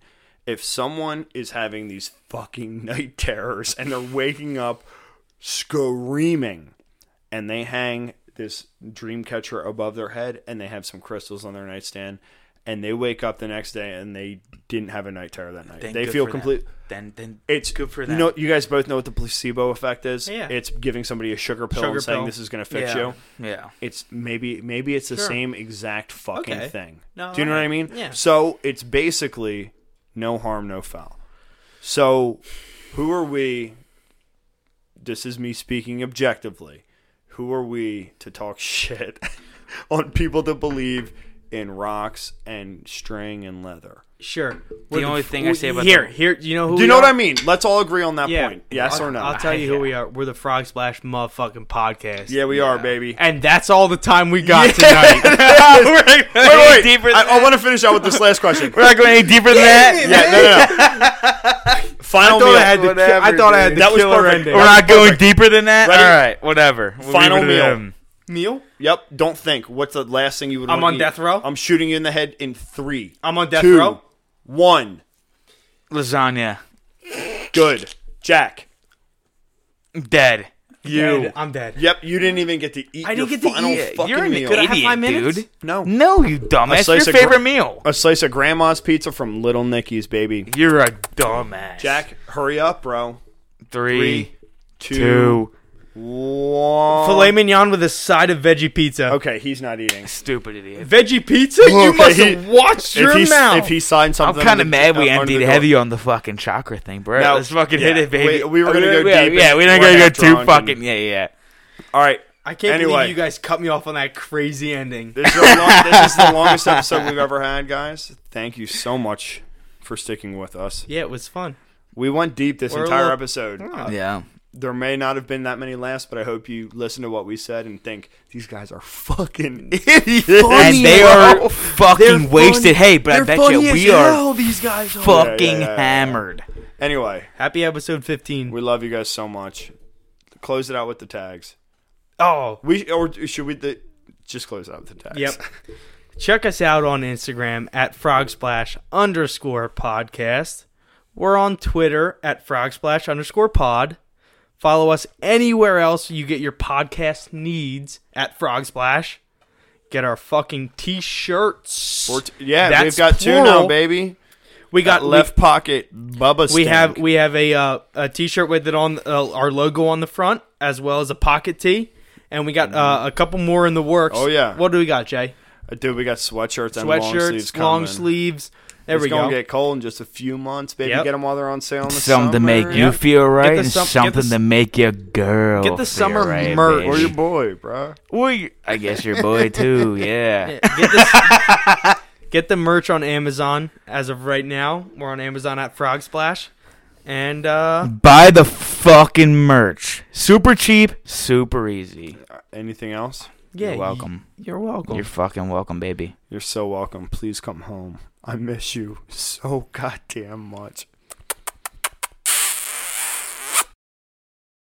S1: If someone is having these fucking night terrors and they're waking up screaming and they hang this dream catcher above their head and they have some crystals on their nightstand and they wake up the next day and they didn't have a night terror that night.
S4: Then
S1: they
S4: good
S1: feel
S4: for them.
S1: complete
S4: Then then
S1: it's
S4: good for
S1: you
S4: them.
S1: know you guys both know what the placebo effect is?
S2: Yeah.
S1: It's giving somebody a sugar pill
S2: Sugar
S1: and saying
S2: pill.
S1: this is gonna fix
S4: yeah.
S1: you
S4: Yeah.
S1: it's maybe maybe it's the
S2: Sure.
S1: same exact fucking
S2: Okay.
S1: thing.
S2: No,
S1: Do you know what I mean?
S2: alright. Yeah.
S1: So it's basically no harm, no foul. So who are we? This is me speaking objectively. Who are we to talk shit on people that believe in rocks and string and leather?
S2: sure.
S4: The only thing I say about
S2: here,
S4: the-
S2: here, you know who?
S1: Do
S2: we
S1: you know what
S2: are?
S1: I mean? Let's all agree on that point. Yes
S2: I'll,
S1: or no?
S2: I'll tell you who
S4: Yeah.
S2: we are. We're the Frog Splash motherfucking podcast.
S1: yeah, we are, baby.
S2: And that's all the time we got tonight.
S1: Wait,
S4: wait,
S1: wait,
S4: Deeper than
S1: I, I want to finish out with this last question.
S4: We're not going any deeper than that.
S1: Yeah, no, no, no. Final meal.
S2: the ki- I thought I had the
S1: That was
S2: killer
S1: perfect.
S2: ending.
S4: We're
S1: That's
S4: not going
S1: perfect.
S4: deeper than that.
S1: Ready?
S4: All right, whatever. We'll
S1: Final
S4: leave it at
S1: meal.
S4: them.
S2: Meal?
S1: Yep. Don't think. What's the last thing you would?
S2: I'm
S1: wanna
S2: on
S1: eat?
S2: death row?
S1: I'm shooting you in the head in three.
S2: I'm on death
S1: two,
S2: row.
S1: One.
S4: Lasagna.
S1: Good. Jack.
S4: Dead.
S1: You.
S2: Dead. I'm dead.
S1: Yep. You didn't even get to eat.
S2: I
S1: your
S2: didn't get to
S1: final
S2: eat it.
S1: Fucking
S4: You're an
S1: meal.
S2: Could I
S4: idiot,
S2: have five minutes?
S4: dude.
S1: No.
S4: No, you
S1: A
S4: dumbass. Your
S1: slice of
S4: favorite
S1: gra-
S4: meal.
S1: A slice of grandma's pizza from Little Nicky's, baby.
S4: You're a dumbass.
S1: Jack, hurry up, bro.
S4: Three,
S1: Three,
S4: two,
S1: one.
S2: Filet mignon with a side of veggie pizza.
S1: Okay, he's not eating.
S4: Stupid idiot.
S2: Veggie pizza? you
S1: Okay,
S2: must
S1: he-
S2: have watched
S1: if
S2: your
S1: he,
S2: mouth.
S1: If he signed
S4: I'm
S1: something,
S4: kind of
S1: under-
S4: mad we
S1: uh, under
S4: emptied
S1: the
S4: heavy
S1: door.
S4: on the fucking chakra thing, bro.
S1: No,
S4: Let's fucking hit
S1: yeah,
S4: it, baby.
S1: we- we were gonna
S4: Oh,
S1: go
S4: yeah,
S1: deep
S4: Yeah,
S1: and
S4: we didn't
S1: we're
S4: gonna go
S1: half
S4: too
S1: drunk and-
S4: fucking. Yeah, yeah.
S1: All right.
S2: I can't
S1: Anyway.
S2: believe you guys cut me off on that crazy ending.
S1: This is, the long- this is the longest episode we've ever had, guys. Thank you so much for sticking with us.
S2: Yeah, it was fun.
S1: We went deep this
S2: We're a
S1: entire
S2: little-
S1: episode. Uh,
S4: Yeah.
S1: There may not have been that many laughs, but I hope you listen to what we said and think these guys are fucking idiots.
S4: And they are fucking
S2: They're
S4: wasted.
S2: funny-
S4: Hey, but I
S2: they're
S4: bet
S2: funny
S4: you
S2: as
S4: we are
S2: hell, these guys are.
S4: fucking
S1: Yeah, yeah, yeah, yeah.
S4: hammered.
S1: Anyway,
S2: Happy episode 15.
S1: we love you guys so much. Close it out with the tags.
S2: oh,
S1: We or should we the, just close out with the tags?
S2: yep. Check us out on Instagram at frogsplash underscore podcast. We're on Twitter at frogsplash underscore pod. Follow us anywhere else you get your podcast needs at frogsplash. Get our fucking t-shirts.
S1: Or t- yeah,
S2: That's
S1: we've got two
S2: plural.
S1: now, baby.
S2: We got
S1: Got left pocket Bubba.
S2: We
S1: Stink.
S2: have we have a uh, a t-shirt with it on uh, our logo on the front as well as a pocket tee, and we got uh, a couple more in the works.
S1: Oh, yeah.
S2: what do we got, Jay?
S1: Uh, dude. We got sweatshirts, and long sleeves
S2: Sweatshirts,
S1: coming.
S2: long sleeves. There
S1: it's
S2: we
S1: gonna
S2: go.
S1: get cold in just a few months, baby. Get
S2: Yep.
S1: 'em Get them while they're on sale. In the
S4: Something to
S1: summer.
S4: make you feel right
S2: the
S4: and
S2: sum- get the
S4: something
S2: s-
S4: to make your girl.
S2: Get the
S4: feel
S2: summer
S4: right,
S2: merch.
S4: baby.
S1: or your boy, bro.
S4: Or your- I guess your boy too. Yeah.
S2: Get, this, get the merch on Amazon as of right now. We're on Amazon at Frog Splash, and uh,
S4: Buy the fucking merch. Super cheap, super easy.
S1: Uh, Anything else?
S2: Yeah,
S4: You're welcome.
S2: You're welcome.
S4: You're fucking welcome, baby.
S1: You're so welcome. Please come home. I miss you so goddamn much.